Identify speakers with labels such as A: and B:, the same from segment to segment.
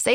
A: Say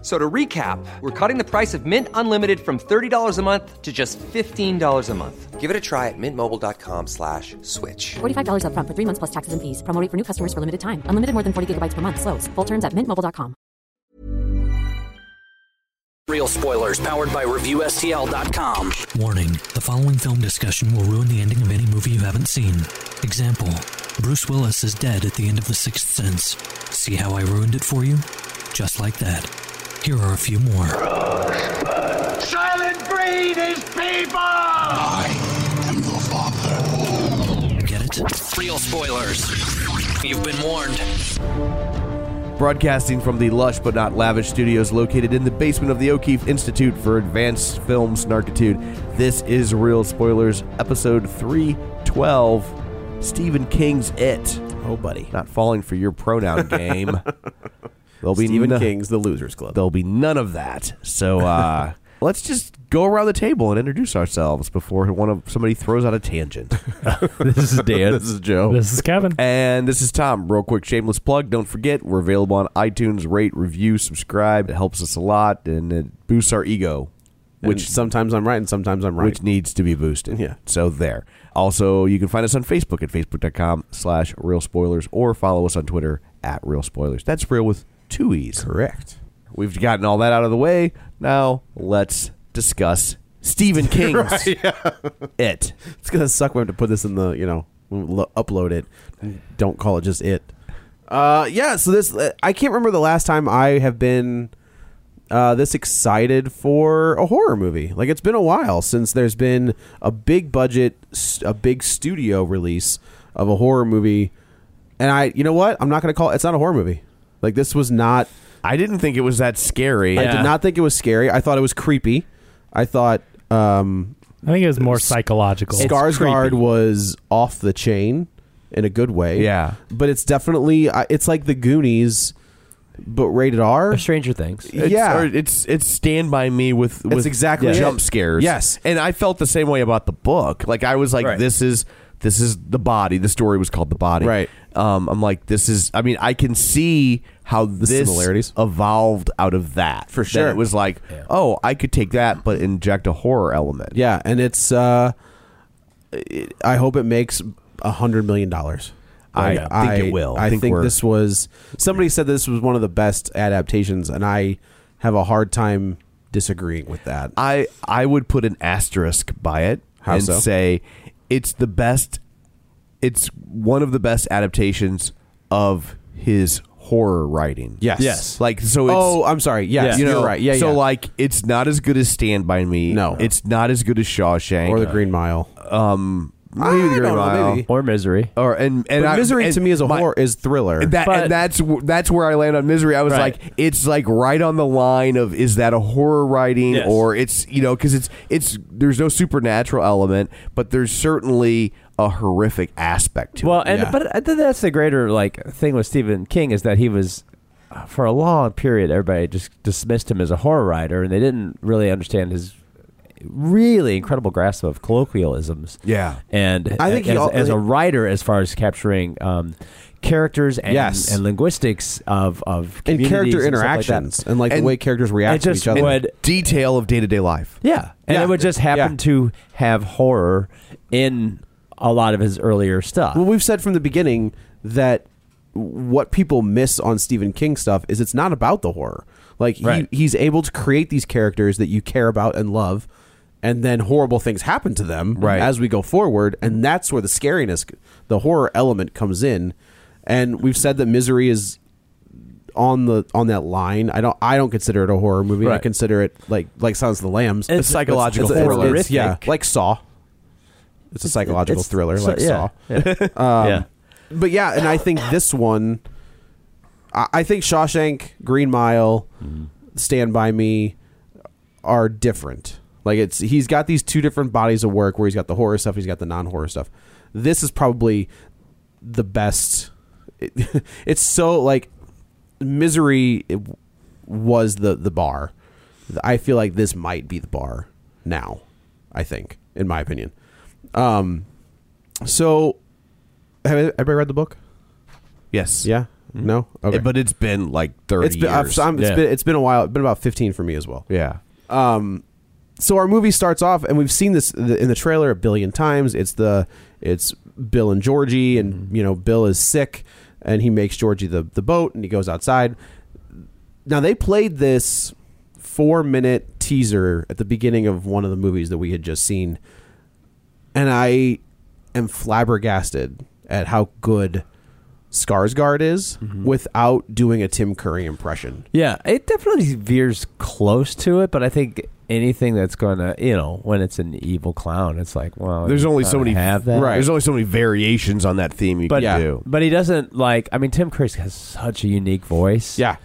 B: So to recap, we're cutting the price of Mint Unlimited from $30 a month to just $15 a month.
C: Give it a try at mintmobile.com slash switch.
D: $45 upfront for three months plus taxes and fees. Promo rate for new customers for limited time. Unlimited more than 40 gigabytes per month. Slows. Full terms at mintmobile.com.
E: Real spoilers powered by ReviewSTL.com.
F: Warning the following film discussion will ruin the ending of any movie you haven't seen. Example Bruce Willis is dead at the end of The Sixth Sense. See how I ruined it for you? Just like that. Here are a few more.
G: Silent breed is people!
H: I am your father.
F: Get it?
E: Real spoilers. You've been warned.
I: Broadcasting from the lush but not lavish studios located in the basement of the O'Keefe Institute for Advanced Film Snarkitude, this is Real Spoilers, episode 312 Stephen King's It.
J: Oh, buddy.
I: Not falling for your pronoun game. There'll be
J: Stephen
I: no-
J: King's The Losers Club.
I: There'll be none of that. So uh, let's just go around the table and introduce ourselves before one of somebody throws out a tangent. this is Dan. this is Joe.
K: This is Kevin.
I: And this is Tom. Real quick, shameless plug. Don't forget, we're available on iTunes. Rate, review, subscribe. It helps us a lot, and it boosts our ego,
J: which
I: which
J: sometimes I'm right and sometimes I'm right.
I: which needs to be boosted.
J: Yeah.
I: So there. Also, you can find us on Facebook at facebook.com slash real spoilers or follow us on Twitter at real spoilers. That's real with two E's.
J: Correct.
I: We've gotten all that out of the way. Now let's discuss Stephen King's It.
J: It's gonna suck. We have to put this in the you know when we lo- upload it. Don't call it just it. Uh, yeah. So this uh, I can't remember the last time I have been uh, this excited for a horror movie. Like it's been a while since there's been a big budget, s- a big studio release of a horror movie. And I, you know what? I'm not gonna call it. It's not a horror movie. Like this was not.
I: I didn't think it was that scary.
J: I did not think it was scary. I thought it was creepy. I thought um,
K: I think it was more psychological.
J: Skarsgård was off the chain in a good way.
I: Yeah.
J: but it's definitely I- it's like the Goonies, but rated R.
L: Stranger Things.
I: It's,
J: yeah,
I: or it's it's Stand by Me with with
J: exactly
I: jump
J: it.
I: scares.
J: Yes.
I: and I felt the same way about the book. Like I was like,
J: Right.
I: this is this is the body. The story was called the body.
J: Right.
I: Um, I'm like, this is. I mean, I can see how this
J: similarities.
I: evolved out of that. For
J: sure.
I: it was like, oh, I could take that, but inject a horror element.
J: yeah, and it's. uh it, I hope it makes a hundred million dollars.
I: I
J: Like,
I: think it will. I
J: I
I: think
J: think,
I: we're-
J: this was somebody said this was one of the best adaptations, and I have a hard time disagreeing with that.
I: I I would put an asterisk by it
J: How
I: and
J: so?
I: say it's the best. It's one of the best adaptations of his horror writing.
J: Yes. Yes.
I: Like so. It's,
J: oh, I'm sorry. Yes,
I: you know,
J: you're right. Yeah,
I: So
J: yeah.
I: like, it's not as good as Stand by Me.
J: No.
I: it's not as good as Shawshank
J: or the Green Mile.
I: maybe
J: I
I: the Green
J: don't know,
I: Mile.
J: maybe.
L: Or Misery.
I: Or and and
J: But
I: I-
J: misery
I: and
J: to me is a
I: my-
J: horror is thriller.
I: That,
L: But-
I: and that's wh- that's where I land on misery. I was
L: Right.
I: like, it's like right on the line of is that a horror writing
L: Yes.
I: or it's you know because it's it's there's no supernatural element, but there's certainly a horrific aspect to
L: Well,
I: it.
L: and
J: Yeah.
L: but I think that's the greater like thing with Stephen King is that he was uh, for a long period everybody just dismissed him as a horror writer and they didn't really understand his really incredible grasp of colloquialisms.
J: Yeah.
L: and
J: I think he
L: as,
J: al-
L: as a writer, as far as capturing um, characters and,
J: Yes.
L: and linguistics of of
J: and
L: communities
J: character
L: and stuff like that.
J: interactions and like the way characters
L: and
J: react
L: just
J: to each other.
L: would-
I: detail of day to day life.
L: Yeah, and it would just happen to have horror in a lot of his earlier stuff.
J: Well, we've said from the beginning that what people miss on Stephen King stuff is it's not about the horror. Like
L: Right.
J: he, he's able to create these characters that you care about and love, and then horrible things happen to them
I: Right.
J: as we go forward, and that's where the scariness, the horror element comes in. And we've said that misery is on the on that line. I don't I don't consider it a horror movie. I
I: Right.
J: consider it like like Silence of the Lambs.
I: It's a psychological
J: a-
I: thriller.
J: it's- yeah,
I: Horrific.
J: like Saw. It's a psychological
I: it's-
J: thriller,
I: so-
J: like
I: yeah,
J: Saw.
I: yeah.
J: Um,
I: Yeah.
J: But yeah, and I think this one, I, I think Shawshank, Green Mile, Stand by Me, are different. Like it's he's got these two different bodies of work where he's got the horror stuff, he's got the non-horror stuff. This is probably the best. it- it's so like misery it w- was the the bar. I feel like this might be the bar now. I think, in my opinion. Um, so have everybody read the book?
I: Yes. Eh,
J: Yeah. No. Okay.
I: But it's been like 30
J: It's been, I've-
I: years.
J: so I'm- it's
I: Yeah.
J: been it's been a while. It's been about fifteen for me as well.
I: Yeah.
J: Um, so our movie starts off, and we've seen this th- in the trailer a billion times. It's the it's Bill and Georgie, and you know Bill is sick, and he makes Georgie the the boat, and he goes outside. Now they played this four minute teaser at the beginning of one of the movies that we had just seen, and I am flabbergasted at how good Skarsgård is without doing a Tim Curry impression.
L: Yeah, it definitely veers close to it, but I think anything that's going to, you know, when it's an evil clown, it's like, well,
I: There's
L: you
I: only
L: gotta
I: so many
L: have that.
I: Right. There's only so many variations on that theme you
L: but
I: can do.
L: but he doesn't like. I mean, Tim Curry has such a unique voice. Yeah,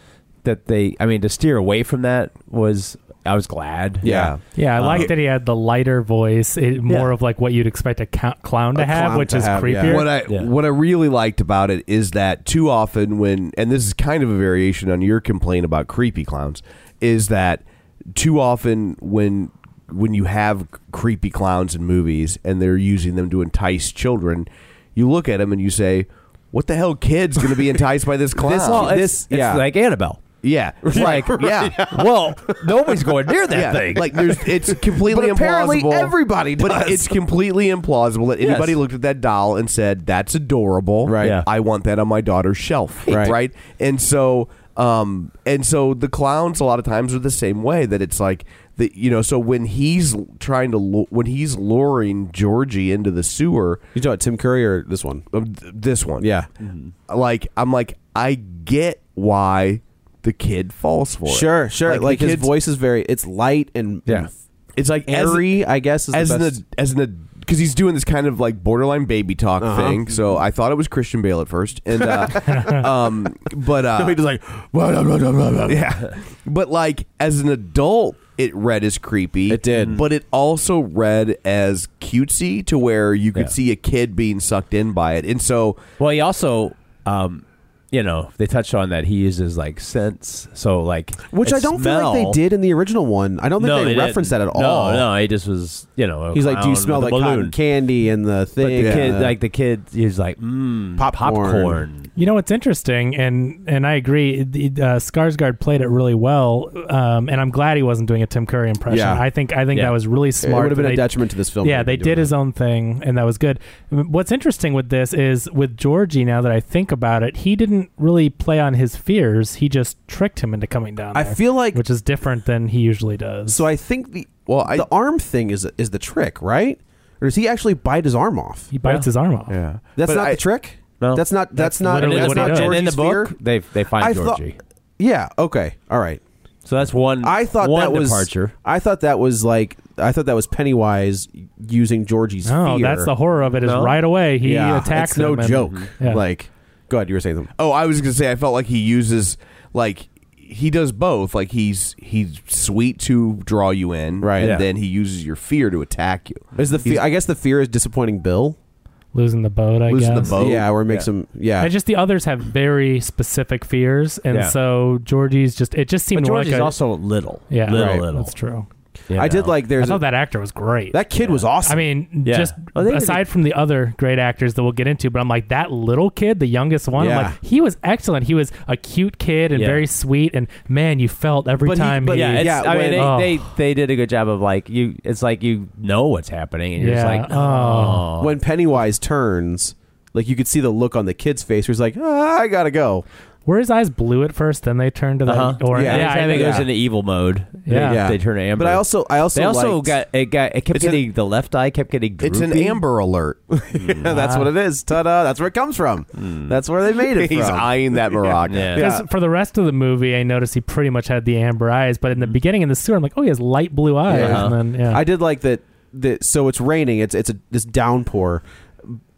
L: that they. I mean, to steer away from that was. I was glad.
M: Yeah. Yeah, I
J: Uh,
L: Um,
M: like that he had the lighter voice, it, more of like what you'd expect a cou- clown to
I: a
M: have,
I: clown
M: which
I: to
M: is
I: have, yeah.
M: creepier.
I: What I what I really liked about it is that too often when and this is kind of a variation on your complaint about creepy clowns is that too often when when you have creepy clowns in movies and they're using them to entice children, you look at them and you say, "What the hell, kid's going to be enticed by this clown?"
L: This- Well, it's- this- it's yeah. like Annabelle.
I: Yeah,
L: It's
I: like
L: like-
I: yeah.
L: Well, nobody's going near that
I: Yeah,
L: thing.
I: Like there's, it's completely
J: But apparently
I: implausible.
J: everybody
I: But
J: does.
I: it's completely implausible that
J: Yes.
I: anybody looked at that doll and said, "That's adorable. Right.
J: Yeah.
I: I want that on my daughter's shelf.
J: Right.
I: Right. And so, um, and so the clowns a lot of times are the same way. That it's like the you know. So when he's l- trying to lu- when he's luring Georgie into the sewer,
J: you talking about Tim Curry or this one?
I: this one. Mm-hmm.
J: Yeah.
I: Like I'm like I get why the kid falls for it.
J: Sure, sure. Like,
I: the
J: his
I: kid's-
J: voice is very. It's light and
I: Yeah. It's like
J: airy.
I: as,
J: I guess is
I: as
J: the best.
I: an as an because he's doing this kind of like borderline baby talk
J: Uh-huh.
I: thing. So I thought it was Christian Bale at first, and uh, um, but uh,
J: No, he does like,
I: yeah, but like as an adult. It read as creepy. It did, but it also read as cutesy to where you could
L: Yeah.
I: see a kid being sucked in by it, and so
L: Well, he also, um, you know, they touched on that he uses like scents. So like,
J: which I don't feel like they did in the original one. I don't think they, referenced that at all.
L: No, no, he just was, you know, a
J: He's like, "Do
L: clown
J: you smell
L: with
J: like
L: a
J: cotton
L: balloon?"
J: candy and the
L: But
J: thing?" uh,
L: the
J: and
L: kid,
J: the-
L: like the kid, he's like, mmm, popcorn.
M: You know what's interesting, and and I agree. The, uh, Skarsgård played it really well, um, and I'm glad he wasn't doing a Tim Curry impression.
J: Yeah.
M: I think I think
J: Yeah.
M: that was really
J: It
M: smart.
J: would've been
M: that
J: a
M: they-
J: detriment to this film
M: Yeah,
J: if they
M: they
J: do
M: did his own thing, and that was good. What's interesting with this is with Georgie. Now that I think about it, he didn't really play on his fears. He just tricked him into coming down.
J: I
M: there,
J: feel like-
M: which is different than he usually does.
J: so I think the well, the arm thing is is the trick, right? Or does he actually bite his arm off? He
M: bites his arm off.
I: Yeah,
J: that's
L: But
J: not
L: I-
J: the trick.
L: No.
J: that's not. That's, not. that's not
L: And
J: Georgie's
L: in the book,
J: fear?
L: they they find
J: I thought-
L: Georgie.
J: yeah. Okay. All right.
L: so that's one.
J: I thought
L: one
J: that was
L: departure.
J: I thought that was like I thought that was Pennywise using Georgie's
L: Oh,
M: No,
J: fear.
M: that's the horror of it. Is
J: No?
M: right away he
J: Yeah,
M: attacks.
J: it's no
M: him and-
J: joke.
M: Yeah.
J: Like, go ahead. You were saying something.
I: Oh, I was gonna say I felt like he uses like he does both. Like he's he's sweet to draw you in, right? And
J: Yeah.
I: then he uses your fear to attack you.
J: Is the fe- I guess the fear is disappointing Bill
M: losing the boat. I
J: losing
M: guess.
J: the
L: Oh,
J: boat. Yeah, or makes him. Yeah,
M: And just the others have very specific fears, and
J: Yeah.
M: so Georgie's just it just
L: But
M: seemed
L: George
M: like
L: is
M: a,
L: also little.
M: yeah
L: little,
M: right,
L: little.
M: That's true.
L: you
J: I did
L: know.
J: like there's
M: I thought that actor was great.
J: That kid was awesome.
M: I mean,
J: Yeah.
M: just
J: Well, they did-
M: aside from the other great actors that we'll get into, but I'm like that little kid, the youngest one. I'm
L: Yeah.
M: like he was excellent. He was a cute kid and
L: Yeah.
M: very sweet. And man, you felt every time. he,
L: yeah, it's, I mean, they,
M: Oh.
L: they they did a good job of like you. It's like you know what's happening, and you're just like, oh,
J: when Pennywise turns, like you could see the look on the kid's face. Where he's like, ah, I gotta go.
M: Where his eyes blue at first, then they turn to the
L: Uh-huh.
M: orange.
L: Yeah, anytime
M: I-
L: it goes into evil mode,
M: Yeah.
L: Ah, they,
M: Yeah.
L: they turn to amber.
J: But I also- I also
L: they also
J: liked-
L: got it got it kept
J: It's an-
L: getting the left eye kept getting. Mm. Droopy.
J: It's an Amber Alert. Yeah, that's what it is. Ta-da! That's where it comes from.
L: Hmm.
J: That's where they made it.
M: He's
J: from.
M: eyeing that
J: Morocco. Yeah.
M: Because for the rest of the movie, I noticed he pretty much had the amber eyes, but in the beginning in the sewer, I'm like, oh, he has light blue eyes.
L: Uh-huh.
J: Yeah.
M: And then, yeah.
J: I did like that. That so it's raining. It's it's a this downpour.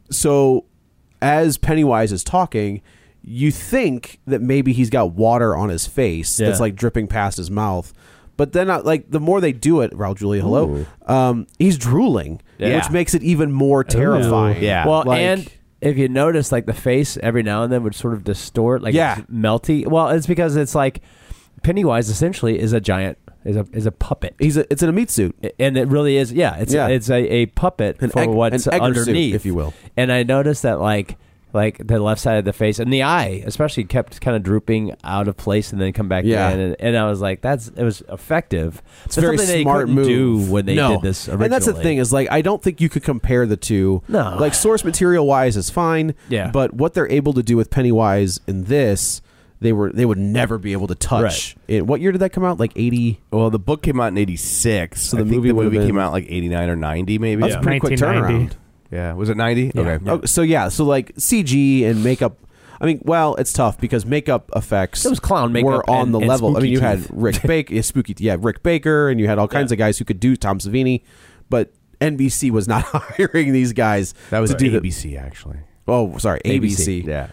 J: So as Pennywise is talking, you think that maybe he's got water on his face that's
I: Yeah.
J: like dripping past his mouth. But then, uh, like the more they do it, Raul Julia, hello, um, he's drooling,
L: Yeah.
J: which makes it even more terrifying.
L: Yeah. Well,
J: Like-
L: and if you notice, like the face every now and then would sort of distort, like
J: Yeah.
L: it's melty. Well, it's because it's like Pennywise essentially is a giant. Is a, is a puppet.
J: He's a, it's in a meat suit,
L: and it really is. Yeah, it's
J: Yeah.
L: it's a, a puppet for
J: egg-
L: what's
J: an egger suit,
L: underneath,
J: if you will.
L: And I noticed that like like the left side of the face and the eye, especially, kept kind of drooping out of place and then come back
J: Yeah.
L: in. And, and I was like, that's it was effective.
J: It's a
L: That's
J: very
L: something
J: smart
L: they couldn't
J: move.
L: do when they
J: No.
L: did this originally.
J: and that's the thing is like I don't think you could compare the two.
L: No.
J: like source material wise is fine.
L: Yeah.
J: but what they're able to do with Pennywise in this, they were they would never be able to touch. In what year did that come out? Like eighty.
I: Well, the book came out in '86, so
J: the
I: I think
J: movie
I: the
J: would've
I: movie
J: been-
I: came out like '89 or '90, maybe.
J: That's a pretty quick 1990. turnaround.
I: Yeah, was it '90? Okay.
J: Oh, so yeah, so like CG and makeup. I mean, well, it's tough because makeup effects.
L: It was clown makeup
J: Were on
L: and-
J: the
L: and
J: level. I
L: spooky
J: mean, you had
L: teeth.
J: Rick Baker, yeah, spooky. Yeah, Rick Baker, and you had all kinds of guys who could do Tom Savini, but NBC was not hiring these guys.
I: That was
J: to do the,
I: ABC actually.
J: Oh, sorry, ABC.
I: ABC, yeah.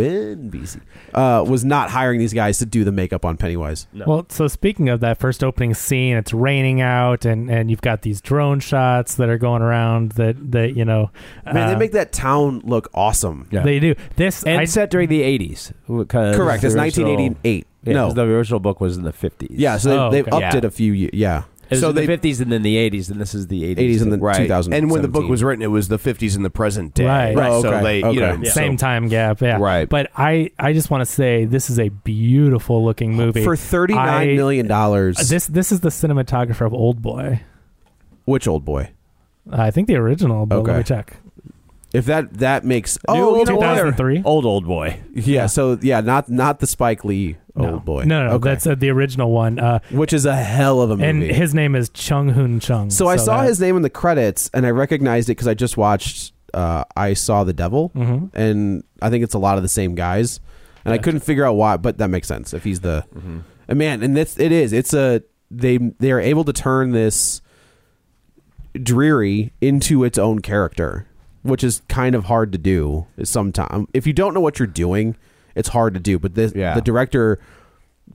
J: WNBC uh, was not hiring these guys to do the makeup on Pennywise.
M: Well, so speaking of that first opening scene, it's raining out, and, and you've got these drone shots that are going around that, that you know.
J: Man,
L: Uh-huh.
J: they
M: uh,
J: make that town look awesome.
M: They do. This
L: and
M: I-
L: set during the '80s. 'cause
J: Correct,
L: the
J: it's
L: original-
J: 1988.
L: Yeah,
J: No.
L: 'cause the original book was in the '50s.
J: Yeah, so they, they've upped
L: Oh, Yeah.
J: it a few years. Yeah.
L: It was
J: So
L: in the
J: they-
L: 50s and then the 80s, and this is the 80s.
J: 80s and then
L: right.
J: 2000.
I: And when the book
J: 2017.
I: was written, it was the 50s and the present day.
M: Right.
I: So they, you know,
M: same
I: so-
M: time gap. Yeah.
I: Right.
M: But I, I just want to say this is a beautiful looking movie
J: Oh, For
M: Uh,
J: $39 million dollars.
M: This this is the cinematographer of Old Boy.
J: Which old boy?
M: I think the original, but let
J: Okay.
M: me check.
J: If that that makes
M: New
J: oh
M: old
J: you know what?
M: 2003?
L: Old old boy.
J: Yeah. So yeah, not not the Spike Lee old boy.
M: No, no, no that's uh, the original one. Uh,
J: Which is a hell of a movie.
M: and his name is Chung Hoon Chung.
J: So, I saw
M: that-
J: his name in the credits, and I recognized it because I just watched. Uh, I saw the devil,
M: Mhm.
J: and I think it's a lot of the same guys, and I couldn't figure out why, but that makes sense if he's the and man. And that's it is. It's a they they are able to turn this dreary into its own character, which is kind of hard to do sometimes. If you don't know what you're doing, it's hard to do. But this, the director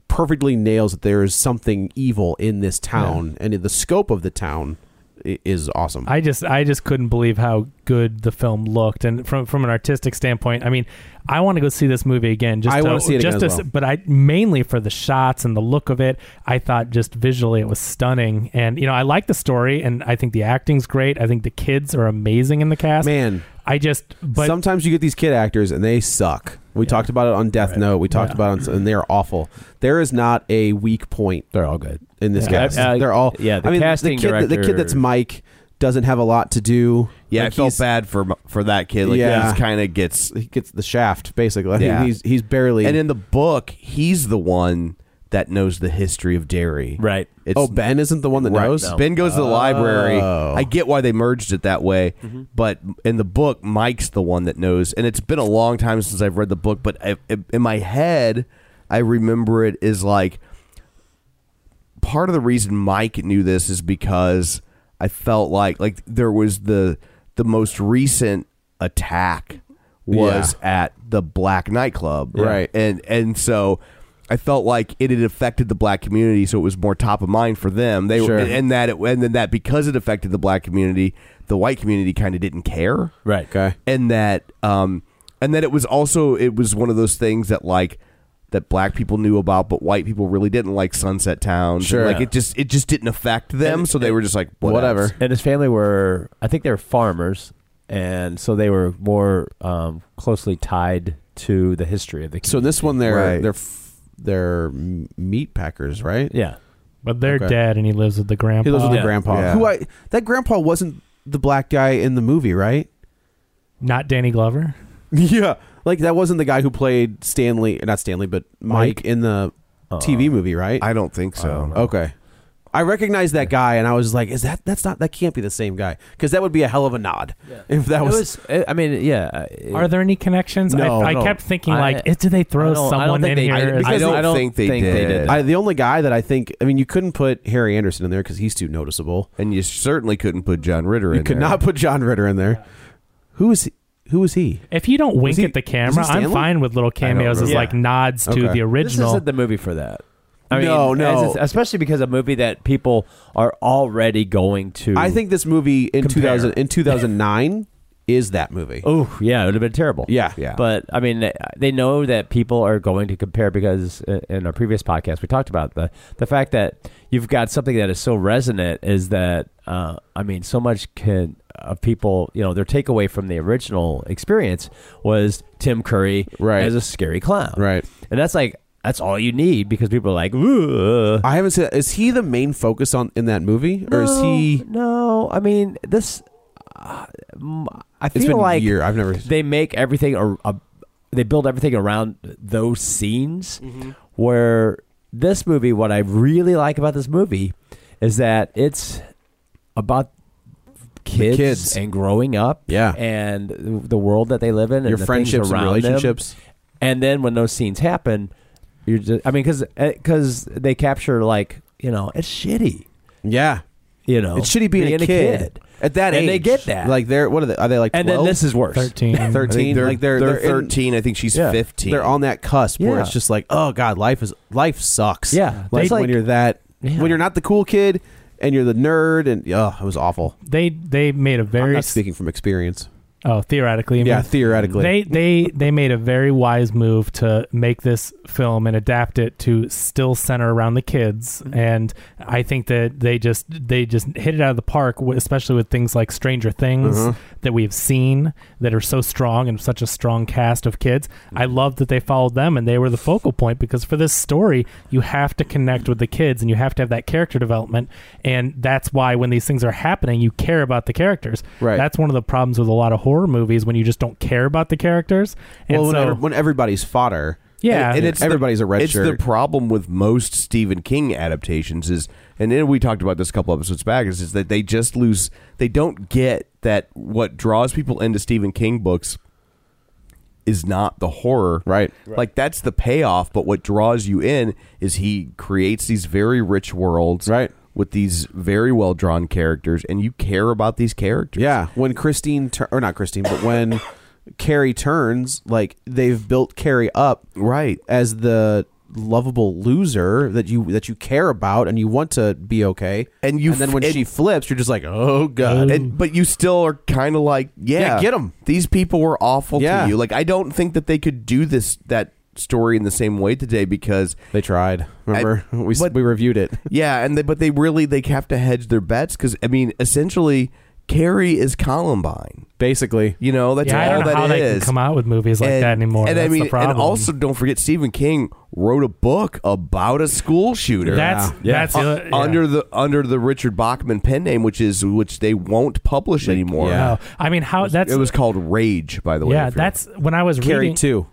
J: perfectly nails that there is something evil in this town, and the scope of the town i- is awesome.
M: I just I just couldn't believe how good the film looked, and from from an artistic standpoint, I mean, I want to go see this movie again. Just
J: I
M: to-
J: wanna see it
M: just
J: again
M: to
J: as
M: s-
J: well.
M: But I mainly for the shots and the look of it. I thought just visually it was stunning, and you know I like the story, and I think the acting's great. I think the kids are amazing in the cast.
J: Man,
M: I just but
J: Sometimes you get these kid actors and they suck. We talked about it on Death Note. We talked about it, on, and they're awful. There is not a weak point.
L: They're all good
J: in this
L: Yeah.
J: cast.
L: Uh,
J: they're all.
L: yeah, the
J: I mean,
L: casting
J: the kid, that- The kid
L: director-
J: that's Mike doesn't have a lot to do.
I: Yeah,
J: Like,
I: I felt
J: he's-
I: bad for for that kid. Like,
J: Yeah.
I: he just kind of gets
J: He gets the shaft basically. I mean,
I: Yeah.
J: he's he's barely.
I: And in the book, he's the one that knows the history of dairy.
L: Right.
I: It's,
J: oh, Ben isn't the one that
I: right.
J: knows.
I: Ben goes to the library.
J: Oh.
I: I get why they merged it that way, but in the book, Mike's the one that knows. And it's been a long time since I've read the book, but I, I- in my head, I remember it is like part of the reason Mike knew this is because I felt like like there was the the most recent attack was at the black nightclub
J: Right.
I: and and so I felt like it had affected the black community so it was more top of mind for them they
J: Sure.
I: were and that it, and then that because it affected the black community the white community kind of didn't care
L: Right.
J: Okay.
I: and that um and that it was also it was one of those things that like that black people knew about, but white people really didn't like Sunset Town. And,
L: Sure.
I: like it just it just didn't affect them, so they were just like whatever.
L: And his family were, I think they were farmers, and so they were more um, closely tied to the history of the.
J: So this one, they're
L: Right.
J: they're f- they're m- meat packers, right?
L: Yeah,
M: But they're
J: Okay.
M: dead, and he lives with the grandpa.
J: He lives with the grandpa. Who I that grandpa wasn't the black guy in the movie, right?
M: Not Danny Glover.
J: yeah, like that wasn't the guy who played Stanley, not Stanley, but Mike,
M: Mike?
J: in the TV movie, right? I
I: don't think
J: so. okay. I recognized that guy, and I was like, "Is that? That's not. That can't be the same guy, because that would be a hell of a nod if that
L: It
J: was,
L: was- I- I mean, yeah.
M: Are there any connections?
J: No,
M: I, I
J: no.
M: kept thinking,
J: I-
M: like, it, did they throw
J: I don't- I don't
M: someone
J: think
M: in
J: they-
M: here?
J: I-
M: as-
J: because
L: I don't think they did.
J: I, the only guy that I think, I mean, you couldn't put Harry Anderson in there because he's too noticeable,
I: and you certainly couldn't put John Ritter.
J: You
I: in
J: could
I: there.
J: not put John Ritter in there. Who is he? Who is he?
M: If you don't wink at the camera, I'm
J: Stanley?
M: fine with little cameos as
J: remember.
M: like
J: Yeah.
M: nods to
J: Okay.
M: the original.
L: This isn't the movie for that.
J: No, no.
L: as it's- especially because a movie that people are already going to.
J: I think this movie in
L: Compare.
J: 2000 in 2009 is that movie.
L: Oh yeah, it would have been terrible.
J: Yeah.
L: But I mean, they- they know that people are going to compare because i- in our previous podcast we talked about the the fact that you've got something that is so resonant is that uh, I mean, so much can of people you know their takeaway from the original experience was Tim Curry
J: Right.
L: as a scary clown,
J: right?
L: And that's like that's all you need because people are like, Ooh.
J: I haven't seen. Is he the main focus on in that movie, or is he?
L: No, I mean this. Uh, m- I
J: It's
L: feel
J: been a
L: like
J: year. I've never-
L: They make everything a, a, they build everything around those scenes.
J: Mm-hmm.
L: Where this movie, what I really like about this movie is that it's about kids,
J: kids.
L: and growing up.
J: Yeah.
L: and the world that they live in, and
J: Your
L: the things
J: friendships and
L: around them.
J: relationships.
L: And then when those scenes happen, you're just, I mean, because because they capture like you know it's shitty.
J: Yeah,
L: you know
J: It should he being, a, kid. at that
L: and
J: age?
L: they get that.
J: Like they're what are they? Are they like?
L: And then
J: 12?
L: this is worse. 13. I think
J: 13.
L: they're-
J: like they're
L: they're
J: in-
L: 13. I think she's 15.
J: They're on that cusp where
L: Yeah.
J: it's just like, oh god, life is life sucks.
L: Yeah.
J: like,
L: That's like-
J: when you're that when you're not the cool kid and you're the nerd and oh, it was awful.
M: they they made a very
J: I'm not speaking from experience.
M: Oh, theoretically. you
J: Yeah,
M: mean?
J: theoretically.
M: They they they made a very wise move to make this film and adapt it to still center around the kids,
J: Mm-hmm.
M: and I think that they just they just hit it out of the park, wi- especially with things like Stranger Things
J: Mhm.
M: that we've seen that are so strong and such a strong cast of kids. I
I: Mm-hmm.
M: love that they followed them and they were the focal point because for this story, you have to connect with the kids and you have to have that character development, and that's why when these things are happening, you care about the characters.
J: Right.
M: That's one of the problems with a lot of horror movies when you just don't care about the characters. And
J: well, when,
M: so,
J: ev- when everybody's fodder,
M: Yeah.
J: and, and it's
M: Yeah.
J: everybody's a red
I: it's
J: shirt.
I: the problem with most Stephen King adaptations is, and then we talked about this a couple episodes back, is, is that they just lose, they don't get that what draws people into Stephen King books is not the horror. Right. Like that's the payoff, but what draws you in is he creates these very rich worlds. Right. With these very well drawn characters, and you care about these characters.
J: Yeah, when Christine tur- or not Christine, but when Carrie turns, like they've built Carrie up
I: right
J: as the lovable loser that you that you care about and you want to be okay.
I: And you
J: then when
I: f-
J: she flips, you're just like, oh god.
I: Uh, And, but you still are kind of like, yeah,
J: Yeah, get 'em.
I: These people were awful
J: Yeah.
I: to you. Like, I don't think that they could do this that story in the same way today because
J: they tried. Remember, we s-
I: but-
J: we reviewed it.
I: yeah, and they, but they really they have to hedge their bets because I mean, essentially, Carrie is Columbine.
J: Basically,
I: you know that's
M: yeah, I
I: all
M: don't know
I: that
M: how
I: it
M: they can
I: is.
M: come out with movies like that anymore.
I: And
M: That's
I: I mean,
M: the problem.
I: and also don't forget Stephen King wrote a book about a school shooter.
M: That's- Yeah. that's
I: U-
M: the- yeah.
I: under the under the Richard Bachman pen name, which is which they won't publish anymore.
M: No. I mean, how that's
I: it was called Rage, by the way.
M: yeah,
I: if you're-
M: that's when I was
J: Carrie
M: reading
J: two.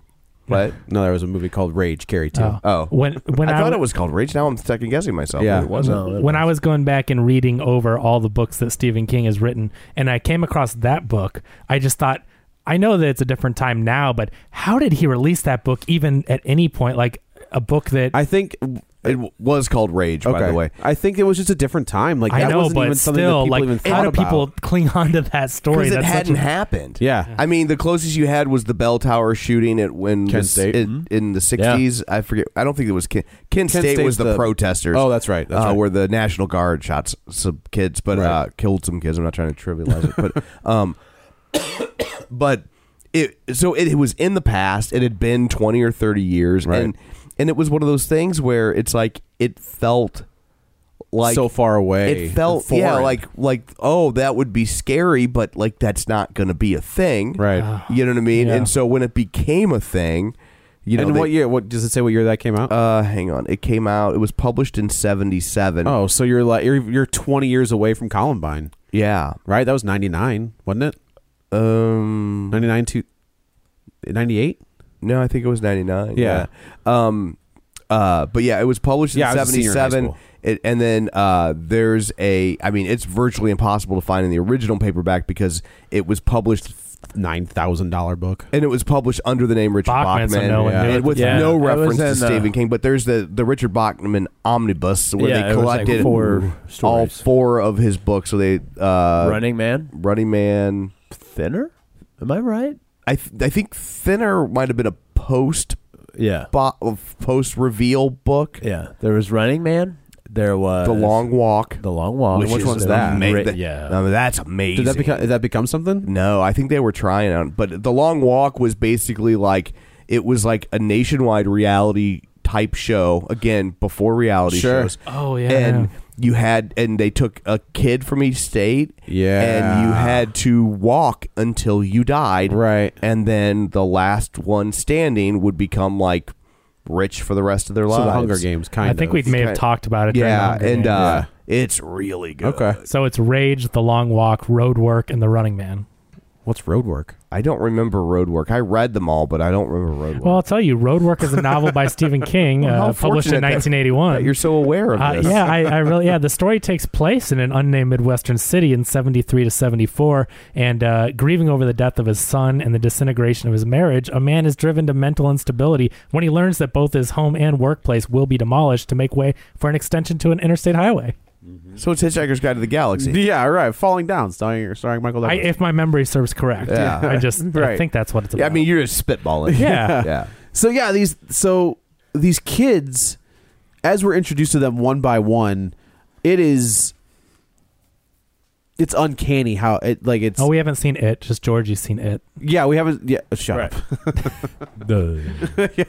I: What?
J: No, there was a movie called Rage. Carrie two.
M: Oh.
I: Oh,
M: when when
I: I,
M: I,
I: thought
M: w-
I: it was called Rage. Now I'm second guessing myself.
J: Yeah.
I: but it wasn't.
M: when I was going back and reading over all the books that Stephen King has written, and I came across that book, I just thought, I know that it's a different time now, but how did he release that book even at any point? Like a book that
J: I think
I: it w- was called Rage, by the way.
J: I think it was just a different time. Like
M: I
J: that
M: know,
J: wasn't
M: but
J: even something that
M: still,
J: people
M: like,
J: even
M: how
J: thought
M: do
J: about.
M: people cling on to that story?
I: Because it
M: That's such
I: hadn't
M: a-
I: happened.
J: Yeah.
I: I mean, the closest you had was the Bell Tower shooting at when
J: Kent
I: the,
J: State. Mm-hmm.
I: it- in the '60s. I forget. I don't think it was Kent. Kent, State
J: State's
I: was the,
J: the-
I: protesters.
J: Oh, that's right, that's
I: uh,
J: right.
I: Where the National Guard shot s- some kids, but uh, killed some kids. I'm not trying to trivialize it, but um, but it so it, it was in the past. It had been twenty or thirty years, and and it was one of those things where it's like it felt like
J: So far away
I: It felt
J: and
I: yeah,
J: foreign.
I: like like oh that would be scary, but like that's not going to be a thing,
J: Right.
I: You know what I mean?
J: Yeah.
I: And so when it became a thing, you know,
J: And what
I: year? What does it say? What year that came out? Uh, hang on, it came out. It was published in seventy seven.
J: Oh, so you're like you're you're 20 years away from Columbine.
I: Yeah.
J: Right? That was 99, wasn't it?
I: Um
J: 99 to 98?
I: No, I think it was 99.
J: Yeah.
I: Um uh but yeah, it was published
J: Yeah, I
I: in
J: was a senior in high
I: 77.
J: school.
I: It, and then uh there's a I mean, it's virtually impossible to find in the original paperback because it was published
J: $9,000 book.
I: And it was published under the name Richard
J: Bachman, so
I: Bachman
J: no one knew
I: and
J: it.
I: with
J: Yeah.
I: no
J: It was
I: reference to
J: in, uh,
I: Stephen King, but there's the the Richard Bachman omnibus where
L: Yeah,
I: they
L: it was like
I: collected
L: four
I: all four of his books. So they uh
L: Running Man?
I: Running Man,
L: Thinner? Am I right?
I: I th- I think Thinner might have been a post
L: yeah
I: post reveal book.
L: Yeah, there was Running Man. There was
I: The Long Walk.
L: The Long Walk.
I: Which, one's that? yeah, that's amazing.
J: Did that become did that become something?
I: No, I think they were trying on, but the Long Walk was basically like it was like a nationwide reality type show again before reality
J: Sure.
I: shows.
M: Oh, yeah.
I: and you had and they took a kid from each state.
J: Yeah.
I: and you had to walk until you died. Right, and then the last one standing would become like rich for the rest of their
J: So the
I: lives.
J: Hunger Games, kind
M: I think we may have talked about it. during
I: Yeah,
M: Hunger
I: and
M: Games.
I: uh, it's really good.
M: So it's Rage, The Long Walk, Road Work, and The Running Man.
I: What's Roadwork? I don't remember Roadwork. I read them all, but I don't remember Roadwork.
M: Well, I'll tell you, Road Work is a novel by Stephen King,
I: Well, how
M: uh, published in
I: fortunate that-
M: 1981.
I: that you're so aware of
M: Uh,
I: this.
M: yeah, I, I really yeah. The story takes place in an unnamed Midwestern city in 73 to 74, and uh, grieving over the death of his son and the disintegration of his marriage, a man is driven to mental instability when he learns that both his home and workplace will be demolished to make way for an extension to an interstate highway.
I: So it's Hitchhiker's Guide to the Galaxy.
J: Yeah, right. Falling Down, starring, starring Michael
M: I,
J: Douglas.
M: if my memory serves correct,
J: Yeah.
M: I just I
J: Right.
M: think that's what it's about.
I: Yeah, I mean, you're just spitballing.
M: Yeah.
I: yeah.
J: So yeah, these so these kids, as we're introduced to them one by one, it is it's uncanny how it like it's
M: oh, we haven't seen it. Just Georgie's seen it.
J: yeah we haven't yeah oh, shut up yeah.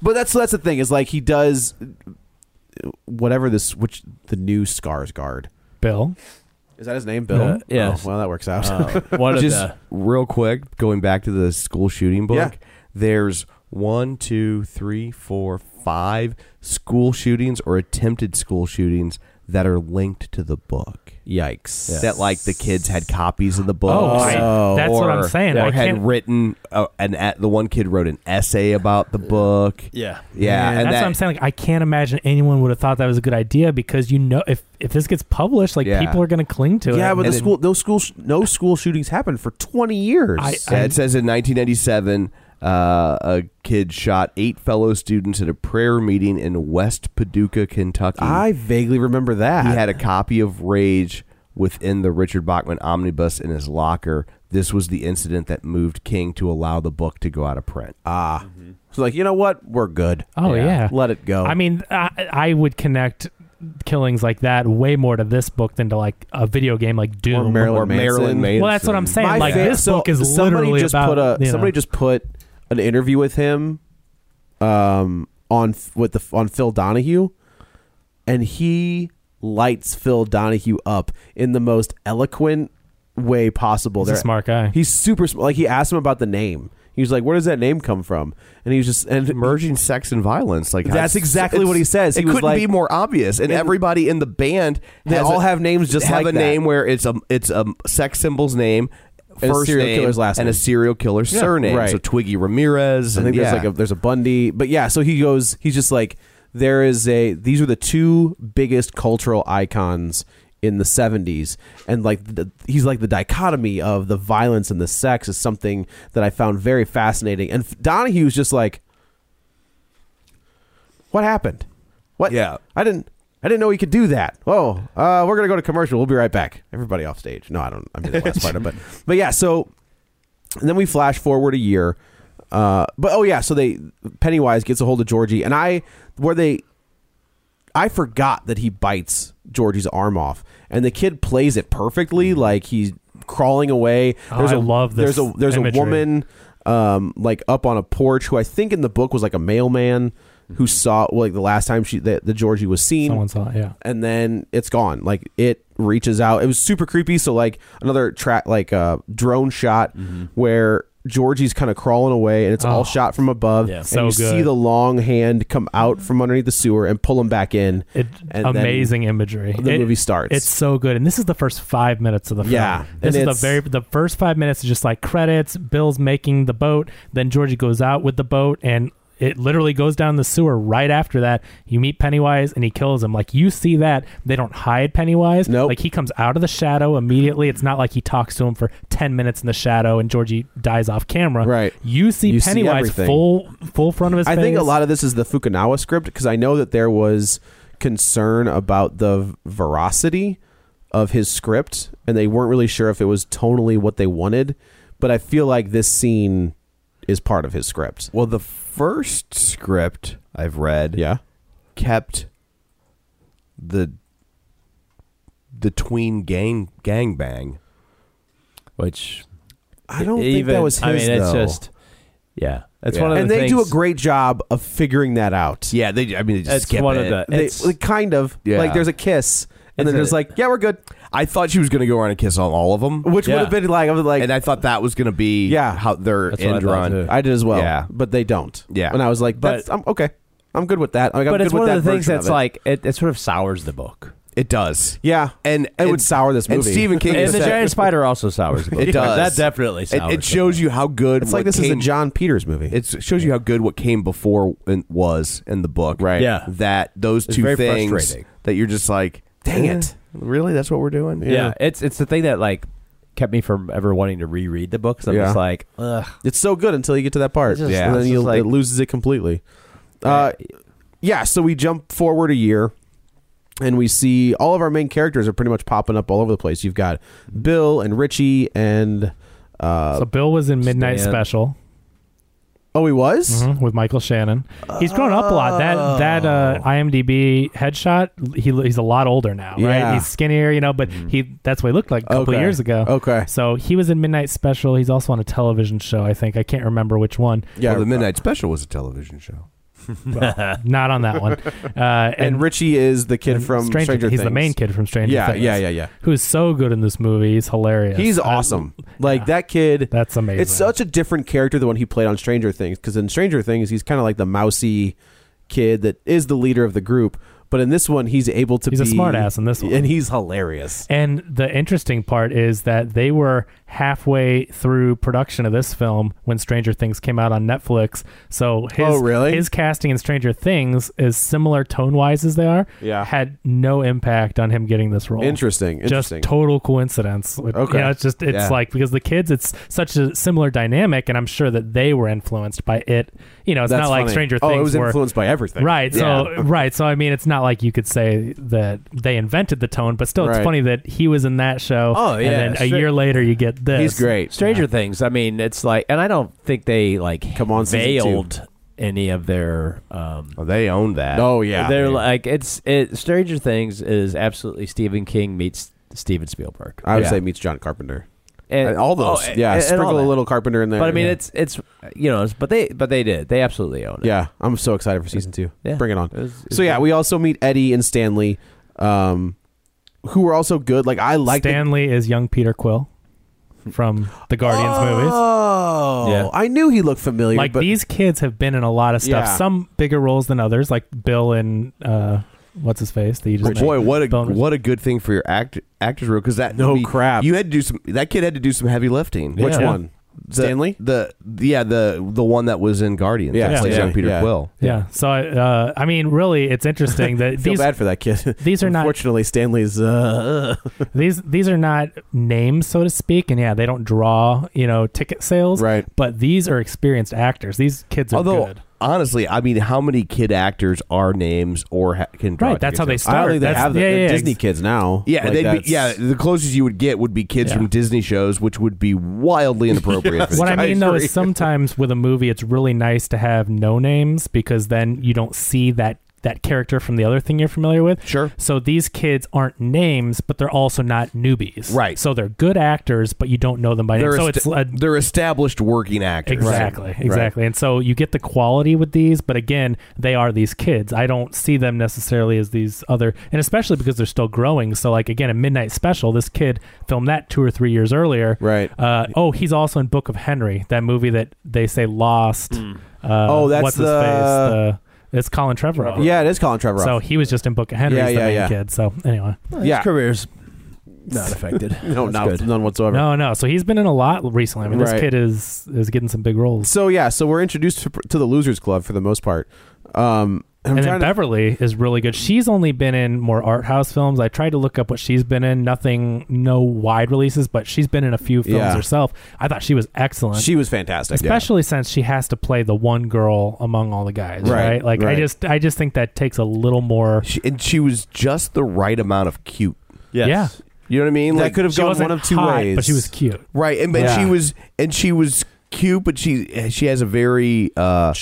J: but that's that's the thing is like he does whatever this which the new scars guard
M: Bill
J: is that his name Bill
I: Uh, yes.
J: Oh, well that works out
I: Just real quick, going back to the school shooting book.
J: Yeah.
I: There's one, two, three, four, five school shootings or attempted school shootings that are linked to the book.
J: Yikes!
I: That like the kids had copies of the book.
M: Oh, I- that's what I'm
I: or-
M: saying.
I: Or
M: I
I: had
M: can't-
I: written uh, an e- the one kid wrote an essay about the book.
L: Yeah.
I: yeah, and
M: that's
I: that,
M: what I'm saying. Like, I can't imagine anyone would have thought that was a good idea because you know, if if this gets published, like
I: Yeah.
M: people are going to cling to it.
J: yeah but the
M: And
J: school those school sh- no school shootings happened for twenty years
M: I-
I: Yeah, it says in 1997, uh, a kid shot eight fellow students at a prayer meeting in West Paducah, Kentucky.
J: I vaguely remember that.
I: he had a copy of Rage within the Richard Bachman omnibus in his locker. This was the incident that moved King to allow the book to go out of print.
J: Ah. So like, you know what? We're good.
M: Oh, Yeah. yeah.
J: Let it go.
M: I mean, I, I would connect killings like that way more to this book than to like a video game like Doom
J: or Marilyn, Manson.
M: Well, that's what I'm saying.
J: My
M: like
J: fa-
M: this
J: so
M: book is
J: somebody
M: literally
J: just
M: about
J: put a
M: you know.
J: somebody just put an interview with him um on f- with the on Phil Donahue and he lights Phil Donahue up in the most eloquent way possible.
M: He's a
J: They're-
M: smart guy.
J: He's super smart. Like he asked him about the name. He was like, "Where does that name come from?" And he was just and
I: Merging sex and violence, like
J: That's exactly
I: it's-
J: what he says. He
I: it
J: was
I: couldn't
J: like-
I: be more obvious. And
J: And-
I: everybody in the band,
J: They
I: has
J: all
I: a-
J: have names just
I: have
J: like
I: a
J: that.
I: name where it's a it's a sex symbol's name,
J: And a
I: first
J: serial
I: name,
J: killer's last
I: and a
J: name.
I: serial killer's
J: Yeah,
I: surname.
J: right.
I: So Twiggy Ramirez.
J: I
I: and
J: think there's
I: yeah.
J: like a there's a Bundy, but yeah. So he goes. He's just like there is a. These are the two biggest cultural icons in the 70s and like the, he's like the dichotomy of the violence and the sex is something that i found very fascinating and donahue's just like what happened what yeah i didn't i didn't know he could do that oh uh we're gonna go to commercial we'll be right back everybody off stage no i don't i mean the last part of it but yeah so and then we flash forward a year. Uh, but oh yeah, so they Pennywise gets a hold of Georgie, and I where they I forgot that he bites Georgie's arm off, and the kid plays it perfectly, like he's crawling away.
M: Mm-hmm. Oh,
J: there's
M: I
J: a
M: love this
J: There's a there's
M: imagery.
J: a woman. um, like up on a porch, who I think in the book was like a mailman
M: Mm-hmm.
J: who saw well, like the last time she that the Georgie was seen.
M: Someone saw it, yeah.
J: And then it's gone. Like it reaches out. It was super creepy. So like another track, like uh, drone shot where. Georgie's kind of crawling away, and it's all
M: Mm-hmm. Oh.
J: shot from above.
M: Yeah.
J: and
M: So
J: you see
M: good.
J: the long hand come out from underneath the sewer and pull him back in.
M: It,
J: and then
M: amazing imagery.
J: The
M: It-
J: movie starts.
M: It's so good, and this is the first five minutes of the film.
J: Yeah,
M: this is
J: and
M: the
J: it's-
M: very the first five minutes is just like credits. Bill's making the boat, then Georgie goes out with the boat, and it literally goes down the sewer. Right after that, you meet Pennywise, and he kills him. Like you see that they don't hide Pennywise. No, like he comes out of the shadow immediately. It's not like he talks to him for ten minutes in the shadow, and Georgie dies off camera. Right, you see
J: You see
M: Pennywise
J: everything.
M: full full front of his.
J: I think a
M: face.
J: lot of this is the Fukunawa script because I know that there was concern about the v- veracity of his script, and they weren't really sure if it was tonally what they wanted. But I feel like this scene is part of his script.
N: Well, the first script I've read,
J: yeah,
N: kept the the tween gang gangbang,
L: which
J: I don't think that was his.
L: I mean, it's
J: though.
L: just yeah. That's one of the
J: and they do a
L: things-
J: great job of figuring that out.
N: Yeah, they. I mean, they just
L: It's skip one of it. the-
J: They-
L: it's-
J: like, kind of
N: Yeah.
J: like there's a kiss, and
N: It's
J: then
N: a-
J: there's like yeah, we're good.
N: I thought she was going to go around and kiss on all of them,
J: Which would've been like, I was like,
N: and I thought that was going to be yeah how their
J: That's what I
N: end
J: thought,
N: run.
J: too. I did as well.
N: Yeah,
J: but they don't.
N: Yeah,
J: And I was like,
N: But-
J: that's I'm, okay. I'm good with that. Like, I'm
L: but
J: good
L: it's
J: with
L: one
J: that
L: of the things
J: version
L: that's
J: it.
L: like it, it sort of sours the book.
N: It does.
J: Yeah,
N: and
J: it would sour this movie.
N: And Stephen King
L: and
N: has
L: the
N: said-
L: giant spider also sours the book.
N: It does.
L: That definitely
N: It,
L: sours.
N: it shows you how good.
J: It's like
N: what
J: this is a
N: came-
J: John Peters movie.
N: It shows you how good what came before in- was in the book. Right.
L: Yeah.
N: That those
L: It's
N: two
L: very
N: things
L: frustrating.
N: that you're just like,
J: dang
N: eh,
J: it.
N: Really? That's what we're doing?
L: Yeah. it's it's the thing that like kept me from ever wanting to reread the book. 'cause I'm
J: Yeah.
L: just like, ugh.
J: It's so good until you get to that part.
L: It's just-
J: yeah. And then
L: it's just
J: you
L: like-
J: it loses it completely. Uh, yeah, so we jump forward a year and we see all of our main characters are pretty much popping up all over the place. You've got Bill and Richie and uh,
M: So Bill was in Midnight
J: Stan.
M: Special.
J: Oh, he was
M: Mhm, with Michael Shannon. He's grown up a lot. That that
J: Oh.
M: uh, IMDb headshot. He, he's a lot older now,
J: Yeah. Mm-hmm.
M: right? He's skinnier, you know, but he that's what he looked like a couple
J: Okay.
M: years ago.
J: Okay.
M: So he was in Midnight Special. He's also on a television show. I think I can't remember which one.
J: Yeah.
N: Well, the Midnight Special was a television show.
M: Well, not on that one. Uh,
J: and, Richie is the kid
M: and
J: from Stranger,
M: He's
J: Things.
M: the main kid from Stranger
J: Yeah,
M: Things.
J: yeah, yeah, yeah.
M: Who is so good in this movie. He's hilarious.
J: He's
M: I-
J: awesome. like that kid.
M: That's amazing.
J: It's such a different character than when he played on Stranger Things. Because in Stranger Things, he's kind of like the mousy kid that is the leader of the group. But in this one, he's able to
M: He's a
J: be
M: smartass in this one.
J: and he's hilarious.
M: And the interesting part is that they were halfway through production of this film when Stranger Things came out on Netflix. So his
J: Oh, really?
M: his casting in Stranger Things is similar tone wise as they are.
J: Yeah.
M: had no impact on him getting this role.
J: Interesting, interesting.
M: Oh. Just total coincidence.
J: Okay.
M: Okay, you know, it's just it's
J: Yeah.
M: like because the kids, it's such a similar dynamic, and I'm sure that they were influenced by it. You know, it's
J: That's
M: not like
J: funny.
M: Stranger
J: Oh,
M: Things.
J: it was
M: were-
J: influenced by everything.
M: Right. So
J: Yeah.
M: right. So I mean, it's not like you could say that they invented the tone, but still, it's
L: Right.
M: funny that he was in that show.
L: Oh, yeah,
M: And then a
L: sure.
M: year later, you get this.
L: Stranger Things. I mean, it's like, and I don't think they like come on
N: season two.
L: veiled any of their. Um,
N: Oh, they own that.
L: they're
N: I mean,
L: like it's it. Stranger Things is absolutely Stephen King meets Steven Spielberg.
J: I would
L: Yeah.
J: say meets John Carpenter.
L: And-
N: all those.
L: oh,
J: yeah,
L: and- and all
J: sprinkle a
L: that.
J: little Carpenter in there.
L: But I mean,
J: yeah.
L: it's it's you know, it's- but they but they did. They absolutely own it.
J: Yeah, I'm so excited for season two.
L: Yeah.
J: Bring it on.
L: It was- it
J: so yeah, we also meet Eddie and Stanley, um, who were also good. Like I like the
M: Stanley is young Peter Quill from the Guardians movies.
J: Oh, I knew he looked familiar.
M: Like
J: but
M: these kids have been in a lot of stuff.
J: Yeah.
M: Some bigger roles than others, like Bill and uh, what's his face. That you just
N: boy,
M: named.
N: what a
M: Bill and-
N: what a good thing for your act, actors role because that no
J: crap.
N: you had to do some that kid had to do some heavy lifting.
J: Which Yeah. one?
N: The-
J: Stanley?
N: The, yeah the the one that was in Guardians.
J: Yeah,
N: that plays
J: Stanley,
N: young Peter
J: yeah.
N: Quill.
M: Yeah. So I, uh, I mean, really, it's interesting that
J: feel
M: these
J: bad for that kid.
M: these are not-
J: Unfortunately, Stanley's. Uh,
M: these these are not names, so to speak, and yeah, they don't draw you know ticket sales,
J: Right.
M: But these are experienced actors. These kids are
N: Although
M: good.
N: honestly, I mean, how many kid actors are names or ha- can draw?
M: Right, that's how they
N: tickets?
J: I don't
M: start.
J: think they
M: That's-
J: have the,
M: yeah,
J: the
M: yeah, yeah.
J: Disney kids now.
N: Yeah,
J: Like,
N: they'd
J: that's- Oh,
N: be, yeah. The closest you would get would be kids
M: Yeah.
N: from Disney shows, which would be wildly inappropriate. for
M: What I
N: the
M: mean though
N: country.
M: is sometimes with a movie, it's really nice to have no names because then you don't see that that character from the other thing you're familiar with.
I: Sure.
M: So these kids aren't names, but they're also not newbies.
I: Right.
M: So they're good actors, but you don't know them by
I: They're,
M: name. So
I: est-
M: it's a
I: they're established working actors.
M: Exactly, exactly. And so you get the quality with these, but again, they are these kids. I don't see them necessarily as these other, and especially because they're still growing. So, like again, a midnight special. This kid filmed that two or three years earlier. Right. Uh, oh, he's also in Book of Henry, that movie that they say lost. Uh,
J: Oh, that's
M: what's his
J: the-
M: face. The- it's Colin Trevorrow.
J: Yeah, it is Colin Trevorrow.
M: So he was just in Book of Henry,
J: Yeah,
M: as the
J: yeah,
M: main
J: yeah.
M: kid. So anyway,
J: Well, his Yeah.
L: career's not affected.
J: no, not none whatsoever.
M: No, no. So he's been in a lot recently. I mean,
J: Right.
M: this kid is is getting some big roles.
J: So yeah, so we're introduced to, to the Losers Club for the most part. Um, I'm
M: and
J: trying
M: then
J: to-
M: Beverly is really good. She's only been in more art house films. I tried to look up what she's been in. Nothing, no wide releases, but she's been in a few films
J: Yeah.
M: herself. I thought she was excellent.
J: She was fantastic, yeah.
M: especially since she has to play the one girl among all the guys.
I: Right,
M: Right? Like
I: right.
M: I just, I just think that takes a little more.
I: She, and she was just the right amount of cute.
M: Yes. Yeah.
I: You know what I mean?
M: That
I: Like
M: could have She gone wasn't one of two hot, ways. but she was cute.
I: Right. And but
J: Yeah.
I: she was and she was cute, but she she has a very uh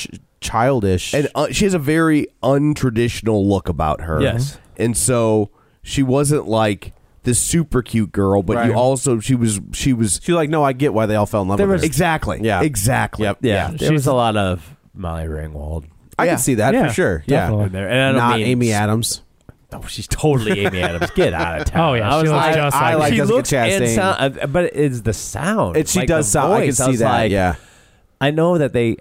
J: childish
I: and uh, she has a very untraditional look about her.
L: Yes.
I: And so she wasn't like this super cute girl, but you
J: Right.
I: also she was she was
J: she like no, I get why they all fell in love.
I: There
J: with
I: was-
J: her.
I: Exactly.
J: Yeah.
I: Exactly.
J: Yep.
L: oh, Yeah, there was
J: She's-
L: a lot of Molly Ringwald.
J: I
L: Yeah.
J: can see that for sure. Yeah.
L: In there. And I don't
J: Not
L: mean-
J: Amy Adams.
L: Oh, she's totally Amy Adams. Get out of town.
J: Oh, yeah, she
L: I was
J: looks
L: like,
J: just
L: I,
J: like her.
L: like
J: She
L: she looks
J: looks
L: and
J: Chastain.
L: sound, uh, but it's the sound.
J: It- she
L: like
J: does
L: the
J: sound- I can
L: voice.
J: see
L: was
J: that,
L: Like,
J: yeah.
L: I know that they,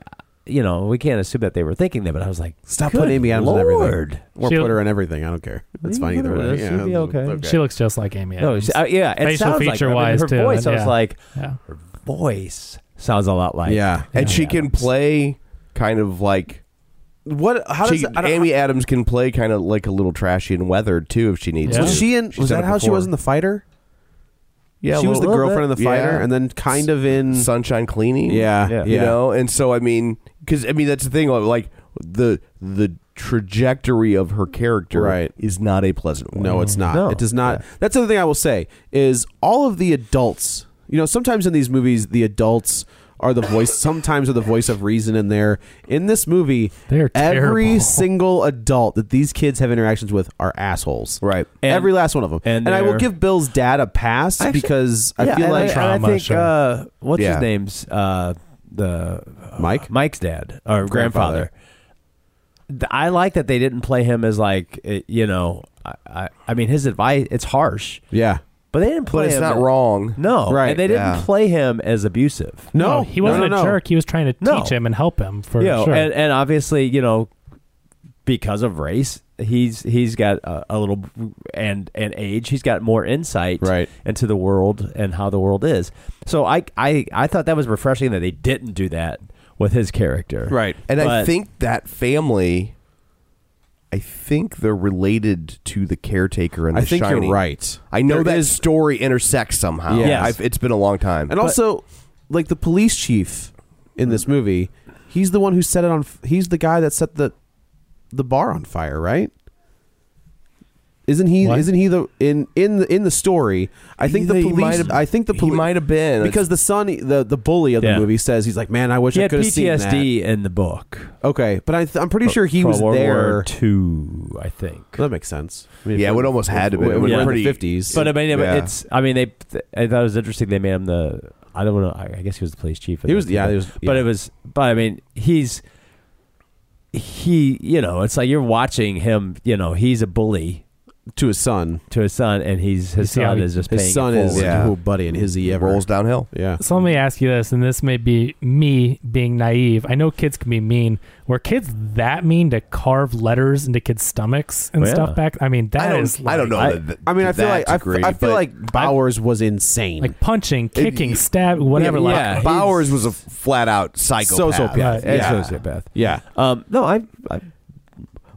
L: you know, we can't assume that they were thinking that, but I was like,
J: Stop
L: good
J: putting Amy Adams on
L: Lord.
J: everything. Or
L: She'll-
J: put her on everything. I don't care. That's fine either way. Um, Yeah.
L: She'll be okay.
M: She looks just like Amy.
L: No,
M: Adams.
L: she- uh, yeah, it
M: facial
L: sounds like her. I mean,
M: feature wise
L: her
M: too.
L: voice,
M: and
L: I was
M: yeah.
L: like,
M: Yeah.
L: her voice sounds a lot like.
I: Yeah. And she can play kind of like
J: what how
I: she,
J: does I don't-
I: Amy Adams can play kind of like a little trashy and weathered too if she needs
J: Was
I: to.
J: she in
I: She's
J: was
I: done
J: that
I: it
J: how she
I: before.
J: was in the fighter?
I: Yeah,
J: She was the
I: of
J: girlfriend in The Fighter and then kind of in
I: Sunshine Cleaning.
J: Mm. Yeah, Yeah.
I: you
J: yeah.
I: know, and so I mean, because I mean that's the thing, like the the trajectory of her character
J: Right.
I: is not a pleasant one.
J: No, it's not. It does not. That's the other thing I will say is all of the adults. You know, sometimes in these movies, the adults are the voice. sometimes are the voice of reason in there. In this movie,
M: They're
J: every
M: terrible.
J: single adult that these kids have interactions with are assholes.
I: Right.
J: every last one of them.
L: and
J: And, I will
L: they're-
J: give Bill's dad a pass because I
L: Yeah,
J: feel
L: and
J: like
L: I, and I think uh, what's
J: Yeah.
L: his name's uh, the uh,
J: Mike?
L: Mike's dad or grandfather.
J: Grandfather.
L: Th- I like that they didn't play him as like uh, you know. I, I, I mean, his advice it's harsh,
J: yeah.
L: but they didn't play.
I: it's
L: him
I: not
L: as-
I: wrong.
L: No,
J: Right,
L: And they didn't
J: yeah.
L: play him as abusive.
J: No,
M: he wasn't
J: no, no,
M: a
J: no.
M: jerk. He was trying to teach
L: No.
M: him and help him for
L: you know,
M: sure.
L: and, and obviously, you know, because of race, he's he's got a, a little and and age, he's got more insight
J: Right.
L: into the world and how the world is. So I I I thought that was refreshing that they didn't do that with his character.
I: And I
L: But-
I: think that family, I think they're related to the caretaker and
J: I
I: the
J: think you're
I: Shining.
J: right.
I: I know
J: There
I: that
J: is-
I: story intersects somehow.
J: Yes.
I: I've, it's been a long time.
J: And also, like the police chief in this movie, he's the one who set it on. f- He's the guy that set the the bar on fire, right? Isn't he? is
I: What?
J: Isn't he the in in the, in the story? I think
I: He- he
J: the police.
I: might have-
J: I think the
I: he
J: police
I: might have been.
J: because the son, the the bully of
L: Yeah.
J: the movie, says he's like, man, I wish
L: he
J: I
L: had
J: could have seen that.
L: PTSD in the book.
J: Okay, but I th- I'm pretty sure he
L: from
J: was
L: World
J: there.
L: War Two, I think.
J: That makes sense. I mean,
I: Yeah,
J: if
I: it would
J: we're-
I: almost had to
J: if
I: be. It
J: We're
I: would
J: in
I: pretty-
J: the fifties,
L: But I mean, it-
I: Yeah.
L: it's. I mean, they. I thought it was interesting. They made him the. I don't know. I I guess he was the police chief. at
J: He
L: the
J: was-
L: time.
J: yeah, he was-
L: But
J: yeah.
L: it was. But I mean, he's. He, you know, it's like you're watching him. You know, he's a bully
J: to his son.
L: to his son, and he's his
M: see how
L: son
M: he-
L: is just paying.
J: His son
L: it
J: is
L: forward.
J: yeah. buddy, and is he ever
I: rolls downhill.
J: Yeah,
M: So let me ask you this, and this may be me being naive. I know kids can be mean. Were kids that mean to carve letters into kids' stomachs and
L: Yeah.
M: stuff back? I mean,
I: I
M: that
I: don't.
M: is like,
I: I don't know.
L: I-
I: that,
J: I mean, I
I: to
J: feel
I: that
J: like I f-
I: degree,
J: I feel
I: but-
J: like Bowers was insane.
M: like punching, kicking,
I: you-
M: stab, whatever.
L: yeah,
M: like,
L: yeah. he's-
I: Bowers was a flat out psychopath.
J: Sociopath.
L: Yeah,
J: Yeah.
L: Uh, sociopath.
J: yeah,
L: Um, no, I, I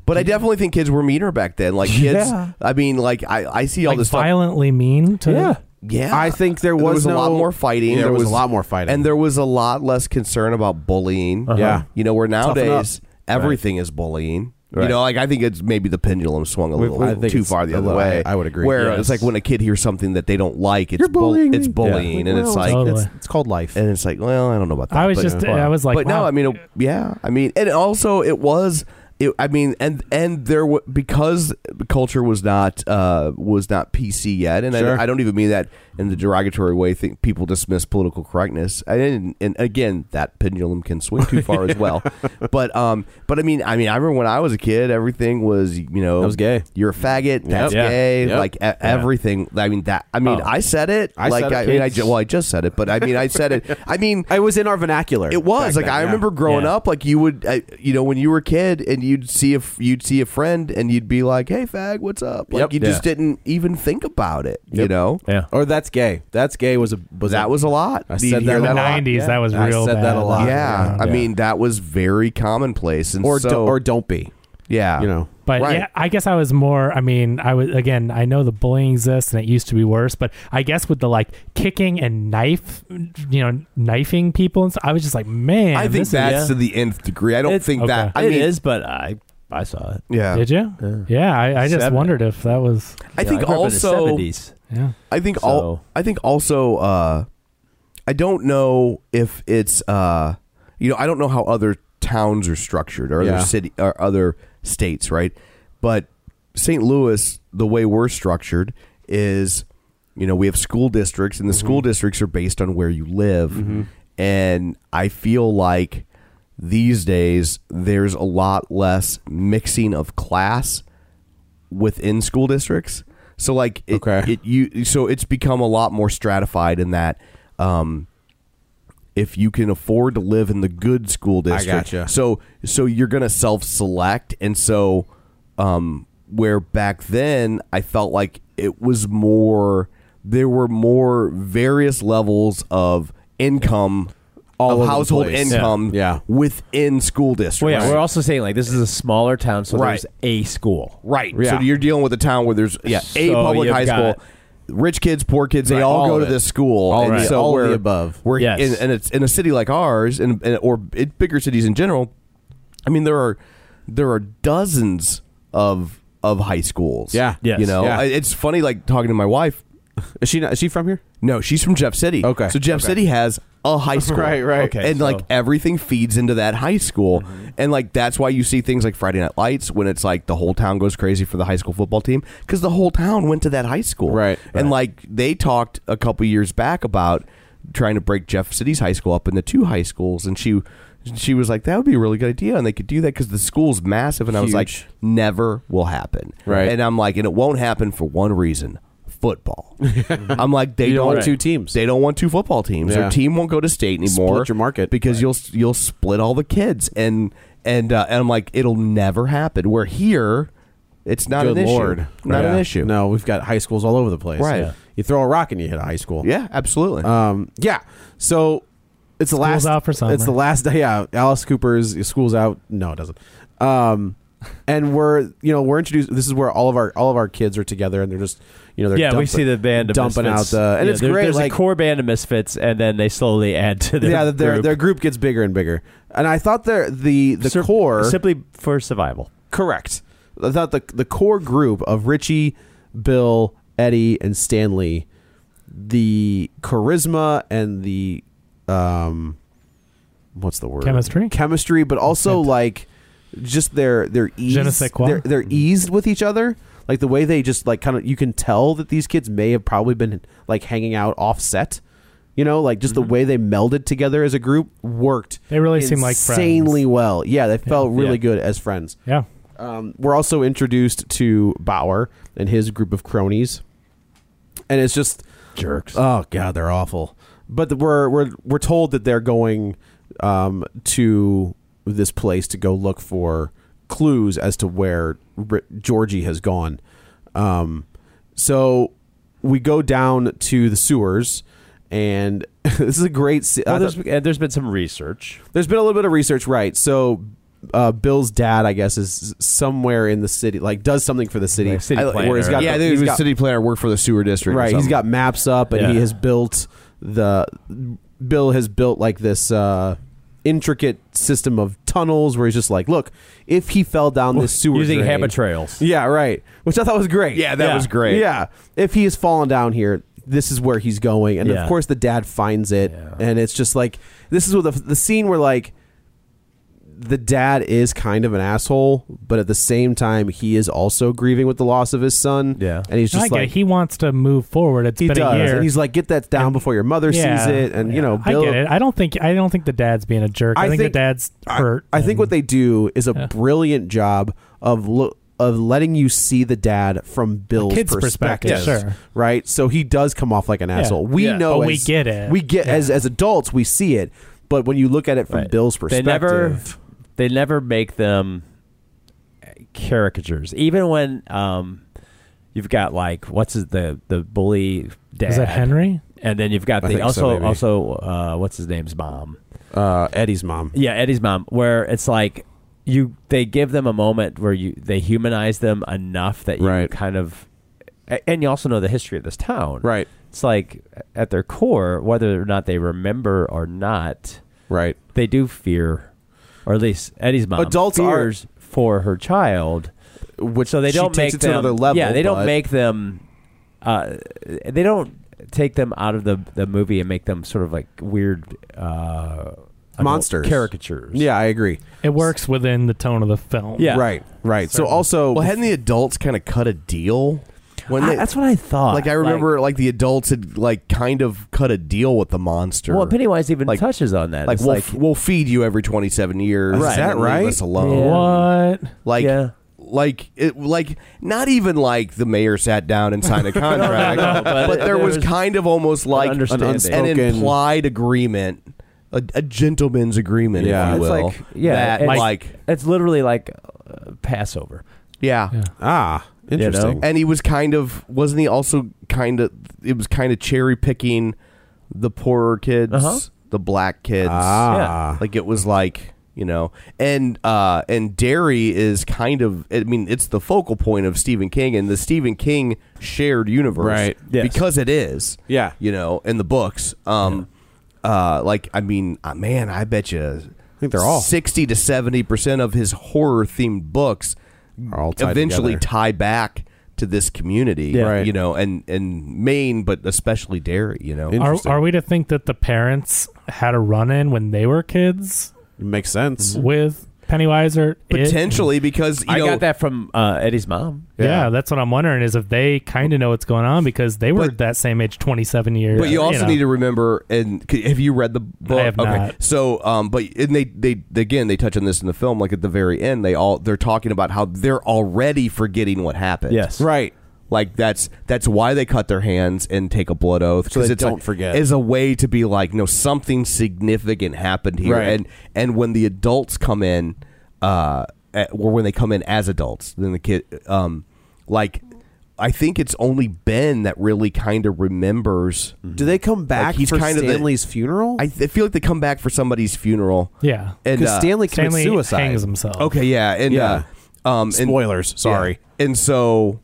I: But I definitely think kids were meaner back then. Like kids,
L: Yeah.
I: I mean, like I, I see all
M: like
I: this stuff.
M: violently mean to
L: yeah.
I: Yeah,
J: I think there
I: And
J: was
I: a
J: no-
I: lot more fighting.
J: Yeah, there was a lot more fighting.
I: and there was a lot less concern about bullying.
J: Yeah.
I: you know, where
J: up.
I: nowadays everything is bullying. You
L: Right.
I: know, like I think it's maybe the pendulum swung a
J: We-
I: little
J: I think
I: too
J: it's
I: far the
J: a
I: other
J: little-
I: way.
J: I- I would agree.
I: Where
J: Yes.
I: it's like when a kid hears something that they don't like, it's
J: You're
I: bull-
J: bullying
I: it's
J: me.
I: bullying, and it's
J: Well,
I: like,
M: totally.
J: it's called life.
I: and it's like, well, I don't know about that.
M: I was
I: but-
M: just- I was like,
I: but
M: wow.
I: no, I mean, it- yeah, I mean, and also it was it, I mean, and and there w- because culture was not uh, was not PC yet, and
J: Sure.
I: I, I don't even mean that in the derogatory way. Think people dismiss political correctness, and and again, that pendulum can swing too far as well. But um, but I mean, I mean, I remember when I was a kid, everything was you know, I was gay. You're a faggot. That's
J: Yeah.
I: gay.
J: Yep.
I: Like e-
J: Yeah.
I: everything. I mean that. I mean,
J: Oh.
I: I said it.
J: I
I: like
J: said it,
I: I mean, I
J: kids.
I: ju- well, I just said it, but I mean, I said it. I mean,
J: it was in our vernacular.
I: It was
J: back
I: like
J: then,
I: I
J: yeah.
I: remember growing
J: Yeah.
I: up, like you would, I, you know, when you were a kid and you'd see a f- you'd see a friend and you'd be like, "Hey, fag, what's up?" Like
J: Yep.
I: you just
J: Yeah.
I: didn't even think about it, you know?
L: Yeah.
J: Or that's gay. That's gay was a was
I: that was a lot.
J: I
I: Do you
J: said that
I: hear
J: a lot.
I: a lot?
J: Yeah. I said that a lot.
I: Yeah, I
J: Yeah.
I: mean that was very commonplace, and
J: Or
I: so,
J: don't- or don't be.
I: Yeah, you
J: know,
M: But yeah, I guess I was more. I mean, I was again. I know the bullying exists, and it used to be worse. But I guess with the like kicking and knife, you know, knifing people, and stuff, I was just like, man,
I: I think
M: this is-
I: that's to the nth degree. I don't
M: It's-
I: think that
M: okay.
I: I
M: It
I: mean,
M: is,
L: but I I saw it.
I: Yeah,
M: Did you? Yeah, I, I just
I: Seven.
M: wondered if that was.
I: I think also
M: Yeah.
I: I think all. I think also. Uh, I don't know if it's. Uh, you know, I don't know how other towns are structured or
J: Yeah.
I: other city or other states, right? But St. Louis, the way we're structured is, you know, we have school districts, and the school districts are based on where you live, and I feel like these days there's a lot less mixing of class within school districts. So like it, it you so it's become a lot more stratified in that um if you can afford to live in the good school district.
J: gotcha.
I: So so you're going to self-select and so um where back then I felt like it was more there were more various levels of income
J: All over
I: of
J: the
I: household
J: place.
I: income
J: Yeah.
I: within school districts.
L: Well, yeah, we're also saying like this is a smaller town, so
I: Right.
L: there's a school.
I: Right.
L: Yeah.
I: So you're dealing with a town where there's yeah, a
L: So
I: public
L: you've
I: high school.
L: got-
I: Rich kids, poor kids, they
J: Right,
I: all,
J: all
I: go
J: of
I: to
J: it.
I: this school.
J: All
I: and
J: right.
I: so
J: All of
I: we're-
J: the above.
I: We're
J: Yes.
I: in, and it's in a city like ours, and, and or in bigger cities in general. I mean, there are there are dozens of of high schools.
J: Yeah. Yes.
I: You know,
J: Yeah.
I: I- it's funny. Like talking to my wife.
J: Is she not, is she from here?
I: No, she's from Jeff City.
J: Okay.
I: So Jeff
J: Okay.
I: City has a high school.
J: Right, right. Okay,
I: and like
J: so-
I: everything feeds into that high school.
J: Mm-hmm.
I: And like that's why you see things like Friday Night Lights when it's like the whole town goes crazy for the high school football team because the whole town went to that high school. Right. And like they talked a couple years back about trying to break Jeff City's high school up into two high schools. And she she was like, that would be a really good idea. And they could do that because the school's massive. And I was like,
J: Huge.
I: never will happen.
J: Right.
I: And I'm like, and it won't happen for one reason football. I'm like, they
J: You
I: don't
J: don't want two
I: teams. They don't want two football teams.
J: Yeah.
I: Their team won't go to state anymore.
J: Split your
I: market because you'll you'll split all the kids and and uh, and I'm like, it'll never happen. We're here. It's not
J: Good
I: an
J: lord.
I: issue. Not
J: Yeah.
I: an issue.
J: No, we've got high schools all over the place.
I: Right. Yeah.
J: You throw a rock and you hit a high school.
I: Yeah, absolutely.
J: Um, yeah. So it's the
M: School's
J: last
M: out for summer.
J: It's the last day. Yeah, Alice Cooper's school's out. No, it doesn't. Um, and we're you know we're introduced. This is where all of our all of our kids are together, and they're just you know they're
L: yeah,
J: dumping-
L: we see the band of
J: dumping out
L: misfits.
J: the and
L: Yeah,
J: it's
L: there-
J: great.
L: There's
J: like
L: a core band of misfits, and then they slowly add to their
J: yeah, that their
L: group.
J: their group gets bigger and bigger. And I thought their the the
L: Sur-
J: core
L: simply for survival.
J: Correct. I thought the the core group of Richie, Bill, Eddie, and Stanley, the charisma and the um, what's the word?
M: Chemistry?
J: Chemistry, but also like just their their ease.
M: Je ne sais quoi.
J: They're, they're eased with each other. Like the way they just like kind of you can tell that these kids may have probably been like hanging out offset. You know, like just the way they melded together as a group worked.
M: They really seem like friends.
J: insanely well. Yeah, they felt really
M: Yeah.
J: good as friends.
M: Yeah.
J: Um, we're also introduced to Bauer and his group of cronies, and it's just jerks. Oh god, they're awful. But the- we're we're we're told that they're going um, to this place to go look for clues as to where R- Georgie has gone. Um, so we go down to the sewers, and this is a great. se- I
L: Well,
J: thought-
L: there's, and there's been some research.
J: there's been a little bit of research, right? So, uh, Bill's dad, I guess, is somewhere in the city, like does something for the city.
L: Like city
J: I-
L: planner.
J: got
I: yeah,
J: the-
I: I think
J: he's
I: it was
J: got-
I: city planner worked for the sewer district. or
J: right. He's
I: something.
J: got maps up, and he
I: Yeah.
J: has built the. Bill has built like this uh, intricate system of tunnels where he's just like, look, if he fell down this sewer
L: Using
J: drain-
L: hammer trails.
J: yeah, right. Which I thought was great.
L: Yeah, that Yeah. was great.
J: Yeah. If he has fallen down here, this is where he's going. And
L: Yeah.
J: of course the dad finds it and it's just like this is what the, the scene where like the dad is kind of an asshole, but at the same time, he is also grieving with the loss of his son. Yeah, and he's
M: I
J: just
M: get-
J: like
M: he wants to move forward. It's
J: he
M: been
J: does,
M: a year.
J: and he's like, get that down before your mother
M: Yeah,
J: sees it, and you know,
M: I
J: Bill,
M: get it. I don't think I don't think the dad's being a jerk. I, think, the dad's hurt.
J: I, think what they do is a brilliant job of lo- of letting you see the dad from Bill's
M: kid's perspective, sure.
J: right? So he does come off like an
M: Yeah.
J: asshole. We
M: Yeah.
J: know,
M: But we
J: as-
M: get it.
J: We get
M: Yeah.
J: as as adults, we see it, but when you look at it from Bill's perspective,
L: They never, they never make them caricatures. Even when um, you've got like what's his, the the bully dad?
M: Is that Henry?
L: And then you've got
M: I
L: the
M: think so,
L: also
M: maybe.
L: also uh, what's his name's mom?
J: Uh, Eddie's mom.
L: Yeah, Eddie's mom. Where it's like you they give them a moment where you they humanize them enough that you kind of a- and you also know the history of this town.
J: Right.
L: It's like at their core, whether or not they remember or not,
J: right?
L: They do fear, or at least Eddie's mom
J: Adults are-
L: fears for her child,
J: which
L: so they
J: she
L: don't
J: takes
L: make
J: it to
L: them-
J: another level,
L: Yeah, they
J: but-
L: don't make them. Uh, they don't take them out of the the movie and make them sort of like weird uh, adult
J: monsters,
L: caricatures.
J: Yeah, I agree.
M: It works within the tone of the film.
J: right, right. So also,
I: well, hadn't the adults kind of cut a deal? When
L: I- that's what I thought.
I: Like I remember, like, the adults had like kind of cut a deal with the monster.
L: Well, Pennywise even touches on that.
I: Like
L: It's
I: we'll,
L: like-
I: f- we'll feed you every twenty seven years.
L: Right. Is that
I: and leave
L: right?
I: us alone.
M: What?
I: Like,
L: Yeah.
I: like, it, like, not even like the mayor sat down and signed a
L: No, no,
I: contract,
L: no,
I: but,
L: but
I: there
L: there
I: was,
L: was
I: kind of almost like an, an
L: understanding.
I: implied agreement, a, a gentleman's agreement, if you
L: it's
I: will.
L: like yeah,
I: that,
L: it's,
I: like
L: it's literally like uh, Passover.
I: Yeah.
J: Ah,
L: interesting.
I: And he was kind of wasn't he also kind of it was kind of cherry picking the poorer kids,
L: Uh-huh.
I: the black kids.
J: Ah. Yeah.
I: Like it was like, you know, and uh and Derry is kind of I mean, it's the focal point of Stephen King and the Stephen King shared universe.
J: Right. Yes.
I: Because it is.
J: Yeah.
I: You know, in the books. Um uh like I mean, uh, man, I bet you I think
J: they're all-
I: 60 to 70% of his horror themed books
J: tied
I: eventually
J: together.
I: tie back to this community,
M: Yeah. Right.
I: you know, and and Maine, but especially Derry, you know.
M: Are, are we to think that the parents had a run in when they were kids?
J: makes sense
M: with Pennywise or It?
I: Potentially, because Mm-hmm. you
L: I
I: know-
L: got that from uh, Eddie's
I: Ah.
L: mom.
M: Yeah. that's what I'm wondering is if they kind of know what's going on because they were that same age, 27 years.
I: But you also
M: know.
I: need to remember, and c- have you read the book?
M: have not.
I: So, um, but and they, they again they touch on this in the film, like at the very end, they all they're talking about how they're already forgetting what happened.
L: Yes.
I: right. Like that's that's why they cut their hands and take a blood oath
J: So they
I: it's
J: don't
I: like-
J: forget.
I: is a way to be like no something significant happened here,
J: Right.
I: and and when the adults come in, uh, at, or when they come in as adults, then the kid, um, like. I think it's only Ben that really kind of remembers.
J: Do they come back for Stanley's
I: funeral? I, th- I feel like they come back for somebody's funeral.
M: Yeah.
I: and uh,
J: 'Cause Stanley commits
M: Stanley
J: suicide.
M: hangs himself.
I: Okay, yeah, and
J: Yeah.
I: Uh, um, and-
J: Spoilers, sorry.
I: yeah. And so,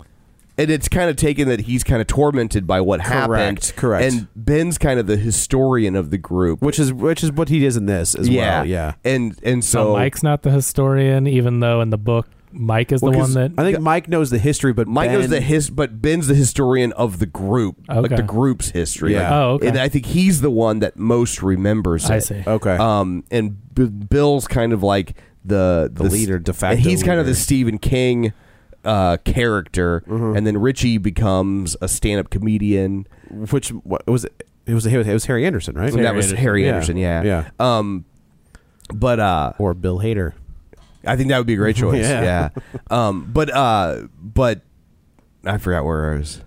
I: and it's kind of taken that he's kind of tormented by what happened.
J: Correct, correct.
I: And Ben's kind of the historian of the group,
J: which is which is what he is in this as
I: yeah,
J: well. Yeah,
I: and and so,
M: So Mike's not the historian, even though in the book, Mike is
I: Well,
M: the
I: 'cause
M: one that.
J: I think Mike knows the history, but
I: Mike knows the his, but Ben's the historian of the group, like
M: Okay.
I: the group's history.
J: Yeah.
I: Like,
M: Oh, okay.
I: And I think he's the one that most remembers.
M: I
I: it.
M: see.
J: Okay.
I: Um, and B- Bill's kind of like the the,
J: leader, de facto
I: He's kind of the
J: leader. Mm-hmm.
I: Stephen King uh, character, and then Richie becomes a stand-up comedian.
J: which what, was it? It was it was Harry Anderson, right?
I: And that was Harry Anderson. Yeah.
J: yeah.
I: Um, but uh,
J: or Bill Hader.
I: I think that would be a great choice.
J: Yeah.
I: yeah. Um, but uh, but I forgot where I was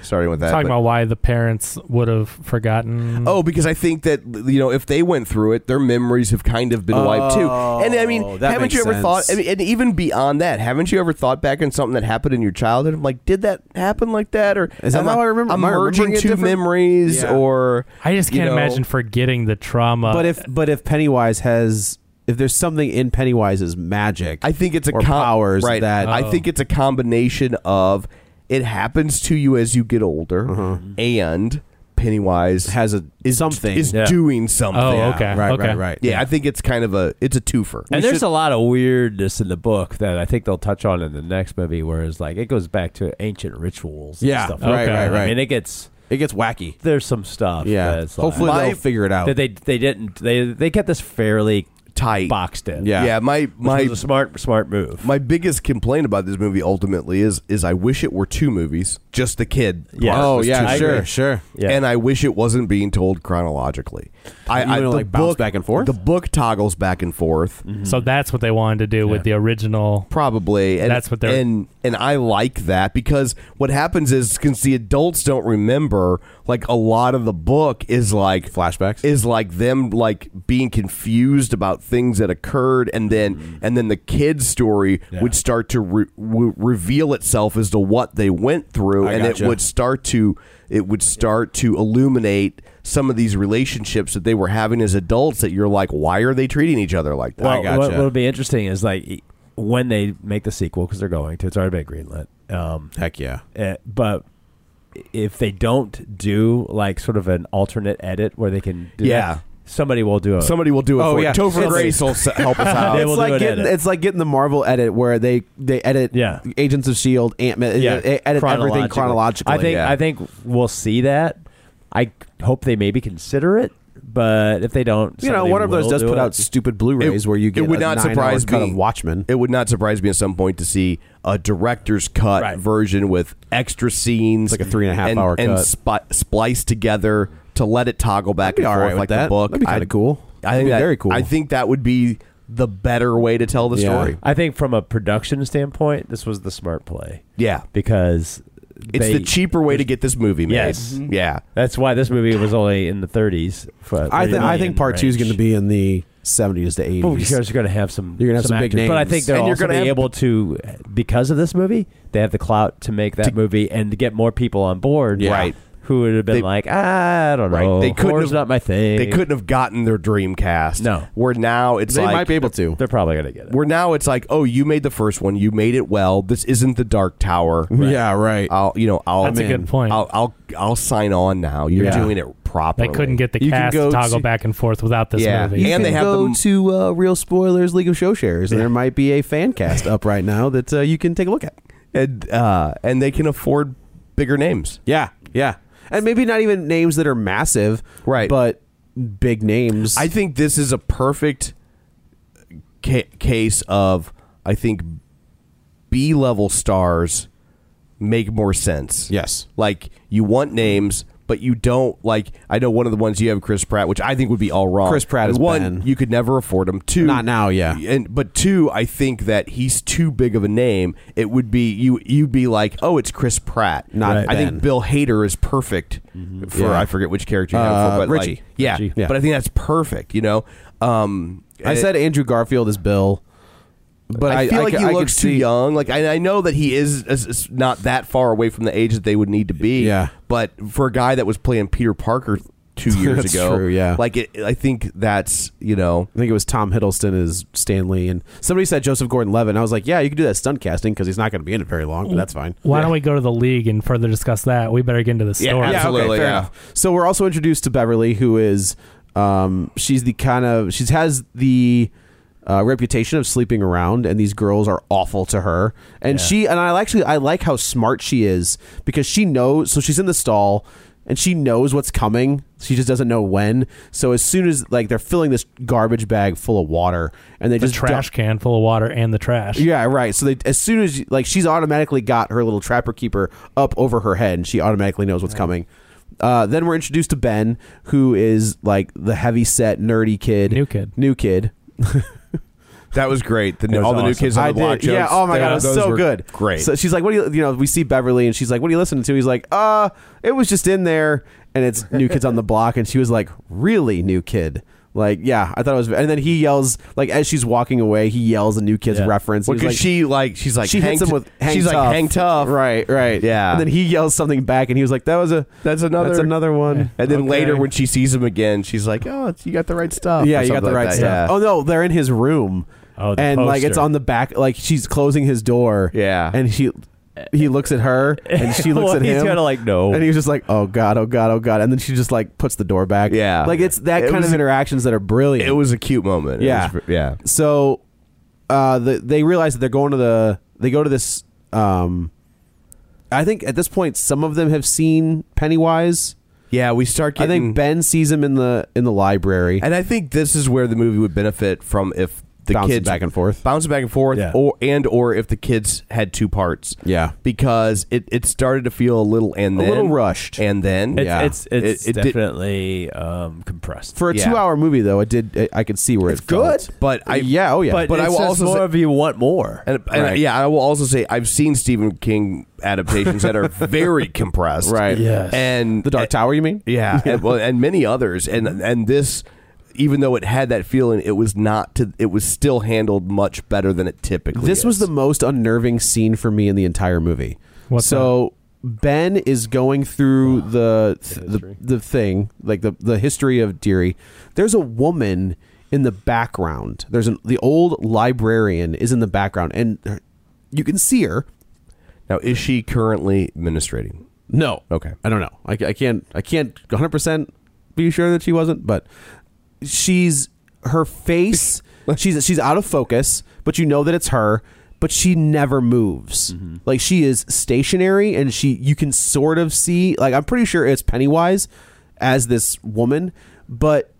I: starting with that.
M: talking
I: but-
M: about why the parents would have forgotten.
I: Oh, because I think that you know if they went through it, their memories have kind of been wiped too. And I mean,
J: Oh, that
I: haven't
J: makes
I: you ever
J: sense.
I: thought? I mean, and even beyond that, haven't you ever thought back on something that happened in your childhood? I'm like, did that happen like that, or
J: Is that
I: am
J: how I remember-
I: I'm
J: am I
I: merging
J: remembering it
I: two
J: different?
I: memories,
J: Yeah.
I: or
M: I just
I: you
M: can't
I: know,
M: imagine forgetting the
L: Uh,
M: trauma.
J: But if but if Pennywise has if there's something in Pennywise's magic,
I: I think it's a
J: or
I: com-
J: powers
I: right.
J: that
L: Uh,
I: I think it's a combination of it happens to you as you get older,
J: Uh-huh.
I: and Pennywise
J: has a
I: is
J: something
I: is
J: Yeah.
I: doing something.
M: Oh, okay, Yeah, right, okay. right, right.
I: Yeah, I think it's kind of a it's a twofer.
L: And there's a lot of weirdness in the book that I think they'll touch on in the next movie, whereas like it goes back to ancient rituals. and
J: Yeah,
L: stuff
J: right,
L: like that.
J: right, right.
L: I mean, it gets
J: it gets wacky.
L: There's some stuff.
J: Yeah.
L: that's
J: Hopefully
L: like,
J: they'll figure it out.
L: That they they didn't they they kept this fairly
I: tight.
L: Boxed in.
I: Yeah, yeah. My
L: Which
I: my
L: was a smart smart move.
I: My biggest complaint about this movie ultimately is is I wish it were two movies, just the kid.
J: Yeah.
I: part
J: Oh,
I: was
J: yeah,
I: two
J: sure,
I: movies.
J: sure. Yeah.
I: And I wish it wasn't being told chronologically. I,
J: You
I: I
J: wanna,
I: the
J: like, bounce back
I: and forth. The book toggles back and forth.
M: So that's what they wanted to do with the original.
I: Probably. And,
M: That's what they're-
I: and and I like that because what happens is since the adults don't remember, like a lot of the book is like flashbacks is like them like being confused about things that occurred, and then
J: Mm-hmm.
I: and then the kid's story would start to re- w- reveal itself as to what they went through,
J: I
I: and
J: gotcha.
I: it would start to it would start to illuminate some of these relationships that they were having as adults that you're like why are they treating each other like that
L: Well, what will be interesting is like e, when they make the sequel because they're going to. It's already been greenlit. Um,
J: Heck yeah!
L: eh, but if they don't do like sort of an alternate edit where they can, do
I: Yeah.
L: that, somebody will do it.
I: Somebody will do it
J: Oh
I: for
J: yeah,
I: you. Topher
J: It's-
I: Grace will s- help us out.
L: They
J: Oh, it's
L: will do
J: like
L: an
J: getting
L: edit.
J: it's like getting the Marvel edit where they they edit yeah. Agents of Shield, Ant Man, e, edit everything chronologically.
L: I think I think we'll see that. I hope they maybe consider it, but if they don't,
J: you know
L: somebody
J: one of those
L: will
J: does
L: do
J: put
L: it.
J: out stupid Blu-rays where you get
I: it would
J: a
I: not
J: nine-hour
I: surprise
J: cut
I: me
J: of Watchmen.
I: It would not surprise me at some point to see a director's cut version with extra scenes,
J: It's like a three and a half
I: and,
J: hour
I: and
J: cut.
I: spi- spliced together to let it toggle back
J: be
I: and
J: all
I: forth
J: right with
I: like
J: that.
I: the book.
J: That'd be kinda
I: I-
J: cool.
I: I
J: That'd
I: think
J: be
I: that,
J: very cool.
I: I think that would be the better way to tell the
L: Yeah.
I: story.
L: I think from a production standpoint, this was the smart play.
I: Yeah,
L: because
I: It's
L: they-
I: the cheaper way to get this movie made. Mm-hmm.
L: Yes.
I: Yeah.
J: Mm-hmm.
L: That's why this movie was only in the 30s. For
J: I think I
L: 30
J: think part two is
L: range.
J: going to be in the seventies to
L: Well, you
J: eighties.
L: guys are going to have some.
J: You're gonna have some big
L: actors.
J: names.
L: but I think they're
J: And you're
L: also
J: gonna
L: be
J: have-
L: able to because of this movie. They have the clout to make that movie and to get more people on board.
I: Yeah. Right.
L: Who would have been
I: They-
L: like, I don't
I: Right.
L: know.
I: They couldn't
L: horror's
I: have-
L: not my thing.
I: They couldn't have gotten their dream cast.
L: No.
I: Where now it's
L: They
I: like
L: might be
J: able to.
L: They're probably going to get it.
I: Where now it's like, oh, you made the first one, you made it well. This isn't the Dark Tower.
J: Yeah, right. Uh,
I: I'll you know I'll
M: That's a good point.
I: I'll I'll, I'll sign on now. You're
M: Yeah.
I: doing it properly.
M: They couldn't get the
I: You can
M: cast
I: go
M: to toggle
I: to-
M: back and forth without this
I: Yeah.
M: movie.
I: You And they can have
J: go
I: the-
J: to uh, Real Spoilers League of Show Shares, and there might be a fan cast up right now that uh, you can take a look at.
I: and uh, and they can afford bigger names.
J: Yeah, yeah, and maybe not even names that are massive,
I: right?
J: But big names.
I: I think this is a perfect ca- case of I think B level stars make more sense.
J: Yes.
I: Like you want names, but you don't like I know one of the ones you have Chris Pratt, which I think would be all wrong.
J: Chris Pratt is
I: one,
J: Ben.
I: you could never afford him. Two
J: Not now, yeah.
I: And but two, I think that he's too big of a name. It would be you you'd be like, Oh, it's Chris Pratt.
J: Not
I: I
J: Ben. Mm-hmm.
I: think Bill Hader is perfect for
J: Yeah.
I: I forget which character you have
J: Uh,
I: for, but like-
J: Richie.
I: yeah,
J: Richie. Yeah.
I: But I think that's perfect, you know? Um
J: I
I: and-
J: said Andrew Garfield is Bill, but
I: I,
J: I
I: feel
J: I
I: like
J: c-
I: he
J: I could
I: looks too
J: see-
I: young. Like I, I know that he is, is, is not that far away from the age that they would need to be.
J: Yeah.
I: But for a guy that was playing Peter Parker two years
J: That's
I: ago,
J: true, yeah.
I: Like it, I think that's you know.
J: I think it was Tom Hiddleston as Stanley, and somebody said Joseph Gordon-Levitt. and I was like, yeah, you can do that stunt casting because he's not going to be in it very long, but that's fine.
M: Why don't we go to the league and further discuss that? We better get into the
J: Yeah,
M: story.
J: okay, fair enough. So we're also introduced to Beverly, who is um, she's the kind of she's has the uh, reputation of sleeping around, and these girls are awful to her. And she and I actually I like how smart she is because she knows. So she's in the stall. And she knows what's coming. She just doesn't know when. So as soon as like they're filling this garbage bag full of water, and they
M: The
J: just dump-
M: trash can full of water and the trash.
J: yeah, right. So they as soon as like she's automatically got her little trapper keeper up over her head, and she automatically knows what's coming. Uh, then we're introduced to Ben, who is like the heavy set nerdy kid, new kid, new kid.
I: That was great. The,
J: It was
I: all the new
J: awesome.
I: kids on
J: I
I: the block.
J: did. Yeah.
I: jokes,
J: Oh my god, it was
I: those
J: so
I: were
J: good.
I: Great.
J: So she's like, "What do you? You know?" We see Beverly, and she's like, "What are you listening to?" He's like, "Uh, it was just in there, and it's New Kids on the Block." And she was like, "Really, New Kid." Like yeah, I thought it was, and then he yells like as she's walking away, he yells a new kid's reference.
I: Well,
J: He was
I: 'cause she like she's like
J: she
I: hang
J: hits him
I: t-
J: with hang
I: she's
J: tough.
I: like hang tough.
J: right, right,
I: Yeah.
J: And then he yells something back, and he was like, "That was a
I: That's another.
J: that's another one."
I: And then
J: Okay.
I: later when she sees him again, she's like, "Oh, it's- you got the right stuff."
J: yeah,
I: or
J: you got the
I: something like
J: right
I: that.
J: stuff.
I: Yeah.
J: Oh no, they're in his room.
L: Oh, the
J: and like it's
L: poster.
J: on the back, like she's closing his door.
I: Yeah.
J: and she. He looks at her, and she looks
L: Well,
J: at him.
L: he's kinda like, no.
J: and he's just like, "Oh God, oh God, oh God," and then she just like puts the door back.
I: Yeah.
J: like it's that
I: It
J: kind
I: was-
J: of interactions that are brilliant.
I: It was a cute moment. It
J: Yeah.
I: was- yeah.
J: so uh, the, they realize that they're going to the they go to this um, i think at this point some of them have seen pennywise
I: Yeah, we start
J: I
I: getting.
J: think Ben sees him in the in the library.
I: And I think this is where the movie would benefit from if the
J: Bouncing
I: kids
J: back and forth.
I: bouncing back and forth,
J: Yeah.
I: or and or if the kids had two parts.
J: Yeah.
I: because it, it started to feel a little and
J: A
I: then,
J: little rushed.
I: and then
L: It's
I: yeah,
L: it's, it's
I: It- it did-
L: definitely um, compressed
J: For a
L: Yeah.
J: two-hour movie, though, I did. I, I could see where it's
I: good, but I
J: yeah, oh yeah,
L: But, I will also more
I: say-
L: of you want more.
I: And, and
L: Right.
I: yeah, I will also say I've seen Stephen King adaptations that are very compressed,
J: Right.
L: Yes.
I: And the Dark
J: Tower, you mean?
I: Eh, Yeah, and, well, and many others, and and this, even though it had that feeling, it was not to. It was still handled much better than it typically.
J: This was the most unnerving scene for me in the entire movie.
I: What's
J: so Ben is going through the, the the thing, like the the history of Deary. There's a woman in the background. There's an the old librarian is in the background, and her- you can see her.
I: Now, is she currently administrating?
J: No.
I: Okay.
J: I don't know. I, I can't. I can't 100 percent be sure that she wasn't, but she's her face. she's she's out of focus, but you know that it's her. But she never moves. Like she is stationary, and she you can sort of see. Like I'm pretty sure it's Pennywise as this woman, but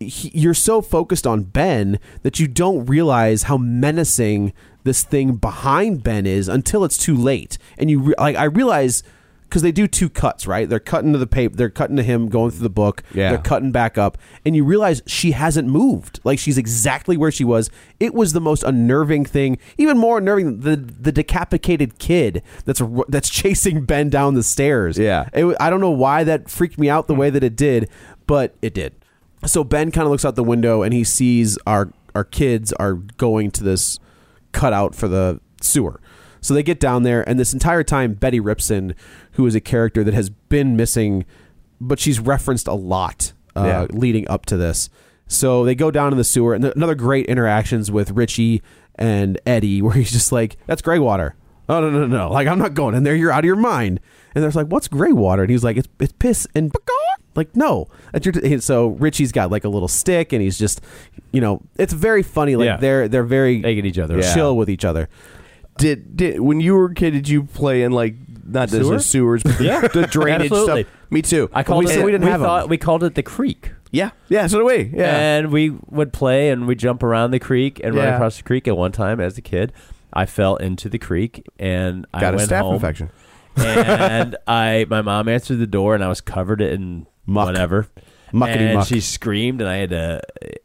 J: he, you're so focused on Ben that you don't realize how menacing this thing behind Ben is until it's too late. And you re- like I realize because they do two cuts, right? They're cutting to the paper, they're cutting to him going through the book,
I: Yeah.
J: they're cutting back up, and you realize she hasn't moved. Like she's exactly where she was. It was the most unnerving thing, even more unnerving than the the decapitated kid that's r- that's chasing Ben down the stairs. Yeah, it, wa- I don't know why that freaked me out the way that it did, but it did so Ben kind of looks out the window and he sees our our kids are going to this cutout for the sewer. So they get down there, and this entire time, Betty Ripson, who is a character that has been missing, but she's referenced a lot uh,
I: Yeah.
J: leading up to this. So they go down in the sewer, and th- another great interactions with Richie and Eddie, where he's just like, "That's gray water." Oh no no no! no. Like I'm not going in there. You're out of your mind. And they're like, "What's gray water?" And he's like, "It's it's piss and." Like no, That's your t- so Richie's got like a little stick, and he's just, you know, it's very funny. Like
L: Yeah.
J: they're they're very
L: They get each other.
J: chill with each other.
I: Did did when you were a kid? Did you play in like not
J: Sewer?
I: the sewers, but the,
J: Yeah.
I: the drainage
L: Absolutely.
I: stuff? Me too.
L: I called
I: it.
L: it. we thought, We called it the creek.
I: Yeah, yeah. So do we. Yeah.
L: And we would play and we would jump around the creek and run
I: Yeah.
L: across the creek. At one time, as a kid, I fell into the creek and I
I: Got a
L: went
I: staph
L: home.
I: infection.
L: and I, my mom answered the door, and I was covered in whatever.
I: Muckety
L: and
I: muck.
L: she screamed, and I had to,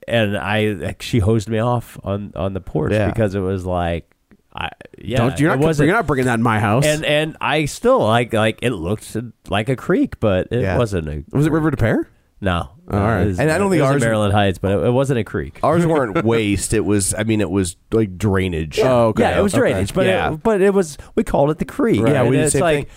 L: and I she hosed me off on on the porch
J: Yeah.
L: because it was like, I yeah,
J: Don't you're
L: it
J: not gonna-
L: wasn't-
J: you're not bringing that in my house.
L: and and I still like like it looked like a creek, but it
J: Yeah.
L: wasn't a.
J: Was it River to Pear?
L: No,
J: Oh, all right.
L: It was-
I: And I don't think
L: it was in
I: ours-
L: Maryland Heights, but it, it wasn't a creek.
I: Ours weren't waste. It was. I mean, it was like drainage.
L: Yeah. Oh,
J: Oh,
L: Yeah, it was
I: Okay.
L: drainage, but
I: Yeah.
L: it, but it was we called it the creek.
I: Right. Yeah,
L: And
I: we did the
L: it's
I: same
L: like,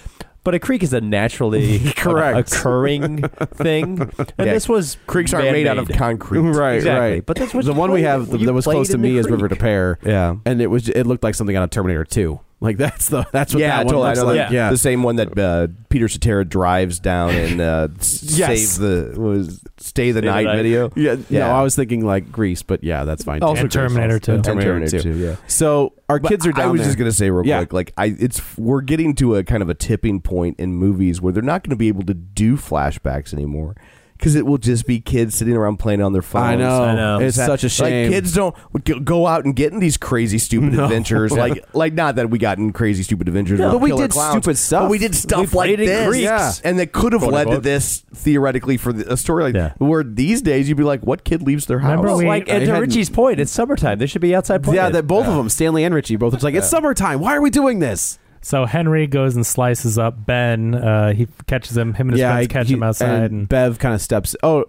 L: but a creek is a naturally
I: Correct.
L: occurring thing, and
I: Yeah.
L: this was
I: Creeks aren't made out of
L: man-made.
I: concrete.
J: Right,
L: Exactly.
J: right.
L: But that's what
J: the
L: you
J: one we
L: played
J: have
L: in-
J: th-
L: you
J: that was
L: played
J: close to
L: in
J: me
L: the
J: is River to
L: creek.
J: Pear.
I: Yeah,
J: and it was it looked like something out of Terminator Two. Like that's the that's what
I: yeah,
J: that one
I: totally. I
J: looks
I: know
J: like.
I: that-
J: Yeah,
I: the same one that uh, Peter Cetera drives down and uh, s-
J: Yes.
I: save the what was stay the
J: Stay the
I: night,
J: Night.
I: video.
J: Yeah, no, I was thinking like Grease, but yeah, that's fine.
L: Oh,
I: Also
M: And Terminator
I: too.
J: And Terminator,
I: And Terminator too,
J: 2.
I: yeah.
J: So our
I: But
J: kids are down
I: I was
J: there.
I: just gonna say real
J: Yeah.
I: quick, like I, it's we're getting to a kind of a tipping point in movies where they're not going to be able to do flashbacks anymore because it will just be kids sitting around playing on their phones.
J: I know. I know. It's
I: that-
J: such a shame.
I: Like kids don't g- go out and get in these crazy stupid
J: No.
I: adventures.
J: Yeah.
I: Like like not that we got in crazy stupid adventures,
J: No,
I: with
J: but we
I: killer
J: did
I: clowns,
J: stupid stuff.
I: But we did
J: We
I: stuff
J: played
I: like
J: in
I: this,
J: creeks. Yeah.
I: and that could have
J: Quote,
I: led to
J: unquote.
I: this theoretically for the, a story like that. Where these days you'd be like, what kid leaves their house?
L: Remember, like and to Richie's point, it's summertime. They should be outside playing.
J: yeah, that both of them, Stanley and Richie, both. It's like it's summertime. Why are we doing this?
M: So Henry goes and slices up Ben. Uh, he catches him. Him and his
J: yeah,
M: friends
J: I-
M: catch
J: he-
M: him outside.
J: and, Bev kind of steps. Oh,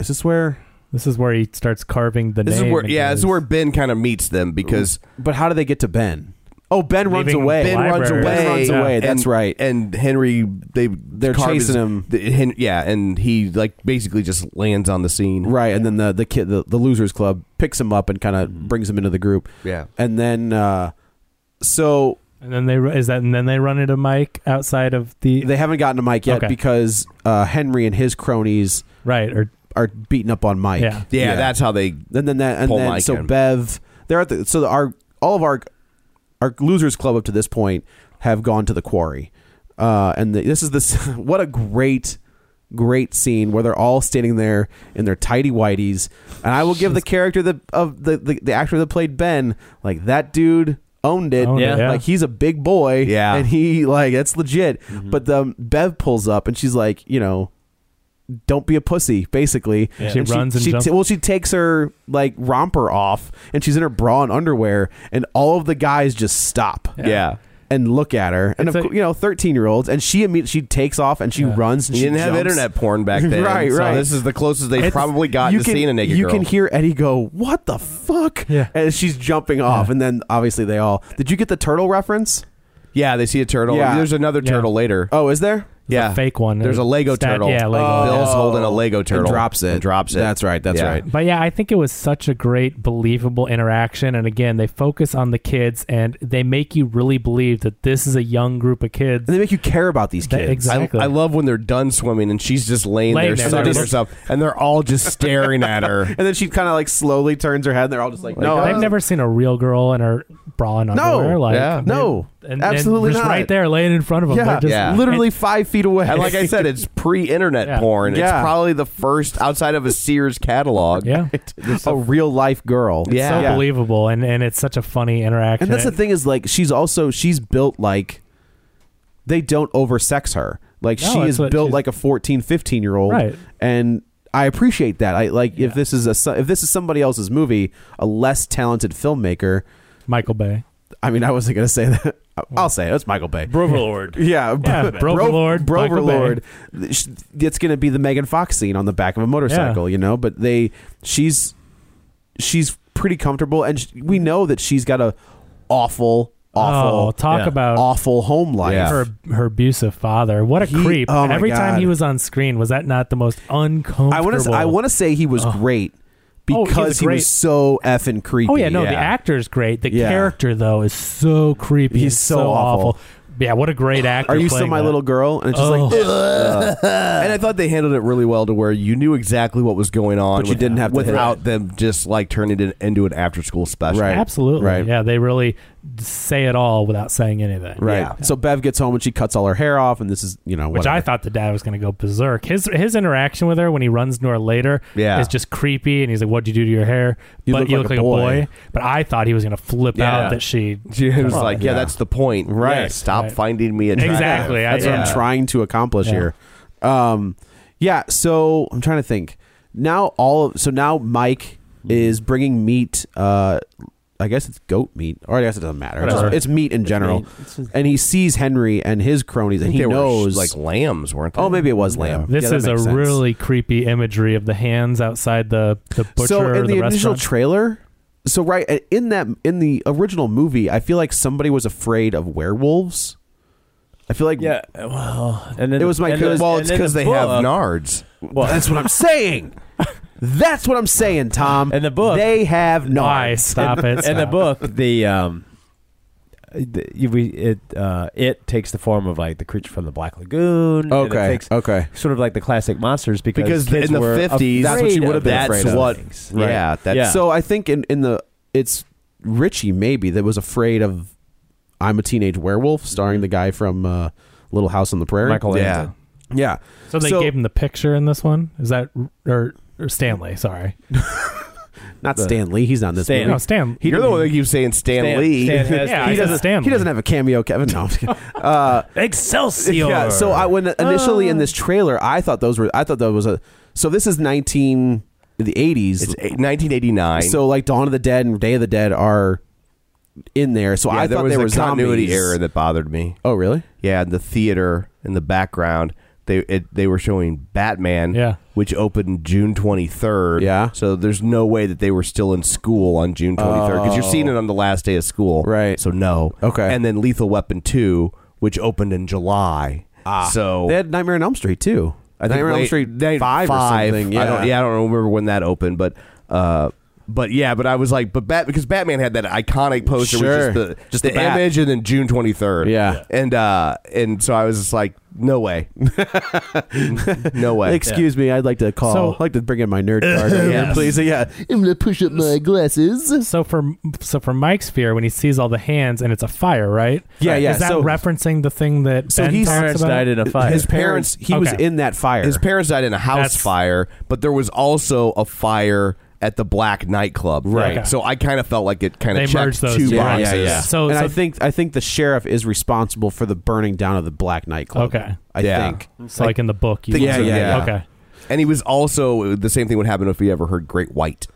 J: is this where?
M: This is where he starts carving the
I: This
M: name.
I: is where,
M: into
I: yeah, this is
M: his-
I: where Ben kind of meets them because.
J: But how do they get to Ben? Oh, Ben runs
M: Leaving
J: away.
M: the
I: Ben runs away.
M: library.
J: Ben runs away. That's right.
I: And Henry, they they're
J: chasing him.
I: yeah, and he like basically just lands on the scene.
J: Right, and then the the kid, the, the losers club, picks him up and kind of brings him into the group.
I: Yeah.
J: and then uh, so
M: And then they ru- is that and then they run into Mike outside of the
J: they haven't gotten to Mike yet
M: Okay.
J: because uh, Henry and his cronies
M: right or
J: are beating up on Mike.
M: Yeah.
I: Yeah, that's how they.
J: and then that and
I: Pull
J: then
I: Mike
J: so
I: in.
J: Bev, they're at the so our all of our our losers club up to this point have gone to the quarry, uh, and the, this is this what a great great scene where they're all standing there in their tidy whities, and I will give the character the of the, the the actor that played Ben like that dude owned it.
I: Owned it, Yeah.
J: like he's a big boy. Yeah, and he like that's legit.
I: Mm-hmm.
J: But the Bev pulls up and she's like, you know. Don't be a pussy, basically.
M: Yeah. She runs and
J: she
M: jumps.
J: t- well, she takes her like romper off, and she's in her bra and underwear, and all of the guys just stop.
M: Yeah. Yeah.
J: and look at her, and of cou- you know, thirteen year olds, and she immediately she takes off and she runs. And
I: You
J: she
I: didn't have
J: jumps.
I: internet porn back then,
J: right?
I: so
J: Right.
I: this is the closest they probably got
J: you
I: to
J: can-
I: seeing a naked
J: You
I: girl.
J: can hear Eddie go, "What the fuck?" Yeah, and she's jumping off, and then obviously they all. Did you get the turtle reference?
I: Yeah, they see a turtle.
J: Yeah.
I: There's another
J: Yeah.
I: turtle later.
J: Oh, is there?
I: yeah,
M: fake one.
I: There's a Lego
M: Stat-
I: turtle.
M: yeah, Lego.
I: Oh. Bill's holding a Lego
J: And
I: turtle.
J: drops it.
I: And drops it.
J: That's right, that's
I: Yeah.
J: right.
M: But yeah, I think it was such a great, believable interaction. And again, they focus on the kids and they make you really believe that this is a young group of kids. And
J: they make you care about these
M: kids. Exactly.
I: I, I love when they're done swimming and she's just laying,
M: Laying
I: there,
M: there.
I: sunning
M: Just-
I: herself, and they're all just staring at her.
J: And then she kind of like slowly turns her head, and they're all just like,
I: oh,
J: "No,
M: they've never seen a real girl in her bra and
J: Oh, uh, No.
M: underwear. Like,
J: Yeah.
M: they-
J: No.
M: and,
J: Absolutely
M: and just
J: not.
M: right there, laying in front of them.
J: Yeah.
M: They're just,
I: Yeah.
J: literally five feet away."
I: And like I said, it's pre-internet
M: Yeah.
I: porn.
J: Yeah.
I: It's probably the first outside of a Sears catalog.
M: Yeah,
J: a real life girl.
M: It's so believable, and, and it's such a funny interaction.
J: And that's the thing is like she's also she's built like they don't oversex her. Like
M: No,
J: she
M: that's
J: is
M: what
J: built
M: she's-
J: like a 14, 15 year old.
M: Right.
J: And I appreciate that. I like if this is a so- if this is somebody else's movie, a less talented filmmaker,
M: Michael Bay.
J: I mean, I wasn't going to say that. I'll say it. It's Michael Bay.
O: Broverlord.
J: Yeah,
M: Yeah, Broverlord,
J: Bro-
M: Michael
J: Broverlord. Sh- It's going to be the Megan Fox scene on the back of a motorcycle, you know. But they, she's, she's pretty comfortable, and sh- we know that she's got a awful, awful,
M: Oh, talk about
J: awful home life.
M: her her abusive father. What a
J: He-
M: creep!
J: oh my
M: Every time
J: God.
M: he was on screen, was that not the most uncomfortable?
J: I want to, I want to say he was great
M: Oh, he was
J: because he
M: great.
J: was so effing creepy.
M: Oh yeah, no, the actor's great. The
J: Yeah.
M: character though is so creepy.
J: He's
M: and
J: so
M: awful.
J: awful.
M: Yeah, what a great actor.
J: Are you still
M: playing
J: my
M: that. Oh.
J: little girl? And it's just like,
M: Ugh.
I: and I thought they handled it really well to where you knew exactly what was going on,
J: But you didn't have to hit it.
I: without them just like turning it into an after-school special.
M: Absolutely. Yeah, they really say it all without saying anything.
J: Right. So Bev gets home and she cuts all her hair off, and this is you know
M: Which
J: whatever.
M: I thought the dad was going to go berserk. His his interaction with her when he runs into her later
J: Yeah.
M: is just creepy, and he's like, "What'd you do to your hair?"
J: You
M: but
J: look
M: you
J: like
M: look
J: a
M: like a
J: boy."
M: boy. But I thought he was going to flip out that she.
I: She was
M: Well,
I: like, yeah, that's the point.
J: Right.
I: Yeah, stop finding me attractive.
M: Exactly. I-
J: That's what I'm trying to accomplish
M: Yeah.
J: here. Um, yeah. So I'm trying to think. Now all of so now Mike
I: Hmm.
J: is bringing meat. Uh, I guess it's goat meat, or I guess it doesn't matter. It's,
I: Whatever.
J: it's meat in
I: It's
J: general.
I: meat. It's just-
J: and he sees Henry and his cronies, and
I: think
J: he
I: they were,
J: knows
I: like, lambs, weren't they?
J: Oh, maybe it was lamb.
M: This
J: Yeah, that
M: is a
J: makes sense.
M: really creepy imagery of the hands outside the the butcher
J: so
M: or
J: in
M: the,
J: the, initial
M: restaurant.
J: trailer so right uh, in that in the original movie i feel like somebody was afraid of werewolves i feel like yeah
L: well and then
J: it was my
L: and then-
J: well
L: and
J: it's
L: then
J: because
L: the
J: they have
L: book-
J: nards
L: Well-
J: that's what i'm saying that's what i'm saying tom and the book they have nards
L: In the book, the um, the, you- we it uh, it takes the form of like the creature from the Black Lagoon. and it
J: Okay,
L: takes
J: okay.
L: Sort of like the classic monsters because
I: Because
L: kids
I: in the
L: were
I: 50s, that's what you
L: afraid
I: would have been
L: of
I: afraid
L: those
I: of. what-
L: things.
J: right. yeah that's so i think in in the it's richie maybe that was afraid of i'm a teenage werewolf starring the guy from uh, little house on the prairie
M: Michael
J: yeah
M: Anton.
J: yeah
M: So they gave him the picture in this one. Is that or, or Stanley? Sorry,
J: Not
M: The-
J: Stan Lee. He's not in this
M: Stan.
J: movie.
M: No, Stan-
J: He
M: You're the one that
J: keeps saying Stan,
M: Stan- Lee. Stan has- Yeah, I
J: he
M: said
J: doesn't.
M: Stan
J: He doesn't have a cameo. Kevin. No. I'm just kidding. Uh,
O: Excelsior.
J: Yeah. So I when initially in this trailer, I thought those were. I thought that was a. So this is 19 the 80s.
I: It's eight- 1989.
J: So like Dawn of the Dead and Day of the Dead are in there. So
I: Yeah,
J: I
I: there
J: thought
I: was
J: they
I: a
J: were
I: continuity
J: zombies.
I: error that bothered me.
J: Oh, really?
I: Yeah, the theater in the background. They it, they were showing Batman,
M: Yeah.
I: which opened June twenty third. Yeah, so there's no way that they were still in school on June twenty third because you're
J: Oh.
I: seeing it on the last day of school, right? So no, okay. And then Lethal Weapon two, which opened in July. Ah, so
J: they had Nightmare on Elm Street too.
I: I think
J: Nightmare on Elm
I: late-
J: Street
I: night
J: five, or
I: five.
J: something. Yeah.
I: I don't, yeah, I don't remember when that opened, but uh, But yeah, but I was like, but Bat because Batman had that iconic poster, which
J: Sure.
I: is the
J: Just
I: the,
J: the bat.
I: image, and then June twenty third. Yeah, and uh, and so I was just like, no way, no way.
J: Excuse me, I'd like to call.
I: So-
J: I'd like to bring in my nerd card, over here,
M: Yes.
J: please. Yeah,
M: I'm gonna push up my glasses. So for so for Mike's fear, when he sees all the hands and it's a fire, right?
J: Yeah, yeah,
M: Is that
J: so-
M: referencing the thing that
J: So
M: ben
J: he's-
M: talks
J: Parents
M: about?
J: died in a fire.
I: His parents, he was
M: Okay.
I: in that fire. His parents died in a house fire, but there was also a fire at the Black nightclub.
J: Right. Okay.
I: So I kind of felt like it kind of checked two
J: Yeah,
I: boxes.
J: yeah, yeah.
M: So-
J: and
M: so-
J: I think I think the sheriff is responsible for the burning down of the black nightclub.
M: Okay.
J: I
I: Yeah.
J: think.
M: So like in the book, you
I: yeah,
M: said-
I: yeah, yeah.
M: Okay.
I: And he was also the same thing would happen if he ever heard Great White.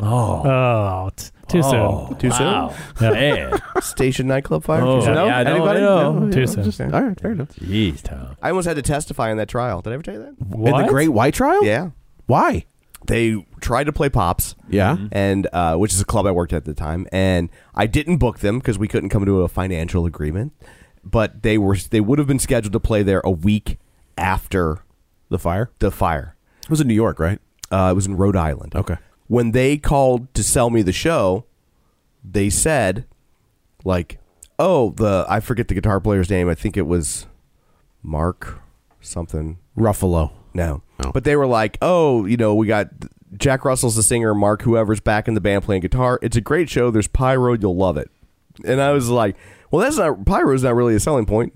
M: Oh, t- Oh. too
J: Oh.
M: soon.
I: Too soon.
L: Eh,
I: Station nightclub fire.
L: Oh, yeah, no,
I: Anybody?
L: no.
I: No,
L: Too
I: yeah,
L: soon.
I: just-
J: all right, fair enough.
L: Jeez, Tom.
I: I almost had to testify in that trial. Did I ever tell you that?
J: In the Great White trial?
I: Yeah.
J: Why?
I: They tried to play pops.
J: Yeah.
I: And uh, which is a club I worked at at the time, and I didn't book them because we couldn't come to a financial agreement. But they were they would have been scheduled to play there a week after
J: the fire.
I: The fire.
J: It was in New York, right?
I: Uh, it was in Rhode Island.
J: Okay.
I: When they called to sell me the show, they said, like, oh, the I forget the guitar player's name. I think it was Mark something.
J: Ruffalo.
I: No. But they were like, oh, you know, we got Jack Russell's the singer, Mark whoever's back in the band playing guitar. It's a great show. There's pyro. You'll love it. And I was like, well, that's not pyro's not really a selling point.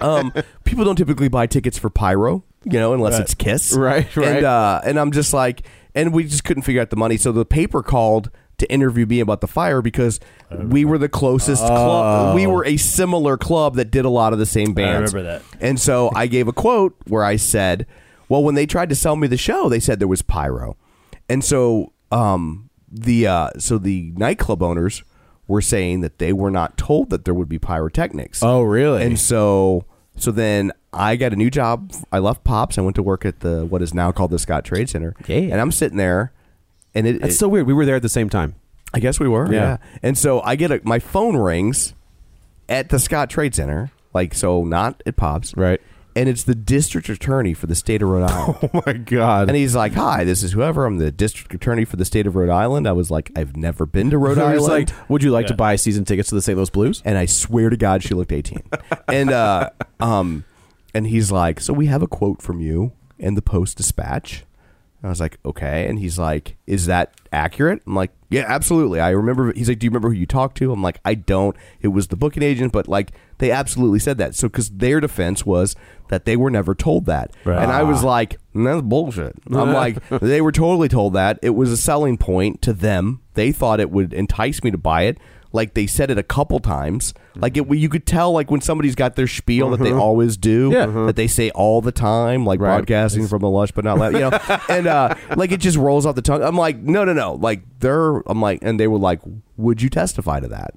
I: um, people don't typically buy tickets for pyro, you know, unless
J: Right.
I: it's Kiss,
J: Right, right.
I: And uh, and I'm just like, and we just couldn't figure out the money. So the paper called to interview me about the fire because we were the closest club.
J: Oh.
I: We were a similar club that did a lot of the same bands.
L: remember that.
I: And so I gave a quote where I said, "Well, when they tried to sell me the show, they said there was pyro." And so um the uh so the nightclub owners were saying that they were not told that there would be pyrotechnics.
J: Oh, really?
I: And so so then I got a new job. I left Pops. I went to work at the what is now called the Scott Trade Center. Yeah. And I'm sitting there and it,
J: That's
I: it-
J: so weird. We were there at the same time.
I: I guess we were.
J: Yeah.
I: Yeah. And so I get a, my phone rings at the Scott Trade Center, like so not at Pops.
J: Right.
I: And it's the district attorney for the state of Rhode Island.
J: Oh my god.
I: And he's like, "Hi, this is whoever. I'm the district attorney for the state of Rhode Island." I was like, "I've never been to Rhode
J: I
I: Island."
J: was like, would you like to buy season tickets to the St. Louis Blues?
I: And I swear to God, she looked 18. and uh, um, and he's like, "So we have a quote from you in the Post Dispatch." And I was like, "Okay." And he's like, "Is that accurate?" I'm like, "Yeah, absolutely. I remember." He's like, "Do you remember who you talked to?" I'm like, "I don't. It was the booking agent, but like they absolutely said that." So because their defense was that they were never told that,
J: Right. Ah.
I: and I was like, "That's bullshit." I'm like, "They were totally told that. It was a selling point to them. They thought it would entice me to buy it." Like they said it a couple times. Like it, you could tell, like when somebody's got their spiel that they
J: Mhm.
I: always do,
J: Yeah.
I: that they say all the time, like
J: Right.
I: broadcasting from a lush but not loud, you know, and uh, like it just rolls off the tongue. I'm like, no, no, no, like they're, I'm like, and they were like, would you testify to that?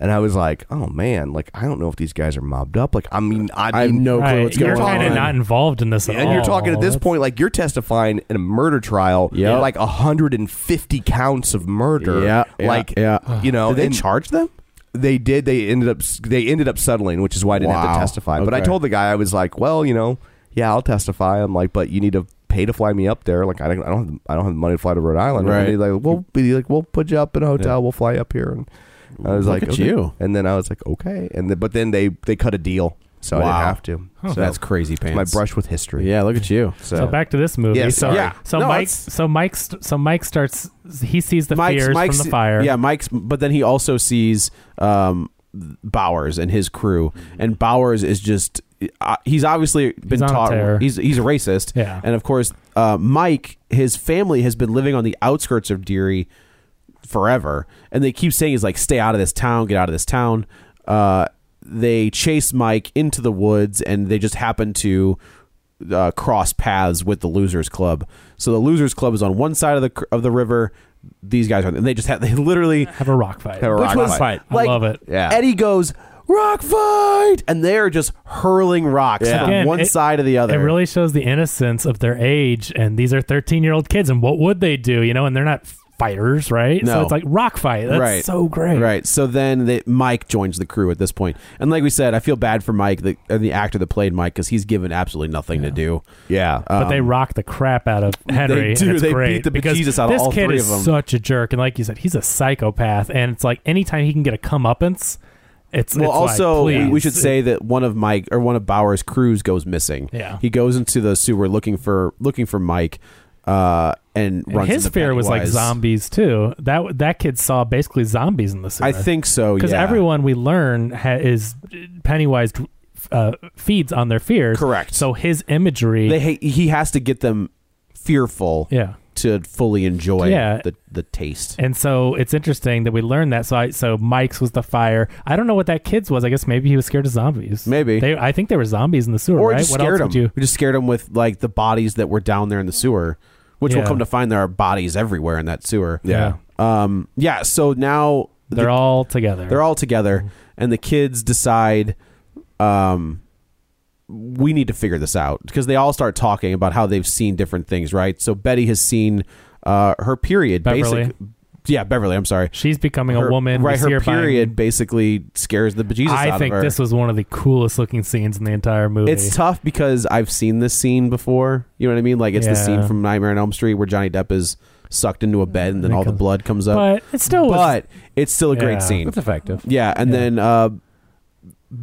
I: And I was like, oh man, like I don't know if these guys are mobbed up. Like I mean, I,
J: I have
I: mean,
J: no
M: Right, you're kind of not involved in this at all.
I: and you're talking at this point like you're testifying in a murder trial,
J: Yep.
I: like 150 counts of murder.
J: Yeah, yeah,
I: like
J: yeah.
I: you know,
J: Did they
I: charge them? They did. They ended up they ended up settling, which is why I didn't have
J: Wow.
I: to testify. But I
J: Okay.
I: told the guy I was like, well, you know, yeah, I'll testify. I'm like, but you need to pay to fly me up there. Like I don't, I don't, have, I don't have the money to fly to Rhode Island.
J: Right.
I: And he's like, we'll be like, we'll put you up in a hotel. We'll fly you up here. And I was
J: Look
I: like,
J: at
I: okay.
J: you.
I: And then I was like, okay. And then but then they they cut a deal, so I
J: Wow.
I: didn't have to.
J: Huh.
I: So
J: That's crazy pants.
I: My brush with history.
J: Yeah, look at you.
I: So,
M: So back to this movie.
I: Yeah,
M: so
I: sorry. Yeah.
M: so
J: No,
M: Mike
J: it's-
M: so Mike st- so Mike starts he sees the
J: Mike's,
M: fears
J: Mike's
M: from the fire.
J: Yeah, Mike's. But then he also sees um, Bowers and his crew, and Bowers is just. Uh, he's obviously been
M: on a
J: taught
M: tear.
J: he's he's a racist.
M: Yeah.
J: and of course, uh, Mike, his family has been living on the outskirts of Deary forever, and they keep saying he's like, "Stay out of this town, get out of this town." Uh, they chase Mike into the woods, and they just happen to uh, cross paths with the Losers Club. So the Losers Club is on one side of the cr- of the river. These guys are, and they just have they literally
M: Have a rock fight.
I: Have a
J: which
I: rock
J: was
I: fight.
M: I
J: like,
M: love it.
I: Yeah.
J: Eddie goes rock fight, and they're just hurling rocks
M: Yeah.
J: from
M: Again,
J: one
M: it-
J: side to the other.
M: It really shows the innocence of their age, and these are 13 year old kids, and what would they do? You know, and they're not fighters, right? So
J: No.
M: it's like rock fight. That's
J: right.
M: so great.
J: Right. So then that Mike joins the crew at this point. And like we said, I feel bad for Mike, the, uh, the actor that played Mike, because he's given absolutely nothing to do. Um,
I: Yeah.
M: But they rock the crap out of
J: They
M: Henry.
J: do.
M: and it's
J: They beat
M: great
J: the
M: because
J: bejesus out of
M: this
J: all
M: kid
J: three
M: is
J: of 'em.
M: Such a jerk, and like you said, he's a psychopath. And it's like anytime he can get a comeuppance,
J: well,
M: it's it's like,
J: also we, we
M: please.
J: should say that one of Mike or one of Bauer's crews goes missing.
M: Yeah.
J: he goes into the sewer looking for looking for Mike, uh, and,
M: And
J: runs
M: his
J: into
M: fear was like
J: Pennywise.
M: zombies too. That that kid saw basically zombies in the sewer.
J: I think so,
M: Because
J: yeah.
M: everyone we learn ha- is Pennywise uh, feeds on their fears. Correct. So his imagery.
J: They ha- he has to get them fearful,
M: Yeah.
J: to fully enjoy
M: Yeah.
J: the the taste.
M: and so it's interesting that we learned that. So I, so Mike's was the fire. I don't know what that kid's was. I guess maybe he was scared of zombies. Maybe they, I think there were zombies in the sewer.
J: Or
M: right?
J: just
M: what
J: scared
M: else
J: him.
M: would you?
J: We just scared him with like the bodies that were down there in the sewer, which
M: Yeah.
J: we'll come to find there are bodies everywhere in that sewer.
M: Yeah.
J: Um. Yeah. So now
M: They're all Mm-hmm. together.
J: They're all together, and the kids decide, um, we need to figure this out because they all start talking about how they've seen different things. Right. So Betty has seen, uh, her period.
M: Beverly.
J: Basic, yeah, Beverly. I'm sorry.
M: She's becoming a woman. We
J: Right.
M: see
J: Her
M: her buying-
J: period basically scares the bejesus out
M: I
J: of
M: think
J: her.
M: this was one of the coolest looking scenes in the entire movie.
J: It's tough because I've seen this scene before. You know what I mean? Like it's the scene
M: Yeah.
J: from Nightmare on Elm Street where Johnny Depp is sucked into a bed and then all the blood comes up.
M: But it still was-
J: But it's still a
M: Yeah.
J: great scene.
M: It's effective.
J: Yeah, and then uh,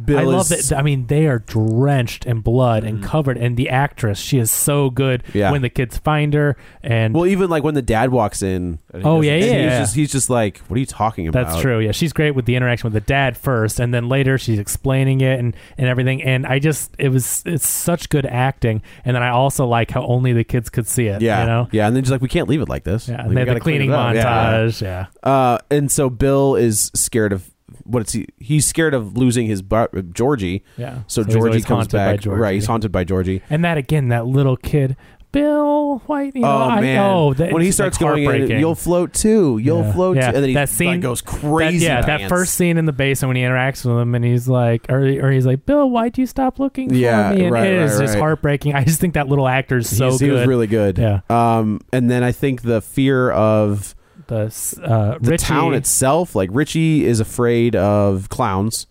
J: Bill
M: I
J: is
M: love
J: Mm.
M: that. I mean, they are drenched in blood and covered. And the actress, she is so good.
J: Yeah.
M: When the kids find her, and
J: well, even like when the dad walks in.
M: Oh, yeah,
J: and
M: yeah,
J: He's
M: yeah.
J: just he's just like, what are you talking about?
M: that's true. Yeah, she's great with the interaction with the dad first, and then later she's explaining it and and everything. And I just, it was, it's such good acting. And then I also like how only the kids could see it.
J: Yeah,
M: You know.
J: yeah, and then just like we can't leave it like this.
M: Yeah,
J: Like,
M: and they
J: we
M: have the
J: gotta clean
M: cleaning
J: it up.
M: montage, yeah.
J: Uh, and so Bill is scared of what it's he, he's scared of losing his bar, Georgie.
M: Yeah.
J: So,
M: So he's
J: Georgie
M: always
J: comes
M: haunted by
J: back.
M: Georgie.
J: Right. He's haunted by Georgie.
M: And that again, that little kid, Bill White. You know,
J: oh
M: I,
J: man!
M: oh, that-
J: when he
M: it's, like,
J: starts going in,
M: heartbreaking.
J: you'll float too. You'll float. Too. And then he
M: that scene
J: like, goes crazy.
M: That, yeah, that
J: pants.
M: first scene in the basement when he interacts with him, and he's like, or, or he's like, Bill, why'd you stop looking for
J: Yeah,
M: me? And
J: right,
M: it is
J: right,
M: just
J: right.
M: heartbreaking. I just think that little actor is so
J: He's-
M: good.
J: He was really good.
M: Yeah.
J: Um, and then I think the fear of
M: the uh,
J: the
M: Richie-
J: town itself. Like Richie is afraid of clowns.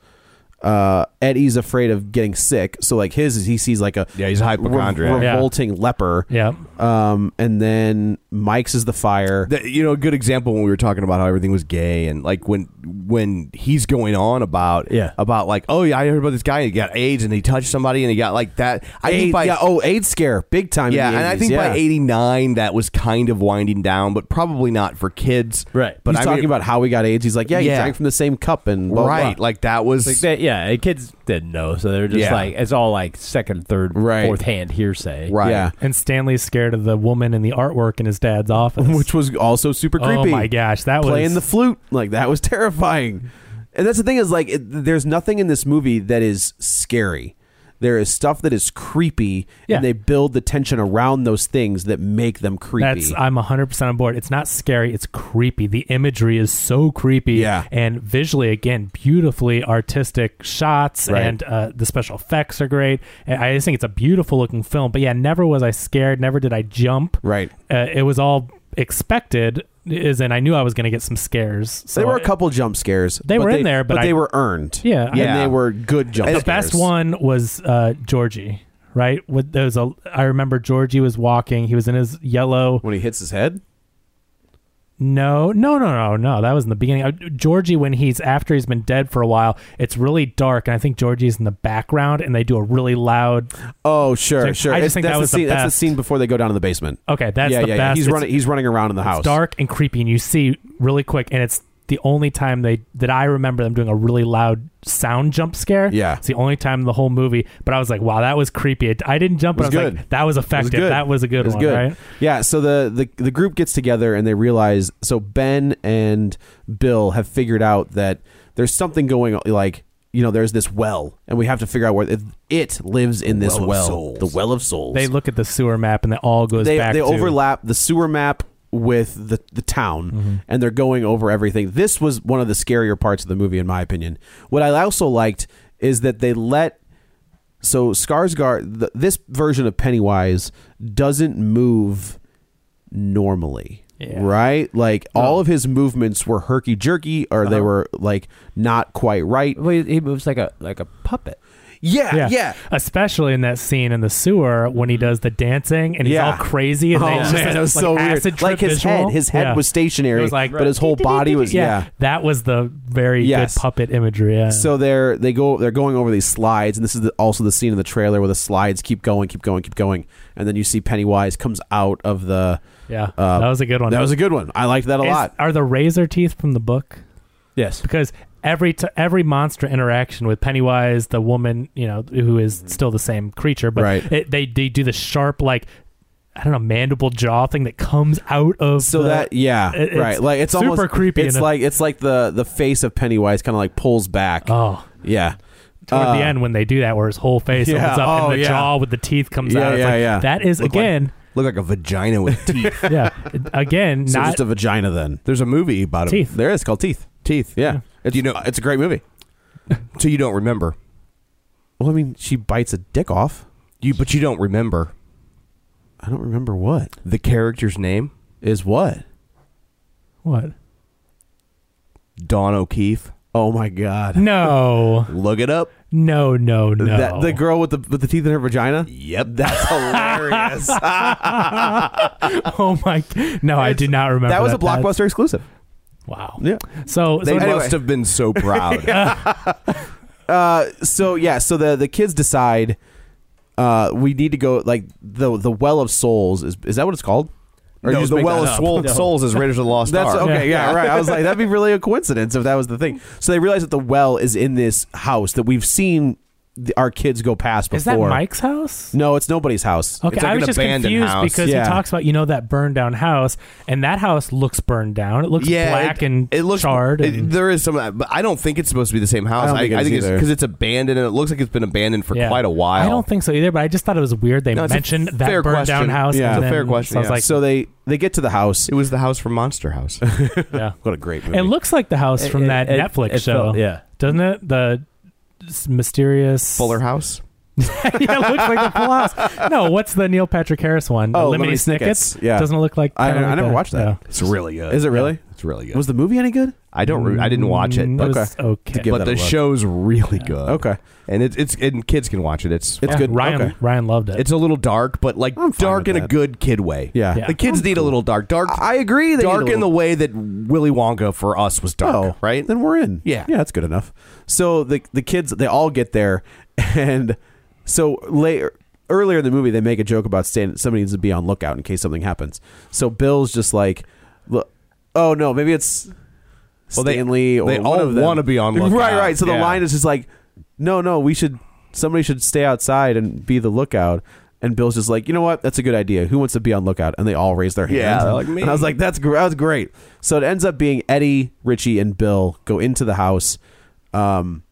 J: Uh, Eddie's afraid of getting sick, so like his is he sees like a yeah he's a
I: hypochondriac. Yeah.
J: revolting leper.
M: Yeah.
J: Um, and then Mike's is the fire.
I: That- you know, a good example when we were talking about how everything was gay and like when when he's going on about yeah. about like oh yeah I heard about this guy he got AIDS and he touched somebody and he got like that I
J: AIDS-
I: think by
J: yeah, oh AIDS scare big time in
I: yeah
J: the
I: and I
J: 80s,
I: think
J: yeah.
I: by eighty nine that was kind of winding down but probably not for kids right but
J: But he's
I: I mean-
J: talking about how he got AIDS. He's like, yeah, you
I: Yeah.
J: drank from the same cup and blah,
I: right
J: blah.
I: like that was
L: Like that, yeah, and kids didn't know, so they're just
I: Yeah.
L: like it's all like second, third,
J: Right.
L: fourth hand hearsay.
M: And Stanley's scared of the woman in the artwork in his dad's office,
J: which was also super
M: Oh
J: creepy.
M: my gosh, that
J: playing
M: was
J: the flute like that was terrifying. And that's the thing is like it, there's nothing in this movie that is scary. There is stuff that is creepy,
M: Yeah.
J: and they build the tension around those things that make them creepy.
M: That's uh, I'm 100% on board. It's not scary, it's creepy. The imagery is so creepy
J: Yeah.
M: and visually again beautifully artistic shots
J: Right.
M: and uh, the special effects are great. And I just think it's a beautiful looking film. But yeah, never was I scared, never did I jump.
J: Right.
M: Uh, it was all expected is in I knew I was going to get some scares. So uh,
J: there were a couple jump scares.
M: They
J: but
M: were in there, but I-
J: they were earned.
M: Yeah,
J: and
M: I-
J: they were good jump.
M: the
J: scares.
M: best one was uh, Georgie, right? With there was a I remember Georgie was walking, he was in his yellow
J: when he hits his head.
M: No, no, no, no, no. That was in the beginning. Uh, Georgie, when he's after he's been dead for a while, it's really dark, and I think Georgie's in the background, and they do a really loud.
J: Oh sure,
M: So
J: sure.
M: I just
J: It's-
M: think
J: that's
M: that was
J: the
M: the
J: scene. That's
M: best.
J: the scene before they go down to the basement.
M: Okay, that's
J: yeah,
M: the
J: yeah,
M: best.
J: He's
M: It's-
J: running. He's running around in the
M: It's
J: house.
M: dark and creepy, and you see really quick, and it's the only time they that I remember them doing a really loud sound jump scare.
J: Yeah.
M: it's the only time in the whole movie. But I was like, wow, that was creepy. It, I didn't jump, but I was
J: was good.
M: like, that was effective. that was a good
J: It was
M: one, right?
J: Yeah. So the, the the group gets together and they realize. So Ben and Bill have figured out that there's something going on. Like you know, there's this well, and we have to figure out where it, it lives in this
M: Well
J: well,
M: of souls.
J: the well of souls.
M: They look at the sewer map, and it all goes
J: they,
M: back.
J: they
M: to-
J: overlap the sewer map with the the town,
M: Mm-hmm.
J: and they're going over everything. This was one of the scarier parts of the movie, in my opinion. What I also liked is that they let so Skarsgård, th- this version of Pennywise doesn't move normally. right? Like all of his movements were herky jerky, or
M: Uh-huh.
J: they were like not quite right.
L: Well, he moves like a like a puppet.
J: Yeah, yeah.
M: Especially in that scene in the sewer when he does the dancing and he's
J: Yeah.
M: all crazy and
J: Oh,
M: they it's just
J: man,
M: this,
J: it was
M: like
J: so weird.
M: acid trip
J: Like, his
M: visual.
J: head- his head was stationary,
M: It was like,
J: but his whole body was- yeah.
M: That was the very
J: Yes.
M: good puppet imagery. Yeah.
J: So they're they go they're going over these slides, and this is the, also the scene in the trailer where the slides keep going, keep going, keep going, and then you see Pennywise comes out of the.
M: Yeah, that was a good one.
J: uh, That was a good one. I liked that a
M: Is-
J: lot.
M: Are the razor teeth from the book?
L: Yes,
M: because every t- every monster interaction with Pennywise, the woman, you know, who is still the same creature, but
J: Mm-hmm. Right.
M: it, they they do the sharp like. I don't know mandible jaw thing that comes out of
J: So
M: the-
J: that yeah
M: It-
J: right like it's
M: super
J: almost
M: creepy.
J: It's
M: and it-
J: like it's like the the face of Pennywise kind of like pulls back.
M: Oh
J: yeah.
M: toward
J: Uh,
M: the end when they do that, where his whole face
J: yeah,
M: opens up
J: oh,
M: and the
J: yeah.
M: jaw with the teeth comes
J: Yeah,
M: out. It's
J: yeah,
M: like,
J: yeah.
M: That is
J: Look like-
M: again,
I: Look like a vagina with teeth.
M: yeah, again,
J: So
M: not
J: just a vagina then.
I: There's a movie about him.
M: Teeth.
J: There is called Teeth. Teeth. Yeah. It's, you know, it's a great movie.
I: So you don't remember.
J: Well, I mean, she bites a dick off.
I: You but you don't remember.
J: I don't remember what
I: the character's name
J: is. What?
M: what?
I: Dawn O'Keefe.
J: Oh my god.
M: No,
I: Look it up.
M: no, no, no.
J: That, the girl with the with the teeth in her vagina.
I: Yep, that's hilarious.
M: oh my! No, I do not remember.
J: that was a
M: That's-
J: blockbuster exclusive.
M: Wow.
J: Yeah.
M: So
I: They
M: so anyway-
I: must have been so proud.
J: Uh, so yeah, so the the kids decide uh, we need to go like the the Well of Souls is is that what it's called? you
I: no,
J: just
I: the
J: make
I: Well of
J: that up?
I: Swol- Souls is Raiders of the Lost
J: That's
I: Ark.
J: okay. Yeah, right. I was like, that'd be really a coincidence if that was the thing. So they realize that the well is in this house that we've seen the, our kids go past before.
M: Is that Mike's house?
J: No, it's nobody's house.
M: Okay,
J: It's like
M: I
J: an
M: was just
J: abandoned
M: confused
J: house.
M: because
J: yeah.
M: he talks about you know that burned down house, and that house looks burned down. It looks
I: Yeah,
M: black
I: it-
M: and
I: it looks
M: charred.
I: it-
M: and,
I: there is some of that, but I don't think it's supposed to be the same house.
J: I don't think it is either.
I: it's because it's abandoned and it looks like it's been abandoned for
M: yeah.
I: quite a while.
M: I don't think so either, but I just thought it was weird they
I: No, it's a
M: mentioned that
I: fair
M: burned down
I: question.
M: house.
I: Yeah.
M: and
I: It's a
M: then-
I: fair question,
M: So I was
I: yeah.
M: like,
J: so they they get to the house.
I: it was the house from Monster House.
M: yeah.
J: What a great movie!
M: it looks like the house from
L: It-
M: that
L: it-
M: Netflix
L: it
M: show,
L: felt- yeah.
M: doesn't it? The s- mysterious
I: Fuller House.
M: yeah, it looks like the full house. No, what's the Neil Patrick Harris one?
J: Oh,
M: Lemony
J: Lemony
M: Snickets.
J: Snicket's, yeah.
M: doesn't it look like
J: I,
M: kinda
J: I
M: like
J: never
M: that?
J: watched that.
M: Yeah.
I: It's really good.
J: Is it really?
I: It's really good.
J: Was the movie any good? Mm,
I: I don't. Re- I didn't watch it, but,
M: It was okay.
J: Give
I: but
J: that a
I: the
J: look.
I: show's really good.
J: Okay.
I: and it's it's and kids can watch it. It's
J: It's
M: Yeah,
J: good.
M: Ryan
J: Okay.
M: Ryan loved it.
I: it's a little dark, but like
J: I'm fine
I: dark
J: with
I: in a
J: that.
I: good kid way.
J: Yeah. Yeah.
I: the kids need a little dark. Dark.
J: I agree. They
I: dark
J: need a
I: in the
J: little-
I: way that Willy Wonka for us was dark.
J: Oh,
I: right.
J: Then we're in.
I: Yeah.
J: yeah, that's good enough. So the the kids they all get there, and so later earlier in the movie they make a joke about staying. Somebody needs to be on lookout in case something happens. So Bill's just like, "Look- oh no, maybe it's
I: Well, they-
J: Stanley or
I: they
J: one
I: all
J: of them.
I: wanna be on
J: Right,
I: lookout.
J: right. So the
I: Yeah.
J: line is just like, no, no, we should somebody should stay outside and be the lookout. And Bill's just like, you know what? That's a good idea. Who wants to be on lookout? And they all raise their hand.
I: Yeah, they're like, me.
J: And I was like, that's gr- that was great. So it ends up being Eddie, Richie, and Bill go into the house. Um,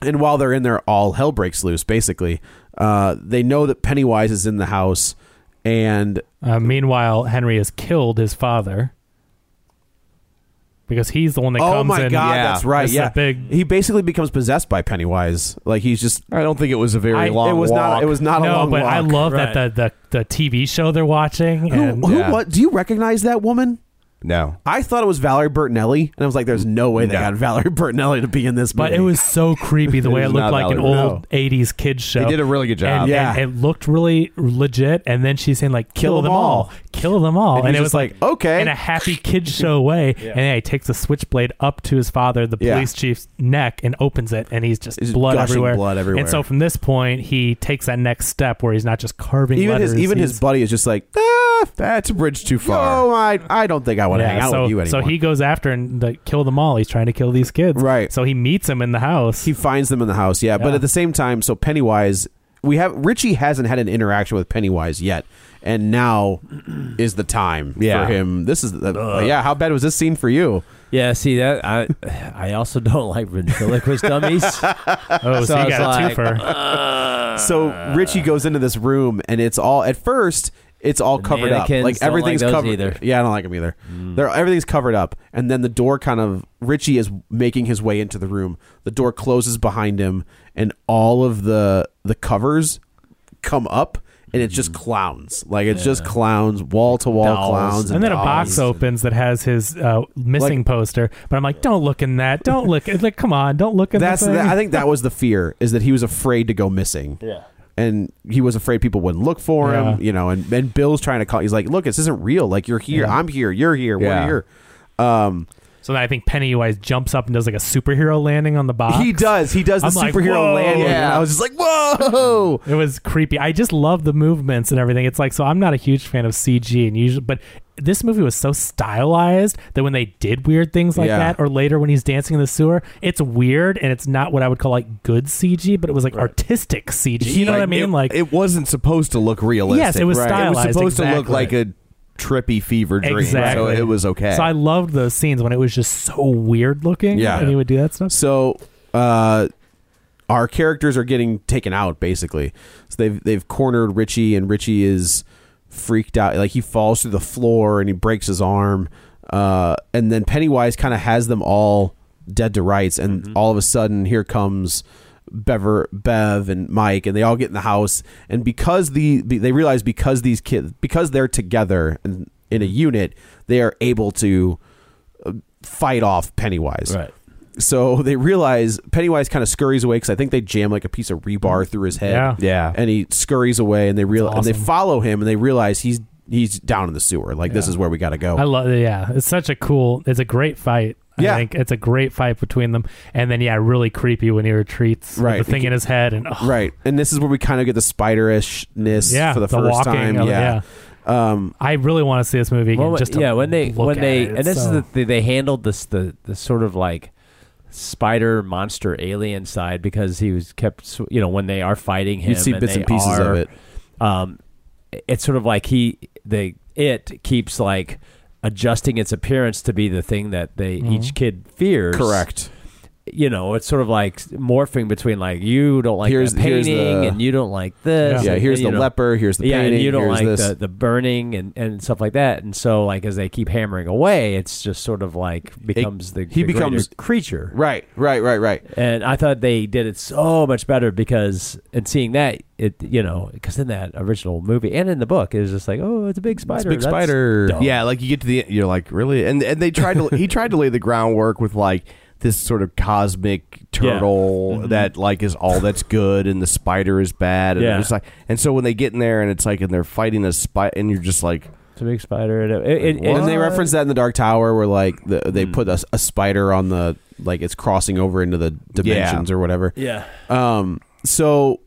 J: and while they're in there, all hell breaks loose. Basically, uh, they know that Pennywise is in the house, and
M: Uh, meanwhile, Henry has killed his father because he's the one that
J: oh
M: comes
J: my
M: in.
J: god, that's right.
M: It's
J: yeah,
M: the big.
J: he basically becomes possessed by Pennywise. Like he's just
I: I don't think it was a very
M: I- it
I: long.
J: it was
I: walk.
J: not. It was not a
M: no,
J: long
M: but
J: walk.
M: I love that the, the the TV show they're watching. and
J: Who,
I: Yeah.
J: what? Do you recognize that woman?
I: No.
J: I thought it was Valerie Bertinelli, and I was like, "There's no way they
I: No.
J: got Valerie Bertinelli to be in this."
M: But
J: movie.
M: it was so creepy the way
I: It
M: it
I: was
M: looked
I: not
M: like an
I: Valerie.
M: old '80s kids show.
I: They did a really good job.
M: And,
J: Yeah.
M: and it looked really legit. And then she's saying like, "Kill, them all. kill them all,"
J: And
M: and,
J: he's
M: it
J: just
M: was
J: like,
M: like,
J: "Okay."
M: in a happy kids show way. And then he takes the switchblade up to his father, the
J: Yeah.
M: police chief's neck, and opens it, and he's just
J: It's just
M: blood
J: gushing
M: everywhere.
J: blood everywhere.
M: And so from this point, he takes that next step where he's not just carving
J: even
M: letters.
J: his even
M: he's-
J: his buddy is just like, ah,
I: That's a bridge too far.
J: "No, I I don't think I want to hang out
M: so,
J: with you anymore."
M: so he goes after and the, kill them all. He's trying to kill these kids.
J: Right.
M: So he meets him in the house.
J: he finds them in the house, yeah, But
M: Yeah.
J: at the same time, so Pennywise, we have Richie hasn't had an interaction with Pennywise yet, and now is the time
I: Yeah.
J: for him. This is the, yeah. How bad was this scene for you?
L: Yeah, see that I I also don't like ventriloquist dummies.
M: oh, so,
L: So I
M: you
L: was
M: got
L: like,
M: a twofer.
J: Uh, so
L: Uh.
J: Richie goes into this room and it's all at first it's all covered up
L: mannequins
J: like
L: don't like
J: everything's
L: those
J: covered
L: either. Mm.
J: yeah I don't like them either They're, everything's covered up and then the door kind of Richie is making his way into the room the door closes behind him and all of the the covers come up and it's
L: Mm.
J: just clowns. Like it's just clowns, wall to wall clowns,
M: and, then a box
J: dolls.
M: opens that has his uh, missing poster. But I'm like, don't look in that. Don't look. It's like, come on, don't look at
J: That's
M: the thing.
J: that, I think that was the fear is that he was afraid to go missing.
M: Yeah.
J: And he was afraid people wouldn't look for
M: Yeah.
J: him, you know. And, and Bill's trying to call. He's like, "Look, this isn't real. Like you're here.
M: Yeah.
J: I'm here. You're here.
M: Yeah.
J: We're here." Um,
M: So then I think Pennywise jumps up and does like a superhero landing on the box.
J: He does. He does the
M: I'm like,
J: superhero
M: "Whoa."
J: landing. And I was just like, whoa!
M: It was creepy. I just love the movements and everything. It's like so. I'm not a huge fan of CG and usually, but this movie was so stylized that when they did weird things like
J: Yeah.
M: that, or later when he's dancing in the sewer, it's weird and it's not what I would call like good CG, but it was like artistic CG. You know what I mean?
I: It,
M: like
I: it wasn't supposed to look realistic.
M: Yes, it was
I: It was
M: stylized,
I: supposed to look
M: exactly.
I: like a trippy fever dream.
M: exactly.
I: So it was okay.
M: So I loved those scenes when it was just so weird looking.
J: Eh. Yeah.
M: and he would do that stuff.
J: So, uh, our characters are getting taken out basically. So they've they've cornered Richie, and Richie is freaked out. Like he falls through the floor and he breaks his arm. Uh, and then Pennywise kind of has them all dead to rights, and all of a sudden here comes. Bever, Bev, and Mike, and they all get in the house, and because the they realize because these kids because they're together and in a unit, they are able to uh, fight off Pennywise. Right. So they realize Pennywise kind of scurries away because I think they jam like a piece of rebar through his head.
M: Yeah.
J: yeah. And he scurries away, and they realize and they follow him, and they realize he's he's down in the sewer. Like this is where we got to go.
M: I love yeah. It's such a cool. It's a great fight. I
J: Yeah.
M: think it's a great fight between them. And then yeah, really creepy when he retreats. with
J: Right.
M: the thing in his head and oh,
J: right, and this is where we kind of get the spiderishness
M: Yeah,
J: for the,
M: the
J: first
M: walking
J: time.
M: of it,
J: yeah. Um,
M: I really want to see this movie again.
L: Well,
M: just to
L: yeah, when they
M: look
L: when
M: at
L: they
M: it.
L: and this
M: It's
L: is
M: so-
L: the they, they handled this the the sort of like spider monster alien side because he was kept sw- you know when they are fighting him
J: You'd see bits
L: they
J: and pieces of
L: are,
J: it.
L: Um, it's sort of like he the it keeps like adjusting its appearance to be the thing that they each kid fears.
J: Correct.
L: You know, it's sort of like morphing between like you don't like
J: Here's-
L: the painting
J: here's the-
L: and you don't like this.
J: Yeah,
L: and-
J: here's
L: and, you
J: the
L: know,
J: leper, here's the
L: yeah, and
J: painting,
L: you don't
J: here's
L: like
J: this.
L: the the burning and, and stuff like that. And so like as they keep hammering away, it's just sort of like becomes the
J: he
L: the greater
J: becomes-
L: creature.
J: Right, right, right, right.
L: And I thought they did it so much better because and seeing that it you know because in that original movie and in the book it was just like oh it's a big spider that's dumb.
I: Yeah, like you get to the you're like really, and and they tried to he tried to lay the groundwork with like this sort of cosmic turtle
J: Mm-hmm.
L: Mhm.
I: that like is all that's good and the spider is bad and
L: Yeah.
I: it's like and so when they get in there and it's like and they're fighting a spider and you're just like
L: it's a big spider and, it, it-
J: and they reference that in the Dark Tower, where like the, they
I: Mm.
J: put a, a spider on the like it's crossing over into the dimensions or whatever.
L: Yeah.
J: Um. So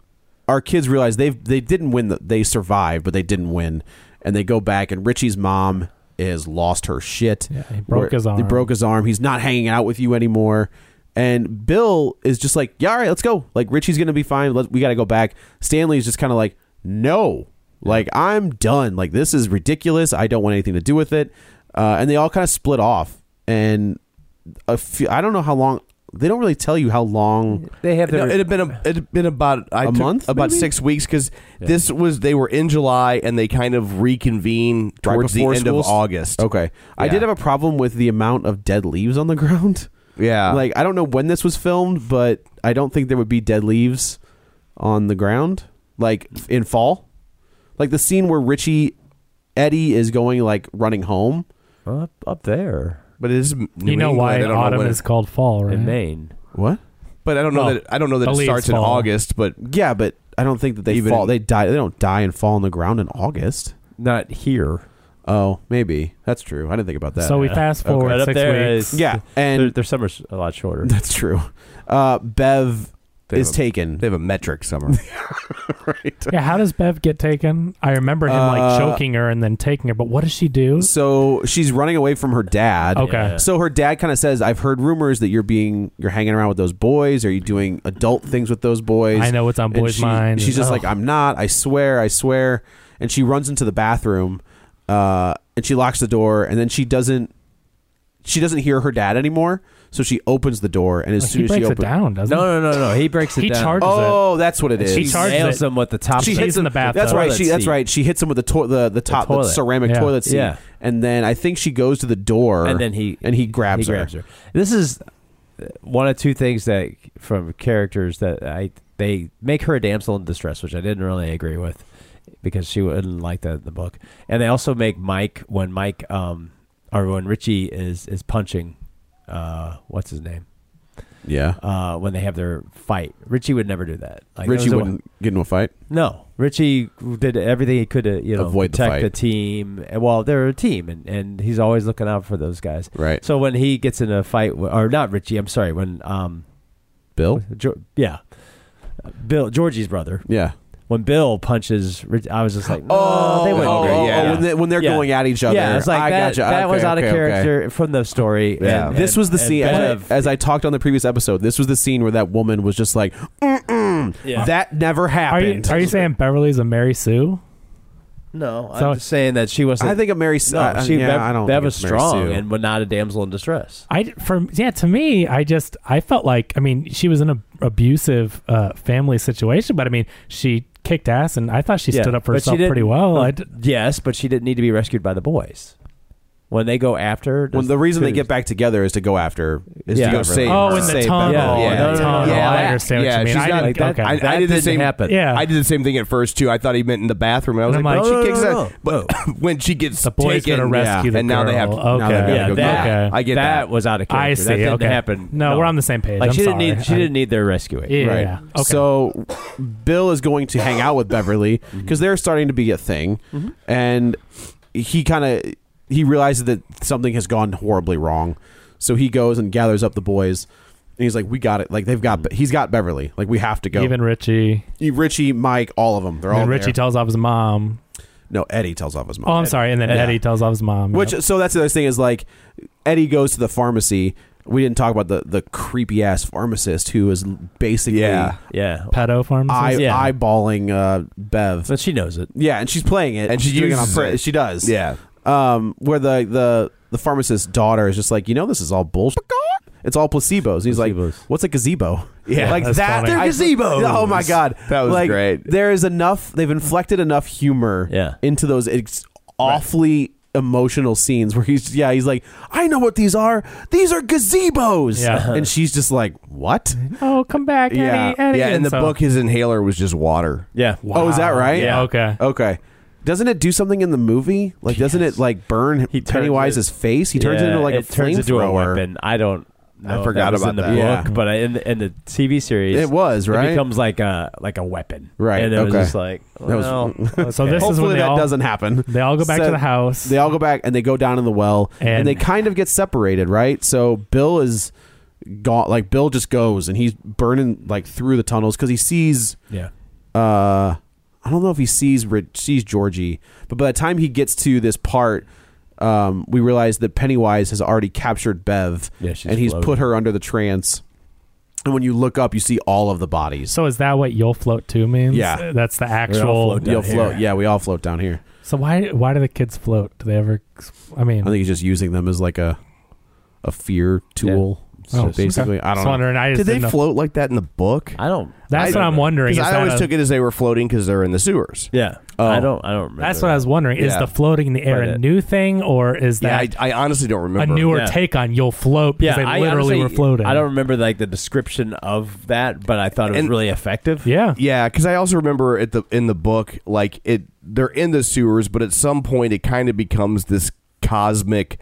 J: our kids realize they have they didn't win. The, they survived, but they didn't win, and they go back. And Richie's mom is lost her shit. Yeah, he
M: broke his
J: He
M: arm.
J: broke his arm. He's not hanging out with you anymore. And Bill is just like, yeah, all right, let's go. Like Richie's gonna be fine. Let, we got to go back. Stanley's just kind of like, no, like I'm done. Like this is ridiculous. I don't want anything to do with it. Uh, and they all kind of split off. And a few, I don't know how long. They don't really tell you how long
L: they have
I: No, it had been a, it had been about I
J: A
I: took
J: month,
I: about
J: maybe?
I: six weeks because this was they were in July and they kind of reconvene
J: Right
I: towards the
J: before
I: end
J: school
I: of
J: st-
I: August.
L: Oh,
J: Okay, I did have a problem with the amount of dead leaves on the ground.
I: Yeah,
J: Like I don't know when this was filmed, but I don't think there would be dead leaves on the ground like f- in fall. Like the scene where Richie Eddie is going like running home.
L: up, up there.
I: But it is
M: you know why autumn is called fall, right?
L: in Maine.
J: What?
I: But I don't know
M: Well,
I: that I don't know that
M: the
I: it
M: leaves
I: starts in
M: fall.
I: August. But
J: yeah, but I don't think that they
I: Even-
J: fall. They die. They don't die and fall on the ground in August.
L: Not here.
J: Oh, maybe that's true. I didn't think about that.
M: So we fast forward
L: Right up
M: six
L: there
M: weeks.
L: is-
J: Yeah,
L: their,
J: and
L: their summer's a lot shorter.
J: that's true. Uh, Bev
I: They
J: is
I: have a-
J: taken.
I: They have a metric summer.
J: right.
M: Yeah, how does Bev get taken? I remember him
J: Uh,
M: like choking her and then taking her, but what does she do?
J: So she's running away from her dad.
M: Okay. Yeah.
J: So her dad kind of says, "I've heard rumors that you're being, you're hanging around with those boys. Are you doing adult things with those boys?"
M: I know what's on
J: And
M: boys'
J: she-
M: mind.
J: She's just
M: Ugh.
J: like, "I'm not. I swear. I swear." And she runs into the bathroom, uh, and she locks the door, and then she doesn't, she doesn't hear her dad anymore. So she opens the door, and as
M: Like,
J: soon
M: he
J: as she
M: breaks it
J: opens,
M: down, doesn't
L: No, no, no, no. He breaks it
M: He
L: down.
M: charges it.
J: oh, that's what it is.
M: She charges
L: nails
M: it.
L: them with the top.
J: She
M: She's
L: side.
J: hits
M: in
J: him-
M: the bathtub.
J: That's right.
L: Toilet
J: She that's
L: seat.
J: right. She hits him with the to- the the top the
L: toilet.
J: ceramic
M: Yeah.
J: toilet seat.
L: Yeah.
J: And then I think she goes to the door
L: and then he
J: and he grabs,
L: he
J: her.
L: This is uh, one of two things that from characters that I they make her a damsel in distress, which I didn't really agree with, because she wouldn't like that in the book. And they also make Mike when Mike um or when Richie is is punching uh what's his name?
J: Yeah.
L: Uh when they have their fight. Richie would never do that. that
J: Richie
L: was a-
J: wouldn't get into a fight.
L: no, Richie did everything he could to you know
J: Avoid the
L: protect
J: fight.
L: the, team. And, Well, they're a team, and, and he's always looking out for those guys. Right. So when he gets in a fight, wi- or not Richie, I'm sorry, when um,
J: Bill,
L: yeah, Bill Georgie's brother,
J: yeah.
L: When Bill punches, Rich, I was just like, no,
J: Oh,
L: they went
J: oh, oh, oh, when they- when they're going at each other.
L: Yeah, it's like
J: I
L: that,
J: gotcha.
L: that was
J: Okay,
L: out of
J: okay, okay.
L: character from the story.
J: Yeah.
L: and-
J: this
L: and-
J: was the
L: and
J: scene
L: Bev-
J: as I, as I talked on the previous episode. This was the scene where that woman was just like, Mm-mm,
L: Yeah.
J: "That never
M: Are you,
J: happened."
M: are you saying Beverly's a Mary Sue?
L: No, I'm
M: So-
L: just saying that she wasn't.
M: I think
J: of Mary.
L: No,
M: I-
L: she,
M: yeah,
L: Bev,
M: I don't
L: Bev
M: think
L: was
M: it's Mary
L: strong
M: Sue.
L: and was not a damsel in distress.
M: I for yeah to me I just I felt like I mean she was in a abusive uh, family situation but I mean she kicked ass and I thought she
L: Yeah,
M: stood up for
L: but she
M: herself
L: didn't-
M: pretty well. I d-
L: yes, but she didn't need to be rescued by the boys. When they go after, her,
J: Well,
L: does-
J: the reason they
L: could-
J: get back together is to go after, is
L: Yeah.
J: to go save.
M: Oh,
J: her.
M: in the
J: save
M: tunnel.
J: Beverly.
M: Yeah, Yeah, the yeah, tunnel. yeah. I understand what
I: yeah,
M: you mean.
I: she's
M: I
I: not
M: didn't-
I: that.
M: okay.
I: I, I
M: That
I: did the
M: didn't
I: same.
M: happen. Yeah.
I: I did the same thing at first too. I thought he meant in the bathroom, and I was
M: And
I: like, no,
M: I'm like,
I: she
M: no,
I: kicks
M: no, no.
I: out. But when she gets
M: The boy's
I: taken,
M: gonna rescue
I: yeah,
M: the
I: and now they have. now
M: girl.
I: they have
M: Okay.
I: to go get
M: Yeah,
I: her.
M: that-
I: I get
L: that was out of character.
M: I
L: That
M: see,
L: didn't
M: okay.
L: happen.
M: No, we're on the same page.
L: Like
M: I'm
L: she didn't
M: sorry.
L: need she
M: I-
L: didn't need their rescuing.
M: Yeah.
J: Right.
M: Okay.
J: So Bill is going to hang out with Beverly
M: Mm-hmm.
J: because they're starting to be a thing, and he kind of he realizes that something has gone horribly wrong, so he goes and gathers up the boys, and he's like, "We got it! Like they've got he's got Beverly. Like we have to go."
M: Mm-hmm. even Richie
J: Richie, Mike, all of them. They're all
M: and Richie
J: there.
M: tells off his mom.
J: no, Eddie tells off his mom.
M: Oh, I'm sorry, and then
J: Yeah.
M: Eddie tells off his mom.
J: Which
M: yep.
J: so that's the other thing is like Eddie goes to the pharmacy. We didn't talk about the the creepy ass pharmacist who is basically
L: Yeah. Yeah.
M: pedo
J: eye,
M: pharmacist.
J: eyeballing uh, Bev.
L: But she knows it.
J: Yeah, and she's playing it,
I: And she
J: she's doing
I: uses
J: pur-
I: it.
J: She does.
I: Yeah.
J: Um, where the the the pharmacist's daughter is just like, you know, this is all bullshit. It's all placebos. And he's like, what's a gazebo?
I: Yeah,
J: like
I: that's
J: that.
I: funny. They're
J: I-
I: gazebos.
J: Oh my god,
I: That was
J: Like,
I: great.
J: There is enough. They've inflected enough humor
L: Yeah.
J: into those ex- awfully emotional scenes where he's yeah he's like, I know what these are. These are gazebos.
M: Yeah.
J: and she's just like, what?
M: Oh, come back, Eddie. Eddie.
I: yeah. In
M: And
I: the
M: so-
I: book, his inhaler was just water.
L: Yeah.
J: Oh, is that right?
M: Yeah. Okay.
J: Okay. Doesn't it do something in the movie? Like, doesn't it like burn Pennywise's face? He turns
L: Yeah,
J: into like a
L: it turns into a
J: flamethrower.
L: weapon. I don't.
I: I
L: know if
I: forgot
L: that was
I: about
L: in the
I: that.
L: book,
I: Yeah.
L: but I- in, in the TV series,
J: It was, right?
L: It becomes like a like a weapon,
J: Right.
L: And it
J: okay.
L: was just like
J: That was-
L: well,
M: So
L: okay.
M: this is
J: Hopefully
M: when they
J: that
M: all-
J: doesn't happen.
M: They all go back to the house.
J: They all go back and they go down in the well and,
M: And-
J: they kind of get separated, right? So Bill is gone. Like Bill just goes and he's burning like through the tunnels because he sees.
L: Yeah.
J: uh I don't know if he sees Ri- sees Georgie, but by the time he gets to this part, um, we realize that Pennywise has already captured Bev,
L: Yeah, she's
J: and he's
L: floating.
J: put her under the trance. And when you look up, you see all of the bodies.
M: So is that what you'll float to means?
J: Yeah.
M: That's the
J: You'll
M: actual.
J: float. Yeah, we all float down here.
M: So why why do the kids float? Do they ever? I mean,
J: I think he's just using them as like a a fear tool.
M: Yeah. Oh,
J: basically,
M: okay.
J: I don't
M: Just
J: know.
M: wondering, I just
I: Did they
M: didn't know.
I: float like that in the book?
L: I don't.
M: That's
I: I-
M: what I'm wondering.
I: 'Cause
M: is
I: I
M: that
I: always
M: a-
I: took it as they were floating because they're in the sewers.
L: Yeah.
I: Oh.
L: I don't. I don't. Remember
M: That's what I was wondering. Is
I: Yeah.
M: the floating in the air
L: But
M: a
J: uh,
L: it-
M: new thing, or is
I: Yeah,
M: that
I: I, I honestly don't
M: a
I: remember.
M: newer
L: Yeah.
M: take on "You'll float" because they literally
L: honestly-
M: were floating?
L: I don't remember like the description of that, but I thought it was
I: And-
L: really effective.
M: Yeah.
I: Yeah, because I also remember at the in the book, like it, they're in the sewers, but at some point, it kind of becomes this cosmic,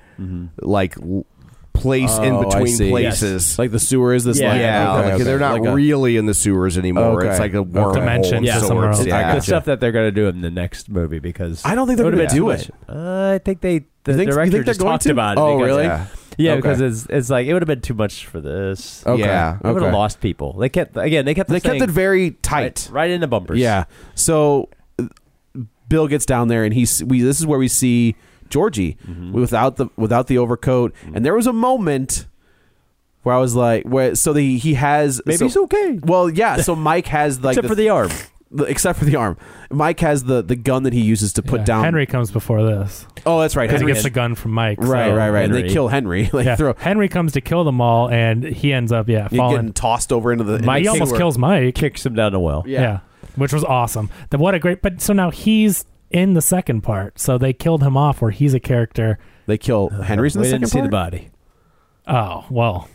I: like l- place
J: Mm-hmm. Oh,
I: in
J: I
I: between
J: see.
I: places.
J: Like the sewer is this.
I: Yeah,
J: like, okay,
I: like,
J: okay.
I: they're not
J: Like a-
I: really in the sewers anymore.
J: Okay.
I: It's like a
J: Okay.
I: wormhole
M: Dimension
I: of
M: to
I: sorts.
M: somewhere else.
I: Yeah.
L: Good stuff that they're going to do in the next movie because
J: I don't think they're
L: It would've
J: gonna do
L: been too
J: it.
L: much. Uh, I think they the
J: You think- you
L: director
J: think they're
L: just
J: going
L: talked
J: to?
L: about it.
J: Oh,
L: because-
J: really?
I: Yeah.
L: Yeah,
J: Okay.
L: because it's it's like it would have been too much for this.
J: Okay.
I: Yeah.
L: I would have
J: Okay.
L: lost people. They kept again. They kept
J: They
L: this
J: kept
L: thing
J: it very
L: right,
J: tight.
L: right into bumpers.
J: Yeah. So uh, Bill gets down there and he's we this is where we see Georgie
L: Mm-hmm.
J: without the without the overcoat and there was a moment where I was like where so the he has
L: Maybe
J: so,
L: he's okay.
J: Well, yeah, so Mike has like
L: except for the arm.
J: the- except for the arm. Mike has the the gun that he uses to put
M: Yeah,
J: down
M: Henry comes before this
J: Oh, that's right.
M: because he
J: Henry
M: gets the gun from Mike. so-
J: Right, right, right. And they
L: Henry.
J: kill Henry. Like
M: yeah.
J: throw
M: Henry comes to kill them all, and he ends up yeah
J: you're getting
M: falling.
J: tossed over into the into
M: he
J: the
M: almost
J: sewer.
M: kills Mike.
L: Kicks him down the well.
J: Yeah.
M: which was awesome. The, what a great! But so now he's in the second part. So they killed him off where he's a character.
J: They kill Henry's in
L: we
J: the
L: didn't
J: second
L: see the
J: part?
L: body.
M: Oh well,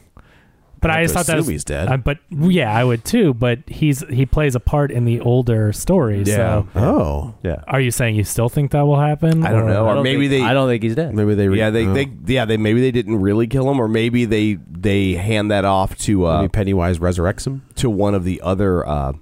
M: But I just thought that was,
J: Suey's dead.
M: uh, but yeah, I would too. But he's he plays a part in the older story.
J: Yeah.
M: So
J: Oh.
L: Yeah.
M: Are you saying you still think that will happen?
I: I don't
M: Or-
I: know. Or maybe they.
L: think he's dead.
J: Maybe they. oh,
I: yeah, they, they. Yeah, they. Maybe they didn't really kill him, or maybe they they hand that off to uh,
J: Pennywise resurrects him
I: to one of the other. Uh,